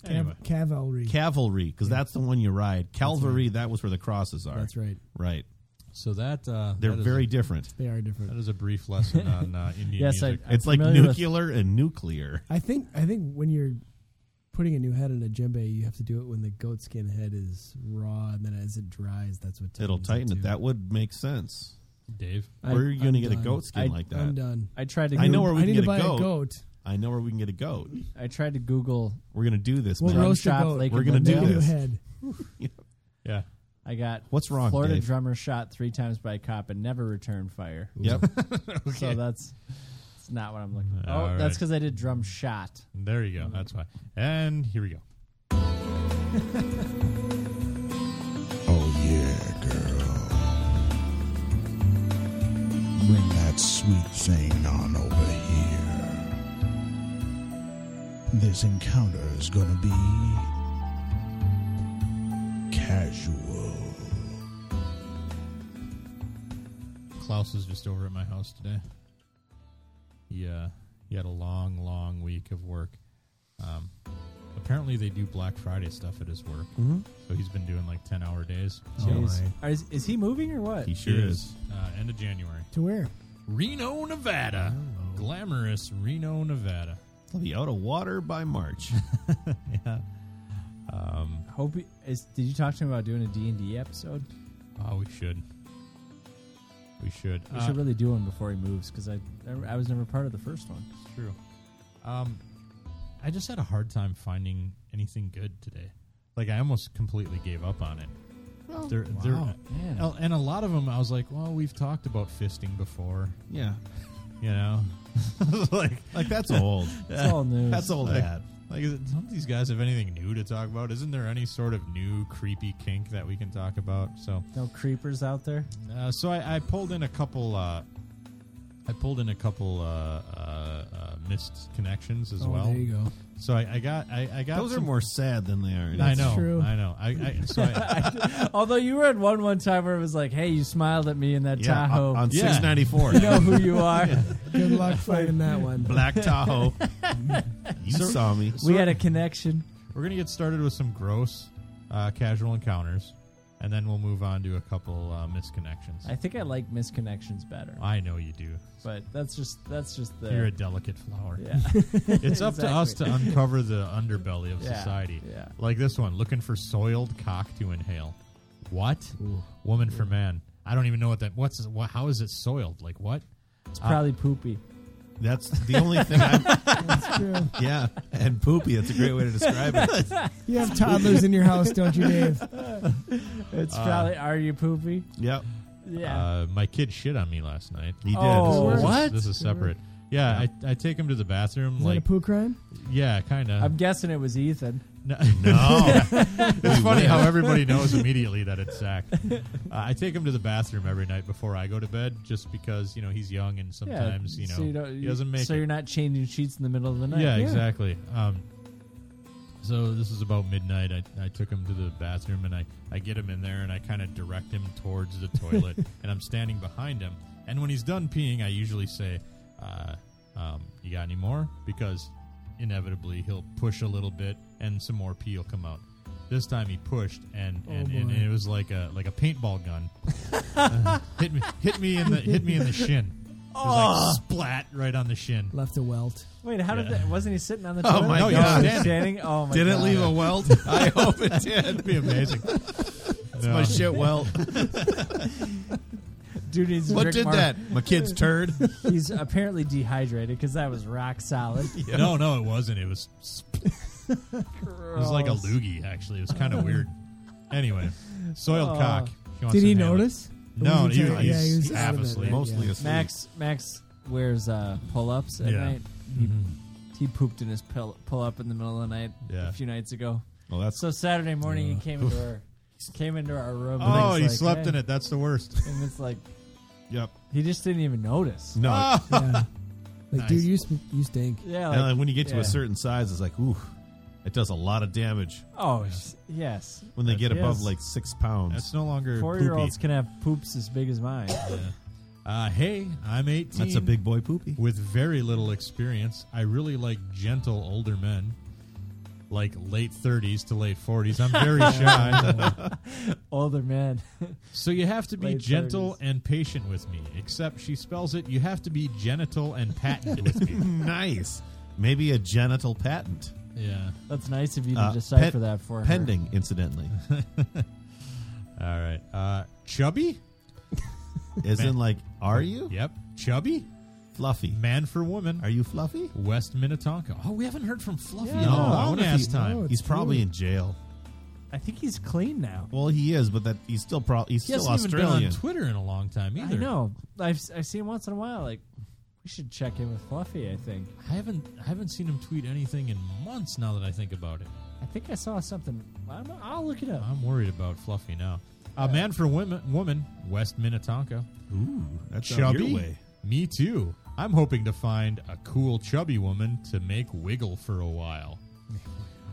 C: Cav-
B: Anyway,
C: Cavalry.
A: Cavalry, because that's the one you ride. Cavalry, that was where the crosses are.
C: that's right.
A: Right,
B: so that uh,
A: they're
B: that is
A: very
B: a,
A: different.
C: They are
B: that
C: different.
B: is a brief lesson on uh, Indian
D: yes, I,
B: music.
D: I'm
A: it's like
D: familiar with-
A: nuclear and nuclear.
C: I think, I think when you're putting a new head on a djembe, you have to do it when the goat skin head is raw, and then as it dries, that's what
A: It'll
C: tightens
A: tighten
C: too.
A: it. That would make sense.
B: Dave,
D: I-
A: where are you going to
C: I'm
A: get a
C: done.
A: goat skin
D: I-
A: like that?
C: I'm done.
D: I tried to.
A: I know
D: Goog-
A: where we
C: I
A: can
C: need
A: get
C: to buy
A: a goat.
C: goat.
A: I know where we can get a goat.
D: I tried to Google
A: We're going to do this,
C: We'll
A: man.
D: drum
C: roast a
D: shop
C: goat.
D: Lake
A: We're
D: in
A: gonna do
C: Make a
D: Glendale.
C: new
A: this.
C: head.
B: yeah,
D: I got
A: What's wrong,
D: Florida
A: Dave?
D: drummer shot three times by cop and never returned fire.
A: Yep.
D: So that's it's not what I'm looking for.
B: All
D: oh,
B: right.
D: that's because I did drum shot.
B: there you go. That's why. And here we go.
G: Oh yeah, girl. Bring that sweet thing on over here. This encounter is gonna be casual.
B: Klaus is just over at my house today. He uh, he had a long, long week of work. Um, apparently, they do Black Friday stuff at his work,
A: Mm-hmm.
B: so he's been doing like ten-hour days.
D: Jeez. Are- is, is he moving or what?
A: Oh he sure is.
B: Uh, end of January,
C: To where?
B: Reno, Nevada,
A: Oh.
B: glamorous Reno, Nevada.
A: He'll be out of water by March.
D: Hope he, is. Did you talk to him about doing a D and D episode?
B: Oh, we should, we should.
D: We
B: Uh,
D: should really do one before he moves because I I was never part of the first one.
B: It's true. Um, I just had a hard time finding anything good today. Like I almost completely gave up on it. there,
C: wow.
B: there,
D: Man.
B: and a lot of them, I was like, well, we've talked about fisting before,
A: yeah.
B: you know. like,
A: Like, that's old.
D: It's all news.
A: That's old
B: like,
A: hat.
B: like, is it, don't these guys have anything new to talk about? Isn't there any sort of new creepy kink that we can talk about? So,
D: No creepers out there.
B: uh, so I, I pulled in a couple. Uh, I pulled in a couple uh, uh, uh, missed connections as
C: oh,
B: well.
C: there you go.
B: So I, I got I, I got
A: Those are
B: some-
A: more sad than they are.
B: I
A: That's-
B: know,
C: true.
B: I know. I, I so I,
D: Although you were at one one time where it was like, hey, you smiled at me in that
A: Yeah,
D: Tahoe.
A: on, on
B: Yeah.
A: 694.
D: Oh, you know who you are.
C: Good luck finding that one.
A: Black Tahoe. you saw me.
D: We had a connection.
B: we're gonna get started with some gross uh, casual encounters, and and then we'll move on to a couple uh, misconnections.
D: I think I like misconnections better,
B: I know you do.
D: but that's just that's just the
B: You're a delicate flower.
D: yeah.
B: It's up to us to
D: Exactly.
B: uncover the underbelly of
D: Yeah,
B: society.
D: yeah.
B: Like this one, looking for soiled cock to inhale. What? Woman for man. I don't even know what that. What's what, how is it soiled? Like what?
D: It's
B: Uh,
D: probably poopy.
A: That's the only thing. I,
C: That's true.
A: yeah, and poopy. That's a great way to describe it.
C: You have toddlers in your house, don't you, Dave?
D: It's probably are you poopy?
A: Yep,
D: Yeah.
B: Uh, my kid shit on me last night.
A: he did.
D: Oh,
B: This is-
D: what?
B: This is separate. Yeah, I, I take him to the bathroom.
C: Is that a
B: like,
C: poo crime?
B: yeah, kind of.
D: I'm guessing it was Ethan.
B: No,
A: No,
B: it's funny how everybody knows immediately that it's Zach. Uh, I take him to the bathroom every night before I go to bed, just because you know he's young and sometimes
D: yeah.
B: you know
D: so
B: he doesn't make.
D: So
B: it.
D: you're not changing sheets in the middle of the night.
B: yeah, exactly. Um, so this is about midnight. I, I took him to the bathroom and I, I get him in there and I kind of direct him towards the toilet and I'm standing behind him. And when he's done peeing, I usually say, uh, um, "You got any more?" Because inevitably he'll push a little bit and some more pee will come out. This time he pushed and, and, and,
C: boy.
B: it was like a like a paintball gun. Uh, hit me hit me in the hit me in the shin. It was like splat right on the shin.
C: Left a welt.
D: Wait, how did
B: Yeah.
D: that? Wasn't he sitting on the?
A: Oh
D: toilet?
A: my
D: No, he
A: God.
D: was Standing. Oh my
A: did
D: god.
A: it leave a welt? I hope it did. That'd be amazing.
B: No.
A: My shit welt.
D: Dude needs to
A: What
D: drink
A: did
D: more-
A: that? My kid's turd.
D: He's apparently dehydrated because that was rock solid.
B: No, no, it wasn't. It was it was like a
D: Gross.
B: loogie. Actually, it was kind of weird. Anyway, soiled
D: Oh.
B: cock. She wants
C: Did
B: to
C: he
B: inhale it.
C: notice?
B: No,
C: Or was
B: he,
C: tired?
B: he's
C: Yeah, he was out
B: half
C: of it,
B: asleep.
C: right?
A: Mostly
C: Yeah.
A: asleep.
D: Max Max wears uh, pull ups at
B: Yeah. Mm-hmm.
D: night. He, he pooped in his pill, pull up in the middle of the night
B: Yeah.
D: a few nights ago.
A: Well, that's
D: So Saturday morning he came into our came into our room. and
B: Oh,
D: it's
B: he
D: like,
B: slept
D: hey.
B: in it. That's the worst.
D: and it's like
A: yep.
D: he just didn't even notice.
A: No,
C: Yeah. Like,
B: Nice.
C: dude, you, sp- you stink.
D: Yeah,
A: and
D: like,
A: then when you get to
D: yeah.
A: a certain size, it's like ooh, it does a lot of damage
D: oh s- yes,
A: when they get
D: Yes.
A: above like six pounds.
B: That's no longer
D: four
B: poopy.
D: year olds can have poops as big as mine.
B: Uh, hey, I'm 18.
A: That's a big boy poopy.
B: with very little experience. I really like gentle older men, like late 30s to late 40s. I'm very shy.
D: Older men.
B: So you have to be
D: Late
B: gentle
D: 30s.
B: and patient with me. Except she spells it, you have to be genital and patent with me.
A: Nice. Maybe a genital patent.
B: Yeah.
D: That's nice of you to
A: Uh,
D: decipher
A: pen-
D: that for her.
A: Pending, incidentally.
B: All right. Uh, chubby?
A: As in, like, are you?
B: Yep. Chubby?
A: Fluffy.
B: Man for woman.
A: Are you fluffy?
B: West Minnetonka. Oh, we haven't heard from Fluffy
D: Yeah.
B: in a
D: No,
A: I
B: long
A: wonder if
B: ass
A: he-
B: time.
C: no.
A: He's probably in jail.
D: I think he's clean now.
A: Well, he is, but that he's still pro- he's
B: He
A: still
B: hasn't even been
A: Australian.
B: on Twitter in a long time either.
D: I know. I've I see him once in a while. Like we should check in with Fluffy. I think.
B: I haven't I haven't seen him tweet anything in months now that I think about it.
D: I think I saw something. I'm, I'll look it up.
B: I'm worried about Fluffy now. A man for women woman, West Minnetonka.
A: Ooh, that's out
B: chubby?
A: Your way.
B: Me too. I'm hoping to find a cool chubby woman to make wiggle for a while.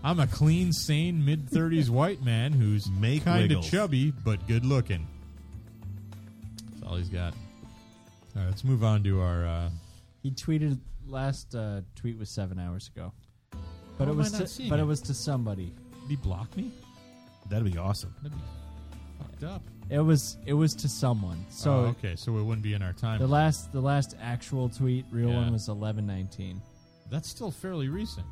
B: I'm a clean, sane, mid 30s white man who's
A: Make
B: kind of
A: wiggles.
B: chubby but good looking. That's all he's got. All right, let's move on to our. Uh,
D: He tweeted last uh, tweet was seven hours ago, but
B: How
D: it
B: am
D: was
B: I not
D: to,
B: seeing
D: but
B: it?
D: it was to somebody.
B: did he block me?
A: That'd be awesome.
B: That'd be fucked up.
D: It was it was to someone. So
B: oh, okay, so it wouldn't be in our time.
D: the last the last actual tweet, real
B: Yeah.
D: one was eleven nineteen.
B: That's still fairly recent.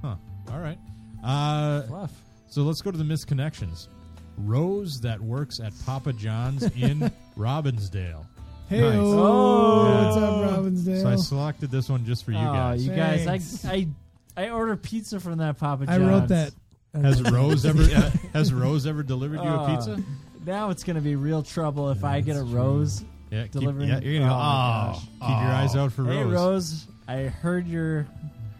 B: Huh. All right. Uh,
D: Fluff.
B: So let's go to the misconnections. Rose that works at Papa John's in Robbinsdale.
C: Hey,
A: Nice.
C: oh,
B: Yeah.
C: what's up, Robbinsdale?
B: So I selected this one just for you
D: Aw,
B: guys.
D: Ah, you guys,
C: Thanks.
D: I I I ordered pizza from that Papa
C: I
D: John's.
C: wrote that. I
B: Has
C: wrote-
B: Rose ever has Rose ever delivered you a
D: Ah.
B: pizza?
D: Now it's gonna be real trouble if I get a rose
B: Yeah, keep,
D: delivering.
A: yeah, you're gonna go,
D: my
A: "Oh,
D: gosh.
B: Ah, keep your eyes out for
D: Hey
B: Rose.
D: Rose, I heard your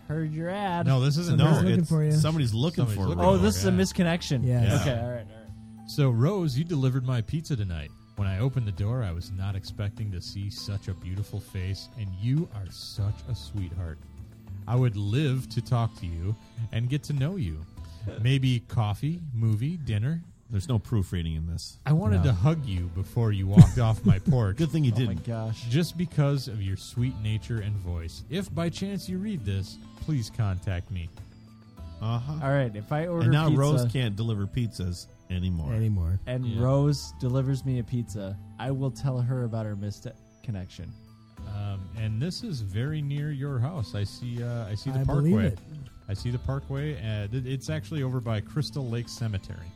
D: heard your ad.
B: No, this isn't
A: No,
C: Somebody's looking
A: it's,
C: for you.
A: somebody's looking
B: Somebody's
A: for
B: looking
A: Rose.
D: oh, this is a
B: yeah.
D: misconnection.
C: Yes.
B: Yeah.
D: Okay, all right, all right.
B: So Rose, you delivered my pizza tonight. When I opened the door, I was not expecting to see such a beautiful face, and you are such a sweetheart. I would live to talk to you and get to know you. Maybe coffee, movie, dinner.
A: There's no proofreading in this.
B: I wanted to hug you before you walked off my porch
A: Good thing you
D: Oh my
A: didn't.
D: gosh.
B: just because of your sweet nature and voice. If by chance you read this, please contact me.
A: Uh huh.
D: All right, if I order
A: And now
D: pizza,
A: Rose can't deliver pizzas anymore.
C: anymore.
D: and
B: Yeah.
D: Rose delivers me a pizza, I will tell her about our missed connection.
B: Um, and this is very near your house. I see. Uh, I see the
C: I
B: parkway.
C: believe it.
B: I see the parkway. Uh, th- it's actually over by Crystal Lake Cemetery.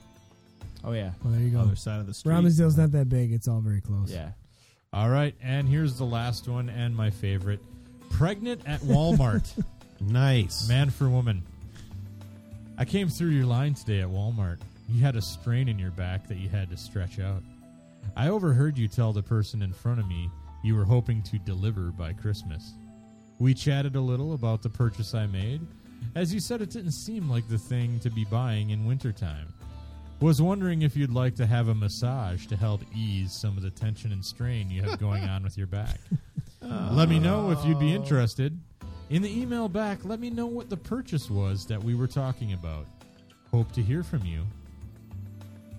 D: Oh yeah,
C: Well, there you go.
A: Other side of the street.
C: Ramsdale's not that big. It's all very close.
D: yeah.
B: All right, and here's the last one and my favorite: pregnant at Walmart,
A: Nice.
B: man for woman. I came through your line today at Walmart. You had a strain in your back that you had to stretch out. I overheard you tell the person in front of me you were hoping to deliver by Christmas. We chatted a little about the purchase I made, as you said it didn't seem like the thing to be buying in wintertime. Was wondering if you'd like to have a massage to help ease some of the tension and strain you have going on with your back. Let me know if you'd be interested. In the email back, let me know what the purchase was that we were talking about. Hope to hear from you.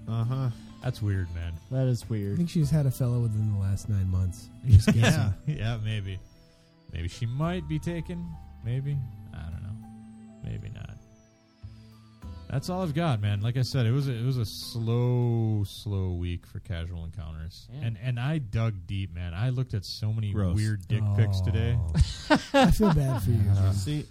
A: Uh huh.
B: That's weird, man.
D: That is
C: I
D: weird.
C: think she's had a fellow within the last nine months.
B: yeah, yeah, maybe. Maybe she might be taken. Maybe. I don't know. Maybe not. That's all I've got, man. Like I said, it was a, it was a slow, slow week for casual encounters,
D: Yeah.
B: and and I dug deep, man. I looked at so many
A: Gross.
B: weird dick pics today.
C: Oh. I feel bad for you.
A: See,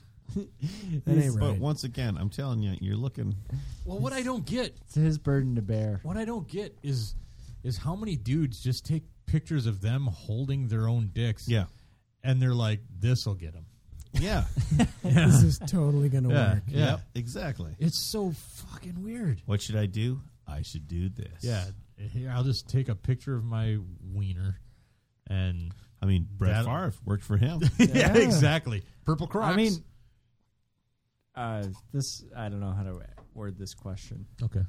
C: that ain't
A: but
C: right.
A: once again, I'm telling you, you're looking.
B: Well, what I don't get,
D: It's his burden to bear.
B: what I don't get is, is how many dudes just take pictures of them holding their own dicks,
A: Yeah.
B: and they're like, "This will get them."
A: Yeah.
C: This is totally gonna work.
B: yeah.
A: Yep, exactly.
B: It's so fucking weird.
A: What should I do? I should do this.
B: Yeah, here I'll just take a picture of my wiener, and
A: I mean, Brett
B: That-
A: Favre worked for him.
B: yeah, exactly. Purple Crocs.
D: I mean, uh, this I don't know how to word this question.
B: okay.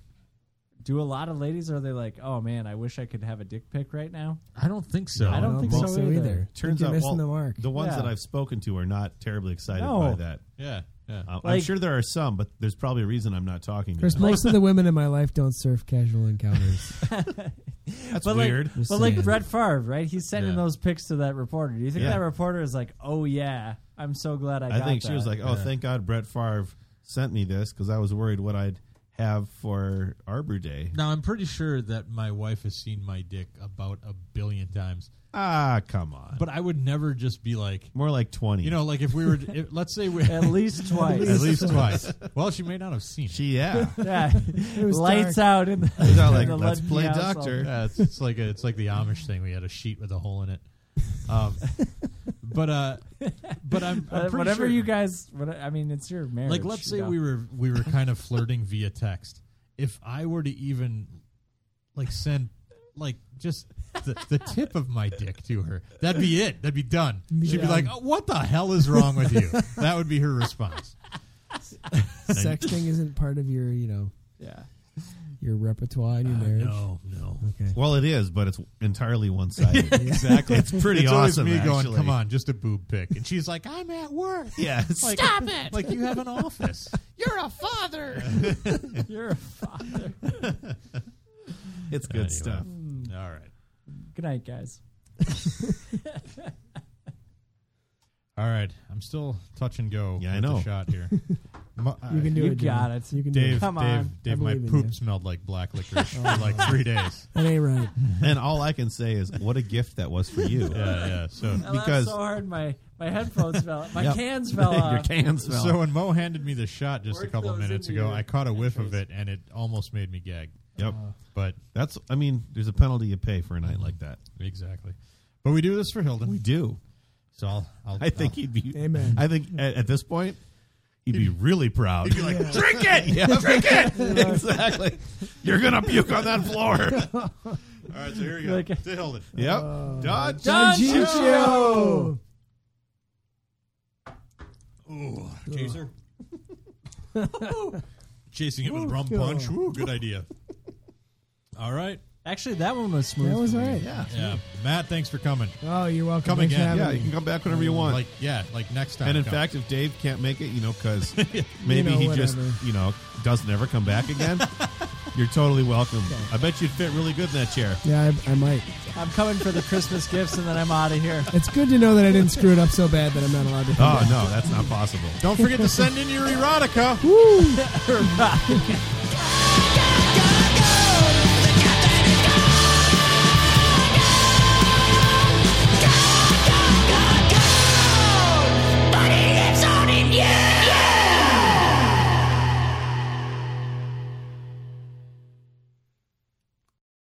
D: Do a lot of ladies are they like, oh man, I wish I could have a dick pic right now?
B: I don't think so.
D: I don't think so either.
A: Turns
C: You're
A: out
C: missing
A: Walt-
C: the mark.
A: The ones
D: Yeah.
A: that I've spoken to are not terribly excited
D: No.
A: by that.
B: Yeah, yeah.
A: Uh, I'm
D: Like-
A: sure there are some, but there's probably a reason I'm not talking to
C: Chris,
A: them.
C: most of the women in my life don't surf casual encounters.
A: That's
D: but like-
A: weird.
C: Just
D: but like
C: saying.
D: Brett Favre, right? He's sending
B: Yeah.
D: those pics to that reporter. Do you think
A: Yeah.
D: that reporter is like, oh yeah, I'm so glad I,
A: I,
D: got
A: think she
D: that."
A: was like, "Oh,
B: Yeah.
A: thank God Brett Favre sent me this because I was worried what I'd have for Arbor Day."
B: Now I'm pretty sure that my wife has seen my dick about a billion times,
A: Ah, come on.
B: but I would never just be like,
A: More like twenty.
B: you know, like if we were, if, let's say we
D: at least twice.
B: at least twice. Well, she may not have seen it.
A: she yeah.
D: yeah,
C: was
D: lights out in the.
A: She's not
D: in
A: like
D: the
A: let's
D: Ludden
A: play
D: house all
A: doctor.
B: Yeah, it's, it's like a, it's like the Amish thing. We had a sheet with a hole in it. Um, but uh, but I'm, I'm
D: Uh,
B: pretty
D: whatever
B: sure-
D: you guys, what, I mean, it's your marriage.
B: like let's say
D: you know?
B: we were we were kind of flirting via text if i were to even like send like just the, the tip of my dick to her that'd be it that'd be done she'd be
C: Yeah.
B: like oh, what the hell is wrong with you that would be her response
C: Sexting isn't part of your, you know,
D: yeah,
C: your repertoire in your marriage.
B: no no
C: Okay.
A: Well, it is, but it's entirely one sided.
B: exactly
A: It's pretty
B: it's
A: awesome,
B: always me going
A: actually.
B: come on just a boob pic and she's like i'm at work
A: yeah. it's-
B: like, stop it like you have an office
F: You're a father.
D: you're a father.
A: It's good
B: Anyway.
A: stuff.
B: all right
D: Good night, guys.
B: all right i'm still touch and go
A: Yeah, I
B: with the
A: know.
B: shot here Mu- uh,
C: You can do
D: You
C: it. Jimmy.
D: got it.
C: You can
B: Dave,
C: do
D: Come
B: Dave,
D: on.
B: Dave,
C: I
B: my
C: believe in
B: poop
C: you.
B: smelled like black licorice for like three days.
C: it. That ain't right.
A: And all I can say is, what a gift that was for you.
B: Yeah, yeah. So,
D: I laughed
A: Because-
D: so uh, hard my my headphones fell. My
A: Yep.
D: cans fell
A: Your
D: off.
A: cans smell.
B: so when Mo handed me the shot just a
D: Work
B: couple
D: those
B: minutes
D: into
B: ago,
D: your
B: I caught a whiff of it and it almost made me gag.
A: yep.
B: But
A: That's. I mean, there's a penalty you pay for a night like that.
B: exactly. But we do this for Hilden.
A: We do.
B: So I'll, I'll
A: I think he'd be.
C: Amen.
A: I think at, at this point, he'd be really proud. He'd be like, "Drink it, yeah, drink it, exactly. You're gonna puke on that floor."
B: All right, so here we go.
D: Like-
B: to Hilden.
A: yep. Dodge.
D: Don
C: Gigi
D: Chucho!
C: Chio.
B: Ooh, chaser. Chasing it with rum
C: God.
B: punch. Ooh, good idea. All right.
D: Actually, that one was smooth.
C: That was
D: for
C: all
D: me.
C: right.
A: Yeah.
B: Yeah. Matt, thanks for coming.
C: Oh, you're welcome.
B: Come
C: Thanks for
B: again.
C: having
A: Yeah.
C: me.
A: You can come back whenever you want.
B: Like, yeah, like next time.
A: and in
B: come.
A: fact, if Dave can't make it, you know, because maybe
C: know,
A: he just,
C: whatever.
A: you know, doesn't ever come back again, you're totally welcome. I bet you'd fit really good in that chair.
C: Yeah, I, I might.
D: I'm coming for the Christmas gifts, and then I'm out of here.
C: It's good to know that I didn't screw it up so bad that I'm not allowed to.
A: Oh no, that's not possible.
B: don't forget to send in your erotica.
C: Woo!